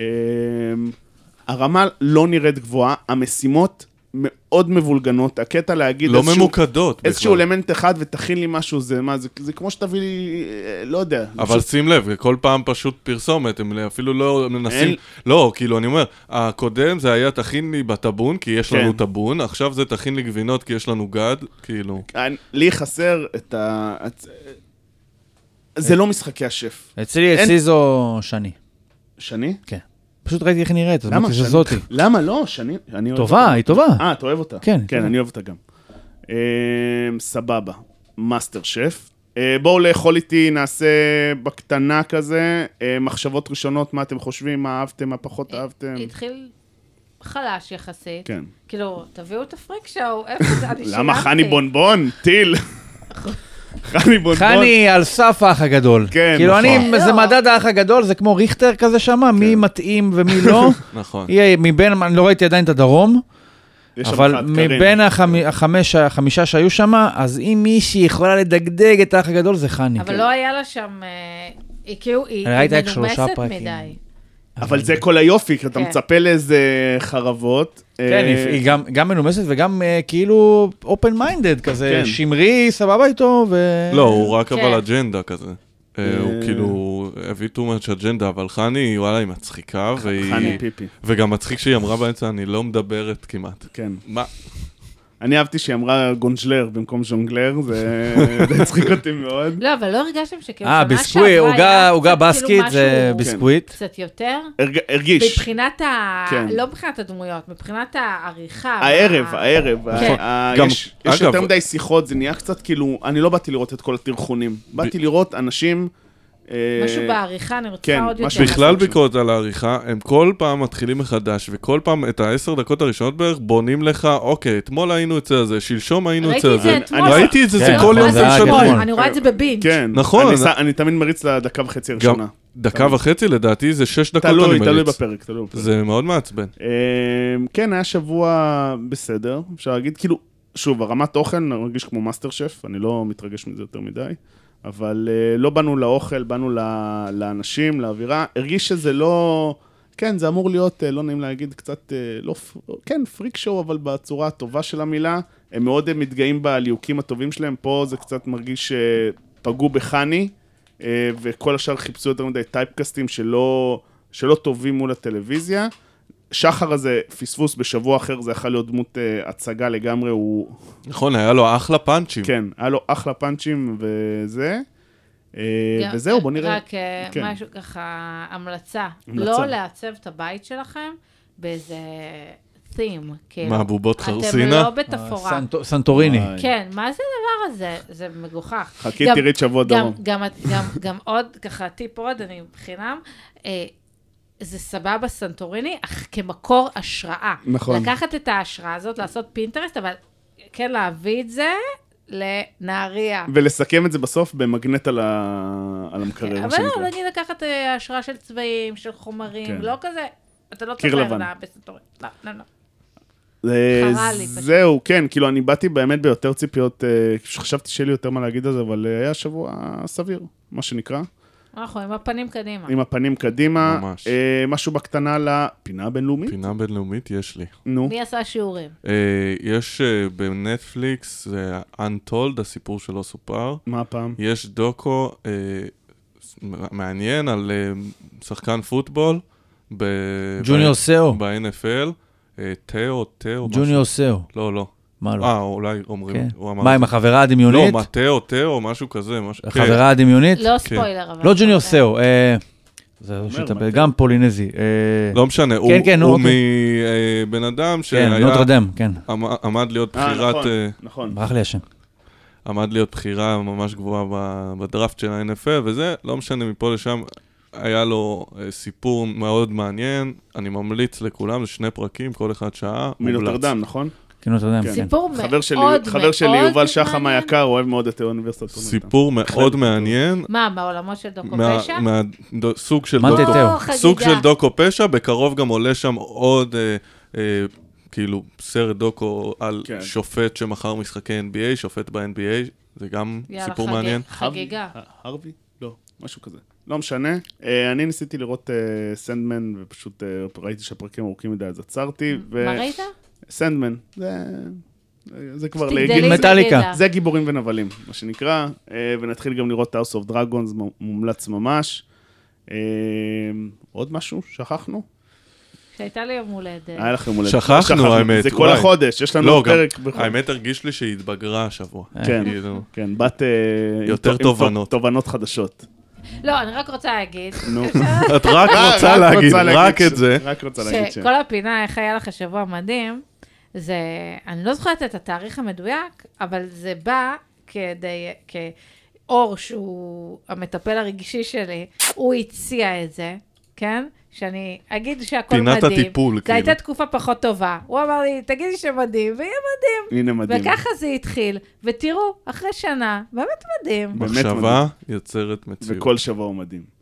S1: הרמה לא נראית גבוהה, המשימות מאוד מבולגנות, הקטע להגיד
S3: לא
S1: איזשהו-
S3: ממוקדות
S1: איזשהו
S3: בכלל.
S1: אלמנט אחד ותכין לי משהו, זה מה, זה, זה כמו שתביא לי, אה, לא יודע.
S3: אבל שים לב, כל פעם פשוט פרסומת, הם אפילו לא מנסים...
S1: אין-
S3: לא, כאילו, אני אומר, הקודם זה היה תכין לי בטאבון, כי יש לנו
S1: כן.
S3: טאבון, עכשיו זה תכין לי גבינות, כי יש לנו גד, כאילו.
S1: אני, לי חסר את ה... את, זה לא משחקי השף.
S4: אצלי,
S1: אין-
S4: אצלי זו שני.
S1: שני?
S4: כן. פשוט ראיתי איך היא נראית, אז
S1: למה?
S4: אמרתי
S1: שני?
S4: שזאתי.
S1: למה לא? שני? אני אוהב
S4: טובה,
S1: אותה.
S4: היא טובה.
S1: אה, אתה אוהב אותה.
S4: כן,
S1: כן,
S4: כן.
S1: אני אוהב אותה גם. אמ, סבבה, מאסטר שף. אה, בואו לאכול איתי, נעשה בקטנה
S2: אה,
S1: כזה, אה, מחשבות ראשונות, מה אתם חושבים, מה אהבתם, מה פחות אהבתם.
S2: התחיל חלש יחסית.
S1: כן.
S2: כאילו, תביאו את הפריק שואו, איפה זה? אני שילמתי.
S1: למה חני בונבון? טיל. חני בונבון.
S4: חני על סף האח הגדול.
S1: כן,
S4: כאילו,
S1: נכון. כן.
S4: אני,
S2: לא.
S4: זה מדד האח הגדול, זה כמו ריכטר כזה שמה, מי מתאים ומי
S1: [laughs]
S4: לא.
S3: נכון.
S4: יהיה מבין, אני לא ראיתי עדיין את הדרום,
S1: יש שם
S4: אבל
S1: אחד, קרין.
S4: מבין החמ- החמש, החמישה שהיו שם, אז אם מישהי יכולה לדגדג את האח הגדול, זה חני.
S2: אבל לא היה לה שם... אה, היא כאילו, היא
S4: אני
S2: היא
S4: ראיתי רק שלושה
S2: מנומסת
S4: פרקים.
S2: מדי.
S1: אבל זה כל היופי, כי אתה
S2: כן.
S1: מצפה לאיזה חרבות.
S4: כן, היא-
S1: אה,
S4: היא גם- גם מנומסת וגם אה, כאילו אופן מיינדד כזה,
S1: כן.
S4: שמרי, סבבה איתו, ו...
S3: לא, הוא רק
S2: כן.
S3: אבל אג'נדה כזה. אה, הוא
S1: אה.
S3: כאילו הביא too much אג'נדה, אבל חני, וואלה, היא מצחיקה, והיא...
S1: חני פיפי,
S3: וגם מצחיק שהיא אמרה באמצע, אני לא מדברת כמעט.
S1: כן.
S3: מה?
S1: אני אהבתי שהיא אמרה גונג'לר במקום ז'ונגלר, זה [laughs] זה הצחיק אותי מאוד.
S2: לא, אבל לא הרגשתם שכאילו...
S4: אה,
S2: שנה
S4: ביסקוויט,
S2: שעברה
S4: עוגה-
S2: היה
S4: עוגה
S2: קצת כאילו
S4: בסקית זה
S2: משהו
S4: ביסקוויט.
S2: קצת יותר?
S1: הרג- הרגיש.
S2: מבחינת ה...
S1: כן.
S2: לא מבחינת הדמויות, מבחינת העריכה.
S1: הערב,
S2: ה-
S1: הערב. ה-
S2: כן.
S1: ה-
S3: נכון. גם-
S1: יש יש
S3: אגב-
S1: יותר מדי שיחות, זה נהיה קצת כאילו, אני לא באתי לראות את כל הטרחונים. באתי לראות אנשים... אה,
S2: משהו בעריכה, אני רוצה
S1: כן,
S2: עוד יותר.
S1: משהו
S3: בכלל
S1: לעשות שם.
S3: ביקורת על העריכה, הם כל פעם מתחילים מחדש, וכל פעם את העשר דקות הראשונות בערך בונים לך, אוקיי, אתמול היינו אצל הזה, שלשום היינו
S2: ראיתי
S3: אצל
S2: את זה
S3: הזה.
S2: אתמול.
S1: אני
S3: ראיתי את זה, זה
S4: כן,
S3: כל
S4: נכון,
S3: יום
S4: זה רק
S3: שמשדרים.
S4: אתמול.
S2: אני רואה את זה בבינג'.
S1: כן.
S3: נכון.
S1: אני ס- אני תמיד מריץ לדקה וחצי
S3: גם
S1: הראשונה.
S3: דקה וחצי לדעתי זה שש דקות אני
S1: תלוי,
S3: מריץ.
S1: תלוי בפרק, תלוי בפרק.
S3: זה מאוד מעצבן.
S1: אמ, כן, היה שבוע בסדר, אפשר להגיד, כאילו, שוב, הרמת אוכל אני מרגיש כמו מאסטר שף, אני לא מתרגש מזה יותר מדי, אבל אה, לא באנו לאוכל, באנו ל- לאנשים, לאווירה, הרגיש שזה לא... כן, זה אמור להיות, אה, לא נעים להגיד, קצת, אה, לא, פ- כן, פריק שואו, אבל בצורה הטובה של המילה. הם מאוד אה, מתגאים בליהוקים הטובים שלהם, פה זה קצת מרגיש שפגעו בחני, אה, וכל השאר חיפשו יותר מדי טייפקאסטים שלא, שלא טובים מול הטלוויזיה. שחר הזה, פספוס בשבוע אחר, זה יכול להיות דמות אה, הצגה לגמרי, הוא...
S3: נכון, היה לו אחלה פאנצ'ים.
S1: כן, היה לו אחלה פאנצ'ים וזה. אה,
S2: גם-
S1: וזהו, בוא נראה.
S2: רק אה,
S1: כן.
S2: משהו ככה, המלצה.
S1: המלצה.
S2: לא לעצב את הבית שלכם באיזה theme, כאילו.
S3: מה, בובות
S2: אתם
S3: חרסינה?
S2: לא בתפאורה.
S4: אה, סנט- סנטוריני.
S1: וואי.
S2: כן, מה זה הדבר הזה? זה מגוחך.
S1: חכי,
S2: גם-
S1: תראי את שבוע
S2: גם,
S1: דרום.
S2: גם, גם, גם עוד, ככה טיפ עוד, אני בחינם, אה, זה סבבה סנטוריני, אך כמקור השראה.
S1: נכון.
S2: לקחת את ההשראה הזאת, לעשות פינטרסט, אבל כן להביא את זה לנהריה.
S1: ולסכם את זה בסוף במגנט על, ה... על המקרר, מה
S2: אבל לא,
S1: שנקרא.
S2: נגיד לקחת אה, השראה של צבעים, של חומרים,
S1: כן.
S2: לא כזה, אתה לא
S1: קיר
S2: צריך
S1: לבן.
S2: להבנה בסנטוריני. לא, לא, לא.
S1: זה-
S2: חרה לי פשוט.
S1: אה, זהו, כן, כאילו, אני באתי באמת ביותר ציפיות, אה, חשבתי שיהיה לי יותר מה להגיד על זה, אבל אה, היה שבוע סביר, מה שנקרא.
S2: אנחנו עם הפנים קדימה.
S1: עם הפנים קדימה.
S3: ממש.
S1: אה, משהו בקטנה לפינה הבינלאומית.
S3: פינה בינלאומית יש לי.
S1: נו.
S2: מי עשה שיעורים?
S3: אה, יש אה, בנטפליקס, זה Untold, הסיפור שלא סופר.
S1: מה הפעם?
S3: יש דוקו אה, מעניין על אה, שחקן פוטבול. ב...
S4: ג'וניור
S3: ב-
S4: סאו.
S3: ב-NFL. אה, תאו, תאו.
S4: ג'וניור סאו.
S3: משהו. לא, לא.
S4: מה לא?
S3: אה, אולי אומרים.
S4: כן.
S3: הוא אמר
S4: מה,
S3: את
S4: עם
S3: זה.
S4: החברה
S3: לא,
S4: הדמיונית?
S3: מה, תאו, תאו, משהו כזה. משהו... כן.
S4: החברה הדמיונית?
S2: לא ספוילר, אבל...
S4: לא ג'וניור סאו. אה, זה
S1: אומר,
S4: שיטה-
S1: מה-
S4: גם פולינזי. אה,
S3: לא משנה, הוא,
S4: כן, נו,
S3: הוא
S4: אוקיי.
S3: מבן אדם
S4: כן,
S3: שהיה...
S4: נוטרדם, כן.
S3: עמ- עמד להיות
S1: אה,
S3: בחירת...
S1: נכון,
S3: אה,
S1: נכון.
S4: ברח לי השם.
S3: עמד להיות בחירה ממש גבוהה ב- בדראפט של ה-NFL וזה, לא משנה, מפה לשם היה לו אה, סיפור מאוד מעניין, אני ממליץ לכולם, זה שני פרקים, כל אחד שעה. מומלץ.
S1: מנוטרדם, נכון?
S4: כן, נוטרדם,
S1: כן.
S4: כן.
S2: סיפור מאוד
S1: חבר שלי,
S2: מאוד
S1: חבר שלי יובל שחם
S2: מעניין.
S1: היקר, אוהב מאוד את האוניברסיטת טורנטון.
S3: סיפור מאוד מעניין,
S2: מה, בעולמות של דוקו
S3: מה-
S2: פשע?
S3: מה- דו- סוג של
S4: מה
S3: דוקו-
S4: תתאו?
S2: או, חגיגה.
S3: סוג של דוקו פשע, בקרוב גם עולה שם עוד... אה, אה, כאילו, סרט דוקו על
S1: כן.
S3: שופט שמכר משחקי NBA, שופט ב-NBA, זה גם
S2: יאללה,
S3: סיפור
S2: חגג.
S3: מעניין.
S2: חגיגה.
S1: הרווי? ה- הרווי? לא, משהו כזה. לא משנה. אה, אני ניסיתי לראות אה, סנדמן, ופשוט אה, ראיתי שהפרקים ארוכים מדי, אז עצרתי. ו-
S2: מה ראית?
S1: סנדמן. זה- זה- זה כבר
S2: שתגדלי
S1: להגיד.
S2: ותדעי
S4: מטאליקה.
S2: לה.
S1: זה גיבורים ונבלים, מה שנקרא, אה, ונתחיל גם לראות את House of Dragons, מ- מומלץ ממש. אה, עוד משהו? שכחנו?
S2: שהייתה לי יום הולדת.
S1: היה לכם הולדת.
S3: שכחנו, האמת,
S1: זה כל
S3: וואי.
S1: החודש, יש לנו
S3: לא,
S1: עוד
S3: גם,
S1: פרק. בכל-
S3: האמת הרגיש לי שהיא התבגרה השבוע.
S1: נכון. כן.
S3: כאילו.
S1: כן, בת... אה, עם
S3: יותר
S1: עם
S3: תובנות.
S1: תובנות [laughs] חדשות.
S2: לא, אני רק רוצה להגיד,
S1: נו.
S3: את אה, רק רוצה להגיד, רק את
S1: ש-
S3: זה.
S1: רק רוצה להגיד כן. ש...
S2: שכל הפינה, איך היה לך שבוע מדהים, זה, אני לא זוכרת את התאריך המדויק, אבל זה בא כדי, כאור שהוא המטפל הרגשי שלי, הוא הציע את זה, כן? שאני אגיד שהכל מדהים.
S3: פינת הטיפול,
S2: זו
S3: כאילו.
S2: הייתה תקופה פחות טובה. הוא אמר לי, תגידי שמדהים, ויהיה מדהים.
S1: הנה מדהים.
S2: וככה זה התחיל, ותראו, אחרי שנה, באמת מדהים.
S1: באמת
S3: כאילו. מחשבה
S1: מדהים.
S3: יוצרת מציאות.
S1: וכל שבוע הוא מדהים.